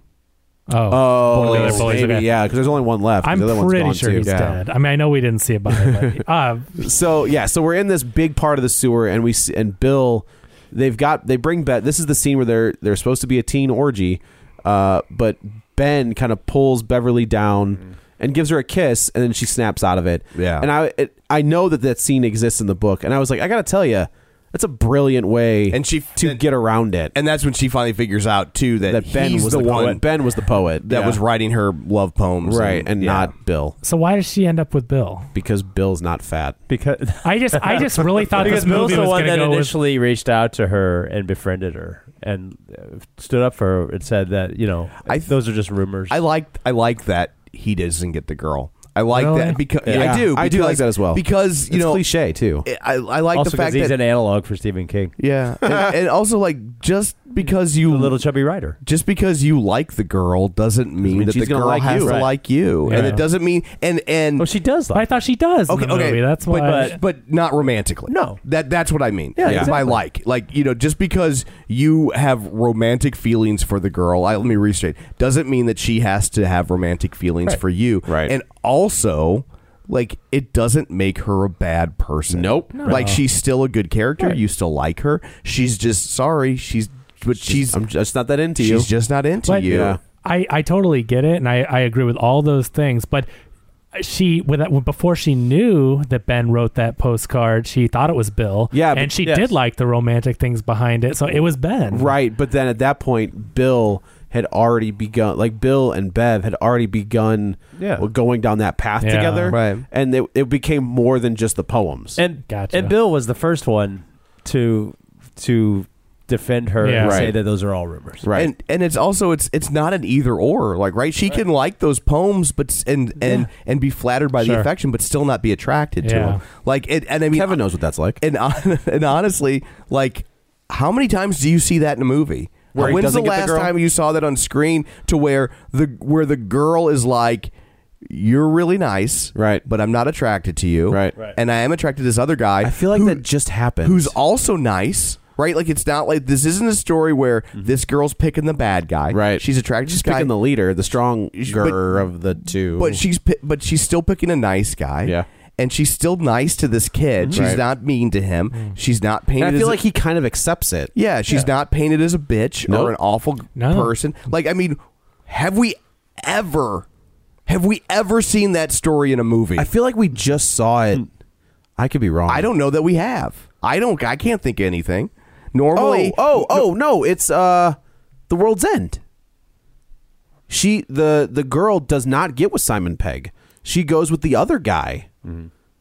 M: Oh,
J: Oh,
M: One of the other boys,
J: maybe,
M: okay.
J: yeah, because there's only one left. 'cause
M: I'm
J: the other one's
M: pretty
J: gone
M: sure
J: too.
M: he's
J: Yeah.
M: dead. I mean, I know we didn't see it by him, but, uh,
J: so yeah, so we're in this big part of the sewer, and we s- and Bill, they've got they bring Ben. This is the scene where they're they're supposed to be a teen orgy, uh, but Ben kind of pulls Beverly down and gives her a kiss, and then she snaps out of it.
I: Mm-hmm. Yeah.
J: and I it, I know that that scene exists in the book, and I was like, I gotta tell you. That's a brilliant way,
I: and she
J: to get around it,
I: and that's when she finally figures out too that,
J: Ben
I: he's
J: was
I: the,
J: the
I: one
J: poet. Ben was the poet
I: that
J: yeah.
I: was writing her love poems,
J: right, and
I: yeah.
J: not Bill
M: so why does she end up with Bill?
J: because Bill's not fat.
L: Because
M: I just I just really thought
L: because
M: this
L: Bill's
M: movie
L: the
M: was
L: one
M: going to
L: that
M: go with
L: initially reached out to her and befriended her and uh, stood up for her and said that you know
I: I-
L: those are just rumors.
I: I liked I like that he doesn't get the girl. I like
L: Really?
I: that because
J: Yeah.
I: I do.
J: I do
I: because-
J: like that as well.
I: because you
J: It's
I: know
J: cliche too.
I: I, I like
L: also
I: the
L: 'cause
I: fact
L: he's
I: that
L: an analog for Stephen King,
I: yeah, and, and also like just because you
L: the little chubby writer.
I: just because you like the girl doesn't mean,
J: mean
I: that the
J: she's gonna
I: girl
J: like
I: has
J: you.
I: to
J: Right.
I: like you, and
M: Yeah.
I: it doesn't mean and and
L: Oh, she does. Like
M: I thought she does. in
I: okay,
M: the
I: okay,
M: movie. That's why.
I: but, but but not romantically.
L: No.
I: that that's what I mean.
L: Yeah,
I: It's
L: exactly.
I: my like, like you know, just because you have romantic feelings for the girl, I let me restate, doesn't mean that she has to have romantic feelings for you.
J: Right.
I: and also. Like it doesn't make her a bad person.
J: Nope.
I: Like she's still a good character. You still like her. She's just sorry. She's but she's
J: I'm just not that into you.
I: she's just not into
M: But-
I: you.
J: Yeah.
M: I, I totally get it, and I, I agree with all those things. But she, with before she knew that Ben wrote that postcard, she thought it was Bill.
J: Yeah,
M: and
J: but-
M: she
J: yes.
M: did like the romantic things behind it, so it was Ben.
J: Right, but then at that point, Bill had already begun. Like Bill and Bev had already begun
L: Yeah.
J: well, going down that path
M: Yeah.
J: together,
I: Right.
J: And it, it became more than just the poems.
L: And
M: Gotcha.
L: and Bill was the first one to to defend her
M: Yeah.
L: and say
J: Right.
L: that those are all rumors.
J: right,
I: And and it's also it's it's not an either or like right she can like those poems but s- and and and be flattered by the
M: Sure.
I: affection but still not be attracted to
M: Yeah.
I: him like it, and I mean
J: Kevin knows what that's like.
I: and hon- and honestly like how many times do you see that in a movie
J: Where he
I: when's the
J: doesn't get the
I: last
J: girl?
I: time you saw that on screen to where the where the girl is like you're really nice
J: Right.
I: but I'm not attracted to you
J: Right. Right.
I: and I am attracted to this other guy
J: I feel like
I: who-
J: that just happened.
I: who's also nice, right? Like it's not like this isn't a story where this girl's picking the bad guy,
J: Mm-hmm. Right.
I: She's attracted
J: she's
I: to this
J: picking
I: guy,
J: the leader, the stronger
I: but-
J: of the two.
I: but she's pi- but she's still picking a nice guy,
J: Yeah. Mm-hmm.
I: And she's still nice to this kid. She's
J: Right.
I: not mean to him. She's not
J: and
I: painted.
J: I
I: as
J: feel
I: a-
J: like he kind of accepts it.
I: yeah, she's not painted as a bitch
J: Nope.
I: or an awful
M: No.
I: person. Like I mean, have we ever? Have we ever seen that story in a movie?
J: I feel like we just saw it. Hmm. I could be wrong.
I: I don't know that we have. I don't. I can't think of anything. Normally,
J: Oh, oh, oh, no, it's uh The World's End. She the the girl does not get with Simon Pegg. She goes with the other guy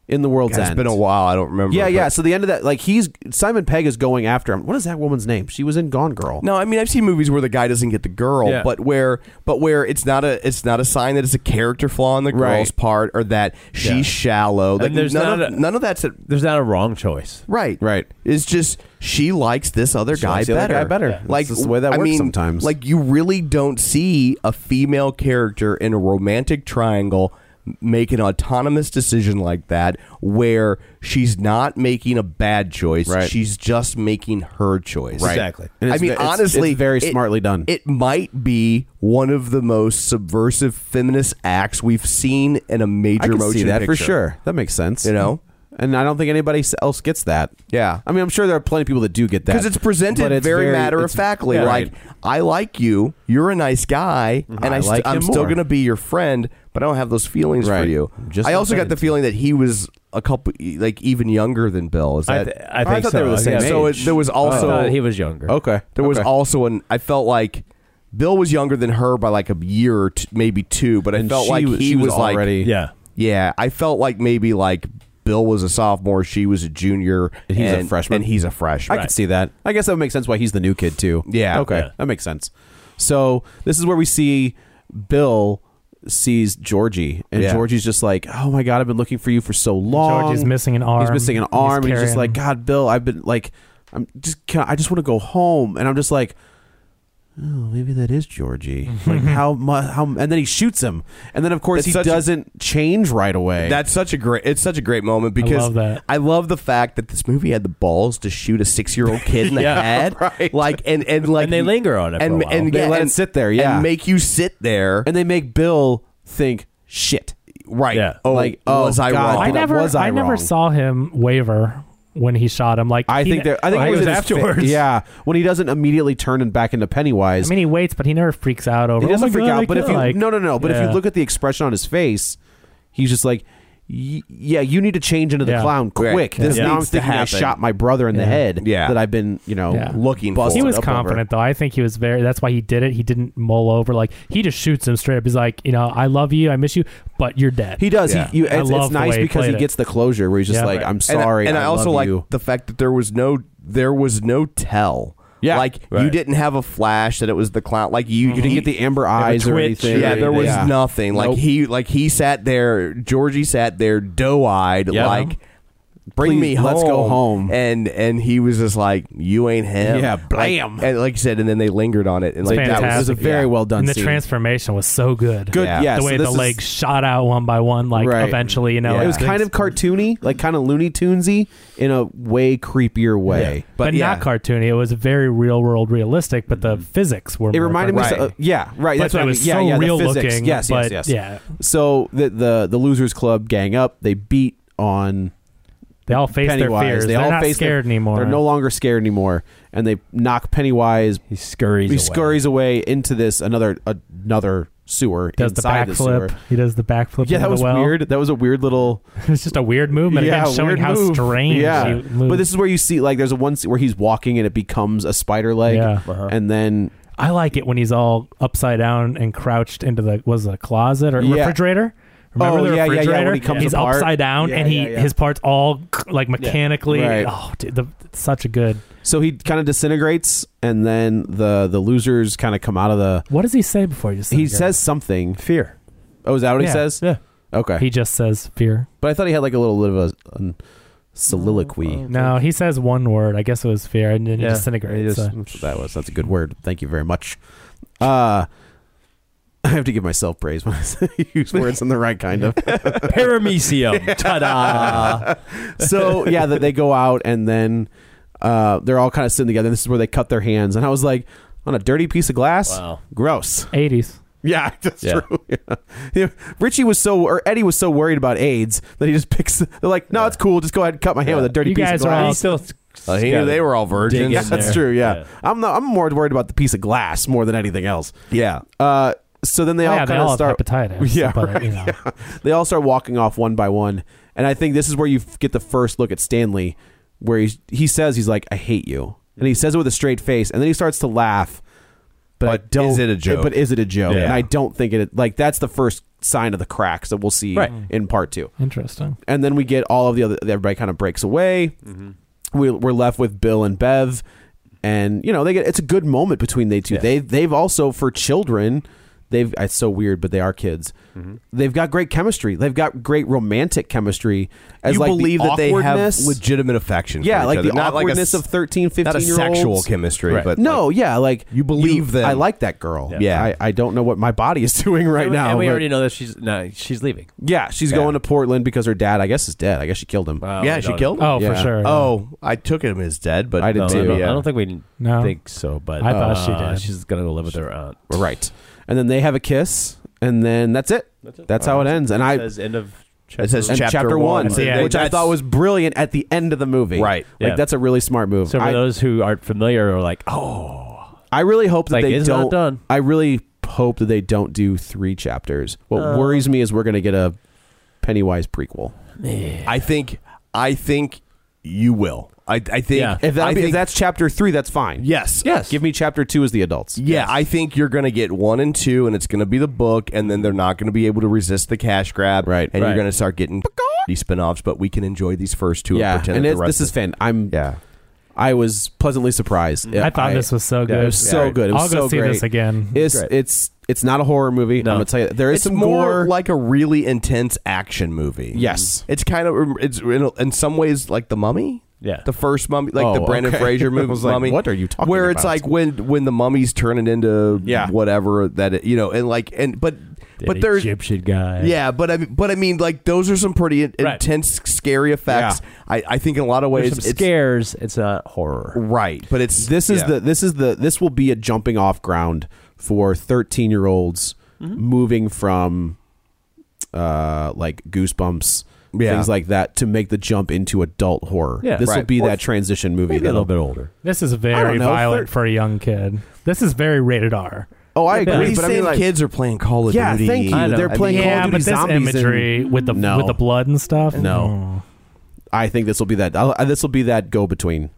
J: in The World's
I: Mm-hmm. it's
J: End.
I: been a while. I don't remember.
J: Yeah,
I: but-
J: yeah. So the end of that like he's Simon Pegg is going after him. What is that woman's name? She was in Gone Girl.
I: No, I mean I've seen movies where the guy doesn't get the girl,
L: Yeah.
I: but where but where it's not a it's not a sign that it's a character flaw on the
J: Right.
I: girl's part or that she's
L: Yeah.
I: shallow. Like
L: there's
I: none
L: not
I: of
L: a-
I: none of that's a,
L: There's not a wrong choice.
I: right.
J: Right.
I: It's just she likes this other guy
J: likes the
I: better.
J: other guy better. Yeah. That's
I: Like
J: just the way that
I: I
J: works
I: mean,
J: sometimes.
I: Like you really don't see a female character in a romantic triangle make an autonomous decision like that where she's not making a bad choice
J: Right.
I: she's just making her choice
J: Right.
L: Exactly.
J: And
I: I
J: it's
I: mean,
J: ve- it's-
I: honestly,
J: it's very
I: it-
J: smartly done.
I: It might be one of the most subversive feminist acts we've seen in a major
J: I can
I: motion
J: see that for
I: picture.
J: sure. That makes sense.
I: You know?
J: and I don't think anybody s- else gets that.
I: Yeah.
J: I mean, I'm sure there are plenty of people that do get that
I: Because it's presented
J: but it's
I: very, matter of
J: it's-
I: factly,
J: yeah,
I: like
J: right.
I: I like you, you're a nice guy, and I,
J: I like
I: am
J: him
I: still
J: more.
I: going to be your friend, but I don't have those feelings for
J: Right.
I: you.
J: Just
I: I
J: like
I: also got
J: that.
I: the feeling that he was a couple, like even younger than Bill. Is that?
L: I th- I think
I: thought
L: so.
I: they were the same. Oh.
L: Yeah.
I: So it,
J: age.
I: there was
L: I
I: also Oh.
L: thought he was younger.
J: okay,
I: There was
J: okay.
I: also an. I felt like Bill was younger than her by like a year, or t- maybe two. But I
J: And
I: felt
J: she
I: like
J: was-
I: he
J: she was
I: like-
J: already-
L: Yeah.
I: yeah. I felt like maybe like Bill was a sophomore, she was a junior,
J: And he's a
I: and-
J: freshman.
I: and he's a freshman.
J: I could see that. I guess that would make sense why he's the new kid too.
I: Yeah.
J: Okay,
I: Yeah.
J: that makes sense. So this is where we see Bill sees Georgie, and
I: Yeah.
J: Georgie's just like, "Oh my god, I've been looking for you for so long."
M: Georgie's missing an arm.
J: He's missing an
M: He's
J: arm, and he's just
M: carrying-
J: like, "God, Bill, I've been like." I'm just can I I just want to go home, and I'm just like. Oh, maybe that is Georgie. Like how much? How and then he shoots him, and then of course
I: It's
J: he
I: such a-
J: doesn't change right away.
I: That's such a great. It's such a great moment because
J: love that.
I: I love the fact that this movie had the balls to shoot a six-year-old kid in the
J: Yeah,
I: head, like and and like
L: they linger on it for
I: and
L: a while.
I: and
J: They
I: yeah,
J: let
I: and-
J: it sit there, yeah.
I: and make you sit there,
J: and they make Bill think shit.
I: Right?
J: Yeah.
I: Oh,
J: Like, oh,
I: was I
J: God,
I: wrong?
J: I did I-
M: never,
J: was I
M: never
J: wrong?
M: saw him waver when he shot him. Like
J: I
M: he-
J: think there. I think it was, in his fa- yeah, when he doesn't immediately turn and back into Pennywise.
M: I mean, he waits, but he never freaks out over.
J: he doesn't
M: oh my
J: freak
M: God, I
J: out, but if you
M: killed- like,
J: no no no, but if
M: yeah.
J: you look at the expression on his face, he's just like, y- yeah, you need to change into the
M: Yeah.
J: clown
M: Right.
J: quick.
M: Yeah.
J: This
M: Yeah.
J: now I'm
M: Needs to
J: thinking I
M: happen.
J: shot my brother in the
M: Yeah.
J: head.
M: Yeah.
J: that I've been you know
M: Yeah.
J: looking. for.
M: He was confident though. I think he was very. That's why he did it. He didn't mull over. Like he just shoots him straight up. He's like, you know, I love you, I miss you, but you're dead.
J: He does. He, you,
M: I
J: it's,
M: love
J: it's
M: the
J: nice
M: way
J: because he
M: played it.
J: gets the closure where he's just
M: Yeah.
J: like,
M: Right.
J: "I'm
M: And-
J: sorry."
I: and I, also
J: love
I: like
J: you.
I: the fact that there was no there was no tell.
J: Yeah.
I: like you
J: Right.
I: didn't have a flash that it was the clown. Like you,
J: You didn't get the amber
I: Never
J: eyes or
I: twitched.
J: anything.
I: Mm-hmm. Yeah, there was
J: Yeah.
I: nothing. Like
J: Nope.
I: he, like he sat there. Georgie sat there, doe eyed,
J: Yeah.
I: like. Bring
J: Please,
I: me home.
J: let's go home.
I: And and he was just like, "You ain't him."
J: Yeah,
I: Like-
J: blam.
I: and like you said, and then they lingered on it. And
M: It's
I: like
M: fantastic.
I: that was a very well done.
M: And the
I: scene.
M: transformation was so good.
I: Good, Yeah. yes,
M: the way
I: so
M: the
I: this is-
M: legs shot out one by one, like
J: Right.
M: eventually, you know,
J: it was
M: things-
J: kind of cartoony, like kind of Looney Tunesy, in a way creepier way.
M: but, not cartoony. It was very real world realistic, but the physics were.
J: Mm-hmm. It
M: more
J: reminded me,
M: cartoony.
J: so- uh, yeah, right.
M: But
J: that's what
M: it
J: I
M: was
J: mean. Yeah,
M: so
J: yeah, the
M: real
J: physics.
M: looking.
J: Yes, yes,
M: but
J: yes.
M: Yeah,
J: So the the the losers club gang up. They beat on.
M: They all face their
J: Pennywise.
M: fears.
J: They
M: They're
J: all
M: not
J: face their-
M: scared anymore.
J: They're no longer scared anymore, and they knock Pennywise.
L: He scurries.
J: He
M: away.
J: scurries away into this another another sewer
M: does the
J: inside the sewer.
M: backflip. He does the backflip.
J: Yeah,
M: into
J: that
M: the
J: was
M: well.
J: weird. That was a weird little.
M: It's just a weird movement.
J: Yeah,
M: Again, showing
J: weird
M: how
J: move.
M: strange.
J: Yeah,
M: he moved.
J: but this is where you see like there's a one scene where he's walking and it becomes a spider leg.
M: Yeah. Uh-huh.
J: and then
M: I like it when he's all upside down and crouched into the was it a closet or
J: Yeah.
M: refrigerator. Remember
J: Oh,
M: the
J: yeah, yeah, yeah,
M: refrigerator?
J: when he comes
M: he's
J: apart.
M: upside down
J: Yeah,
M: and he
J: yeah, yeah.
M: his parts all like mechanically.
J: Right.
M: Oh, dude, the, such a good.
J: so he kind of disintegrates, and then the the losers kind of come out of the.
M: What does he say before he
J: He
M: disintegrates?
J: says something.
L: Fear.
J: Oh, is that what he
M: Yeah,
J: says?
M: yeah.
J: Okay.
M: He just says fear.
J: but I thought he had like a little bit of a, an soliloquy.
M: Oh, No, he says one word. I guess it was fear, and then
J: Yeah,
M: he
J: he
M: disintegrates.
J: just-
M: so.
J: that's what that was. That's a good word. Thank you very much. Uh I have to give myself praise when I say use words in the right kind of.
L: Paramecium. Ta-da.
J: so yeah, that they go out and then uh, they're all kind of sitting together. This is where they cut their hands, and I was like, on a dirty piece of glass,
L: Wow.
J: gross.
M: Eighties.
J: Yeah, that's
L: Yeah.
J: true. Yeah. Yeah. Richie was so, or Eddie was so worried about AIDS that he just picks. They're like, no, it's cool. Just go ahead and cut my hand with a dirty
M: You
J: piece
M: guys
J: of
M: are all
J: glass.
M: still.
I: Uh, he knew they were all virgins.
J: yeah, that's true. Yeah. I'm not, I'm more worried about the piece of glass more than anything else.
I: Yeah.
J: Uh, so then they
M: Yeah,
J: all
M: they
J: kind
M: all
J: of
M: have
J: start
M: hepatitis,
J: Yeah,
M: but, uh, you
J: right,
M: know.
J: yeah. they all start walking off one by one, and I think this is where you f- get the first look at Stanley, where he he says he's like, "I hate you," and he says it with a straight face, and then he starts to laugh. But, I
I: But
J: don't,
I: is it a joke?
J: But is it a joke?
I: Yeah.
J: And I don't think it. Like that's the first sign of the cracks that we'll see
I: Right.
J: in part two
M: Interesting.
J: and then we get all of the other everybody kind of breaks away
I: Mm-hmm.
J: we, we're left with bill and bev and you know they get it's a good moment between they two they they've also for children they've uh, it's so weird but they are kids
I: Mm-hmm.
J: they've got great chemistry they've got great romantic chemistry as
I: you
J: like the
I: believe that they have
J: awkwardness-
I: legitimate affection. for
J: yeah
I: each
J: like the
I: other. Not like a
J: awkwardness
I: s-
J: of 13 15
I: not a
J: year olds
I: sexual chemistry, but
J: no yeah like
I: You believe them.
J: i like that girl
I: Yeah.
J: I, I don't know what my body is doing right now
L: and we
J: but-
L: already know that she's no, she's leaving.
J: yeah she's
L: Yeah.
J: going to portland because her dad i guess is dead i guess she killed him
L: Wow,
I: yeah,
L: we
I: she
L: don't-
I: killed him.
M: Oh, for
J: Yeah.
M: sure.
I: Oh, I took him as dead, but
J: I did
I: no,
J: too,
I: I don't,
J: yeah.
I: I don't think
L: think we
M: No.
L: think so, but
M: I thought she
L: uh,
M: did.
L: She's gonna go live with her aunt.
J: Right. And then they have a kiss, and then that's it. That's, how it ends. And I
L: Uh, says end of
I: It says
J: and
I: chapter,
J: chapter, one,
I: So
M: Yeah,
I: they-
J: which I
I: that's-
J: thought was brilliant at the end of the movie.
I: Right.
J: Like
L: Yeah.
J: that's a really smart move.
L: So for
J: I,
L: those who aren't familiar, are like, oh,
J: I really hope that
L: Like,
J: they
L: it's
J: don't.
L: not done.
J: I really hope that they don't do three chapters. What
L: Uh.
J: worries me is we're going to get a Pennywise prequel.
I: I think I think you will. I, I think
L: Yeah.
J: If, that,
I: I think-
J: if that's chapter three, that's fine.
I: yes,
L: yes,
J: Give me chapter two as the adults.
I: Yeah, I think you're going to get one and two, and it's going to be the book, and then they're not going to be able to resist the cash grab,
J: Right.
I: And
J: Right.
I: you're going to start getting these spin-offs, but we can enjoy these first two.
J: Yeah.
I: and, pretend
J: And
I: that
J: it's,
I: the rest
J: this is
I: of-
J: fan. I'm.
I: yeah.
J: I was pleasantly surprised.
M: I thought this was so Oh, good.
J: It was so
I: Yeah.
J: good. It was
M: I'll go
J: so
M: see
J: great.
M: this again.
J: It's
I: Great.
J: it's it's not a horror movie.
L: No.
J: I'm gonna tell you that. there is
I: It's
J: some
I: more
J: gore.
I: like a really intense action movie.
J: Yes.
I: it's kind of it's in, in some ways like the Mummy.
L: Yeah.
I: the first mummy, like the
N: Oh,
I: Brandon
N: okay.
I: Fraser
N: I
I: movie.
N: was like,
I: mummy,
N: what are you talking
I: Where it's
N: about?
I: like when when the mummy's turning into whatever that it, you know, and like and but but there's
L: Egyptian guy.
I: yeah, but I mean, but I mean, like those are some pretty in-
L: Right.
I: intense, scary effects. I, I think in a lot of ways,
L: There's some scares. It's a horror,
I: right? But it's
J: this is
I: yeah.
J: the this is the this will be a jumping off ground for 13 year olds
I: Mm-hmm.
J: moving from uh like goosebumps
I: Yeah.
J: things like that to make the jump into adult horror
M: Yeah.
J: this will
M: Right.
J: be
M: Or
J: that transition movie
M: maybe a
J: that'll-
M: little bit
L: older
M: This is very
J: don't know,
M: violent
J: thir-
M: for a young kid. This is very rated R.
J: Oh, I
M: Yeah, but
J: agree,
M: he's
J: but I mean,
M: saying
J: like,
I: kids are playing Call of
J: yeah,
I: Duty.
J: thank you.
I: I know.
J: They're
I: I
J: playing
I: mean-
J: Call
M: yeah,
J: of
M: but
J: Duty
M: this
J: zombies and-
M: imagery with the
J: No.
M: with the blood and stuff. Oh.
J: No. I think this will be that. I'll, this will be that go between.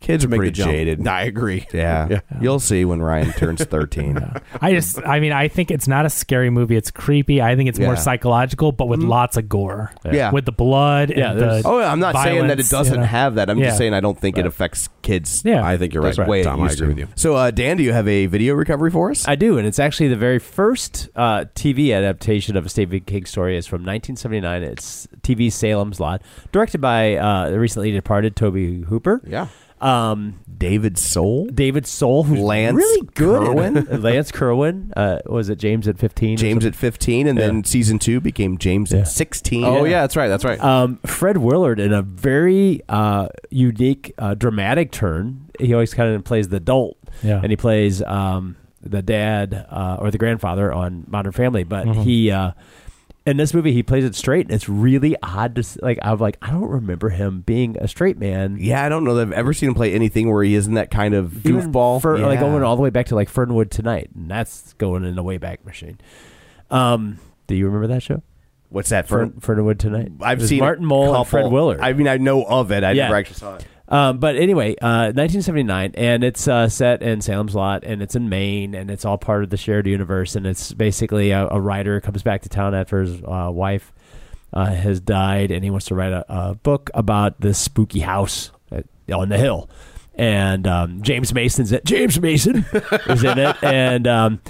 I: Kids are
J: Make
I: pretty
J: the jump.
I: jaded.
J: I agree.
I: Yeah. you'll see when Ryan turns thirteen.
M: I just, I mean, I think it's not a scary movie. It's creepy. I think it's
I: Yeah. Mm-hmm.
M: more psychological, but with lots of gore.
I: Yeah.
M: with the blood.
I: Yeah,
M: and the
I: there's- oh, yeah, I'm not saying that
M: violence,
I: it doesn't
M: you know?
I: have that. I'm
M: Yeah.
I: just saying I don't think it affects kids.
M: Yeah. I
J: think you're
I: the
J: right,
I: Way
J: Tom,
I: it
J: I
I: used
J: agree
I: to.
J: with you.
I: So, uh, Dan, do you have a video recovery for us?
L: I do, and it's actually the very first uh, TV adaptation of a Stephen King story. It's from 1979. It's TV Salem's Lot, directed by uh, the recently departed Toby Hooper.
J: Yeah.
L: Um,
I: David Soul.
L: David Soul, who's
I: Lance
L: really good.
I: Kerwin?
L: Lance Kerwin. Uh, was it James at 15?
I: James at 15, and then season two became James at Uh, 16.
J: Oh yeah, that's right. That's right.
L: Um, Fred Willard in a very uh, unique, uh, dramatic turn. He always kind of plays the adult,
M: Yeah.
L: and he plays um, the dad uh, or the grandfather on Modern Family. But
M: Mhm.
L: he uh, in this movie he plays it straight. and It's really odd to s- like. I'm like I don't remember him being a straight man.
I: Yeah, I don't know that I've ever seen him play anything where he isn't that kind of
L: Even
I: goofball.
L: for- Like
I: Yeah.
L: going all the way back to like Fernwood tonight, and that's going in the Wayback Machine. Um, do you remember that show?
I: What's that?
L: Fern,
I: Fern-
L: Fernwood tonight.
I: I've
L: It was
I: seen a
L: Martin Mull and Fred
I: couple.
L: Willard.
I: I mean, I know of it. I
L: Yeah.
I: never actually saw it.
L: Um, but anyway, uh, 1979, and it's uh, set in Salem's Lot, and it's in Maine, and it's all part of the shared universe, and it's basically a, a writer comes back to town after his uh, wife uh, has died, and he wants to write a, a book about this spooky house at, on the hill, and um, James Mason's it. James Mason is in it, and. Um,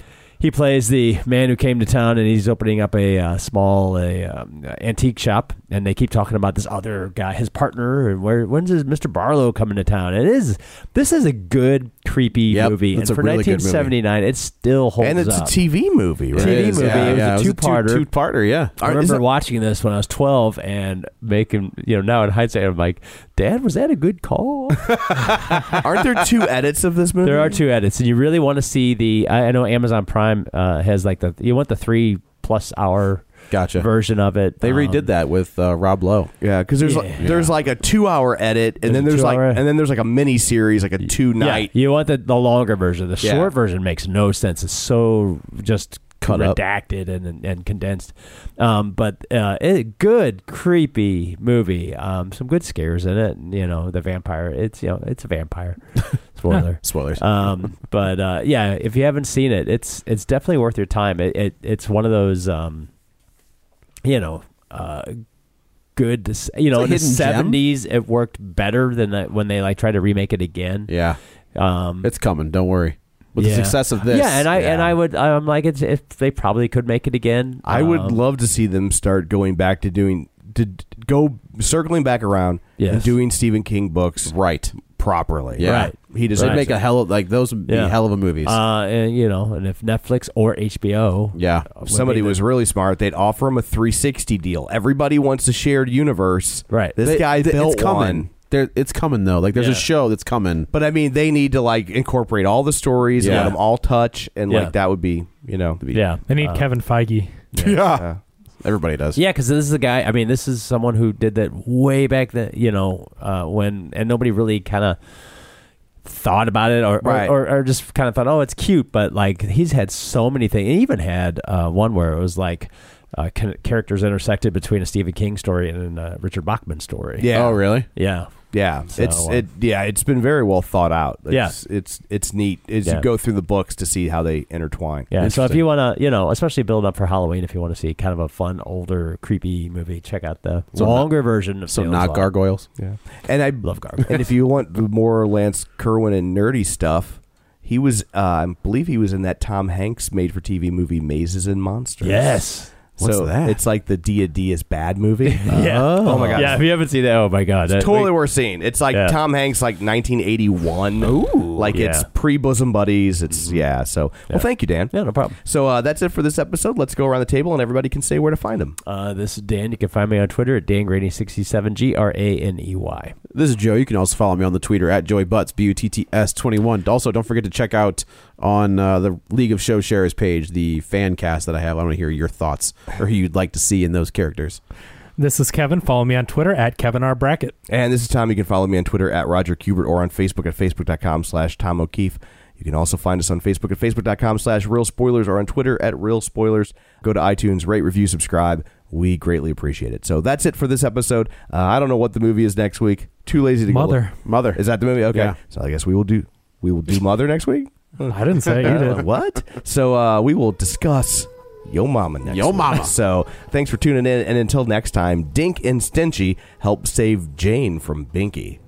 L: he plays the man who came to town and he's opening up a uh, small a, um, antique shop and they keep talking about this other guy his partner and where when's his mr barlow coming to town it is this is a good creepy
J: Yep,
L: movie and
J: it's a
L: for
J: really good movie.
L: 1979 it still holds
I: And it's
L: up.
I: a TV movie, right?
L: TV movie it was
J: yeah,
L: a two-parter
J: two parter. Yeah,
L: I remember watching this when I was 12 and making, you know, now in hindsight, I'm like, Dad, was that a good call?
I: Aren't there two edits of this movie?
L: There are two edits, and you really want to see the. I I know Amazon Prime uh, has like the. You want the three plus hour
J: Gotcha.
L: version of it.
J: They
L: Um,
J: redid that with uh, Rob Lowe.
I: Yeah, because there's
L: Yeah.
I: like there's like a two hour edit, and
L: There's
I: then
L: a
I: there's like
L: two-hour-
I: and then there's like a mini series, like a two
L: Yeah,
I: night.
L: you want the, the longer version. The
I: Yeah.
L: short version makes no sense. It's so just
I: Cut up.
L: redacted and, and and condensed. Um, but uh, it, good creepy movie. Um, some good scares in it. You know the vampire. It's you know it's a vampire. Spoiler.
J: Spoilers.
L: um, but uh, yeah, if you haven't seen it, it's it's definitely worth your time. It, it it's one of those, um, you know, uh, good. To, s- you know,
J: a
L: in the
J: hidden gem.
L: seventies, it worked better than that when they like tried to remake it again.
J: yeah,
L: Um,
J: it's coming. Don't worry. With
L: yeah.
J: the success of this,
L: yeah, and I and I would I'm like it's if they probably could make it again.
I: I would
L: Um,
I: love to see them start going back to doing to d- go circling back around and
L: Yes.
I: doing Stephen King books
J: right.
I: properly.
J: Yeah,
L: Right.
I: He
J: He
I: does
J: just
L: Right.
J: make a hell of like those would be
L: Yeah.
J: hell of a movies.
L: uh, and you know, and if Netflix or HBO,
J: yeah,
L: would
I: Somebody
L: be the-
I: was really smart. They'd offer him a 360 deal. Everybody wants a shared universe.
L: right.
I: This
J: They-
I: guy
J: th-
I: built
J: it's coming.
I: one.
J: There, it's coming though. Like there's
L: Yeah.
J: a show that's coming.
I: But I mean, they need to like incorporate all the stories and
J: Yeah.
I: let them all touch, and
L: Yeah.
I: like that would be, you know,
L: yeah,
M: They need
L: Uh,
M: Kevin Feige.
I: yeah.
J: Everybody does.
L: Yeah, because this is a guy. I mean, this is someone who did that way back then. You know, uh, when and nobody really kind of thought about it, or,
I: Right.
L: or, or or just kind of thought, oh, it's cute. But like, he's had so many things. He even had uh, one where it was like uh, ca- characters intersected between a Stephen King story and a Richard Bachman story.
I: Yeah.
J: Oh really?
L: yeah.
I: Yeah,
L: So,
I: it's
L: uh,
I: it. Yeah, it's been very well thought out. It's,
L: Yeah.
I: it's it's neat as
L: Yeah.
I: you go through the books to see how they intertwine.
L: Yeah, so if
J: Interesting.
L: you want to, you know, especially build up for Halloween, if you want to see kind of a fun, older, creepy movie, check out the
J: So not-
L: longer version of
J: So
L: Salem's
J: not
L: Lot.
J: gargoyles.
I: Yeah, and I
L: Love Gargoyles.
I: And if you want the more Lance Kerwin and nerdy stuff, he was, uh, I believe, he was in that Tom Hanks made for TV movie Mazes and Monsters.
L: Yes,
J: What's
I: so
J: that?
I: It's like the D a D is bad movie.
L: Yeah.
I: Oh. my god.
L: Yeah, if you haven't seen that, oh my god,
I: It's
L: that-
I: totally worth seeing. It's like
L: Yeah.
I: Tom Hanks, like 1981. Ooh, like it's
L: Yeah.
I: pre-bosom buddies. It's yeah. So well, thank you, Dan. Yeah, no problem. So uh, that's it for this episode. Let's go around the table and everybody can say where to find them.
L: Uh, this is Dan. You can find me on Twitter at DanGraney67, G R A N E Y.
J: This is Joe. You can also follow me on the Twitter at Joey Butts, B U T T S 21. Also, don't forget to check out on uh, the League of Show Sharers page the fan cast that I have. I want to hear your thoughts or who you'd like to see in those characters.
M: This is Kevin. Follow me on Twitter at Kevin R. Brackett.
I: And this is Tom. You can follow me on Twitter at Roger Kubert or on Facebook at facebook.com slash Tom O'Keefe. You can also find us on Facebook at facebook.com slash real spoilers or on Twitter at real spoilers. Go to iTunes, rate, review, subscribe. We greatly appreciate it. So that's it for this episode. Uh, I don't know what the movie is next week. Too lazy to go
M: Mother.
I: look. Mother. Is that the movie? Okay.
M: Yeah.
I: So I guess we will do we will do Mother next week.
M: I didn't say it, you did.
I: what? So uh, we will discuss Yo Mama next.
J: Yo
I: week.
J: Mama.
I: So thanks for tuning in, and until next time, Dink and Stenchy help save Jane from Binky.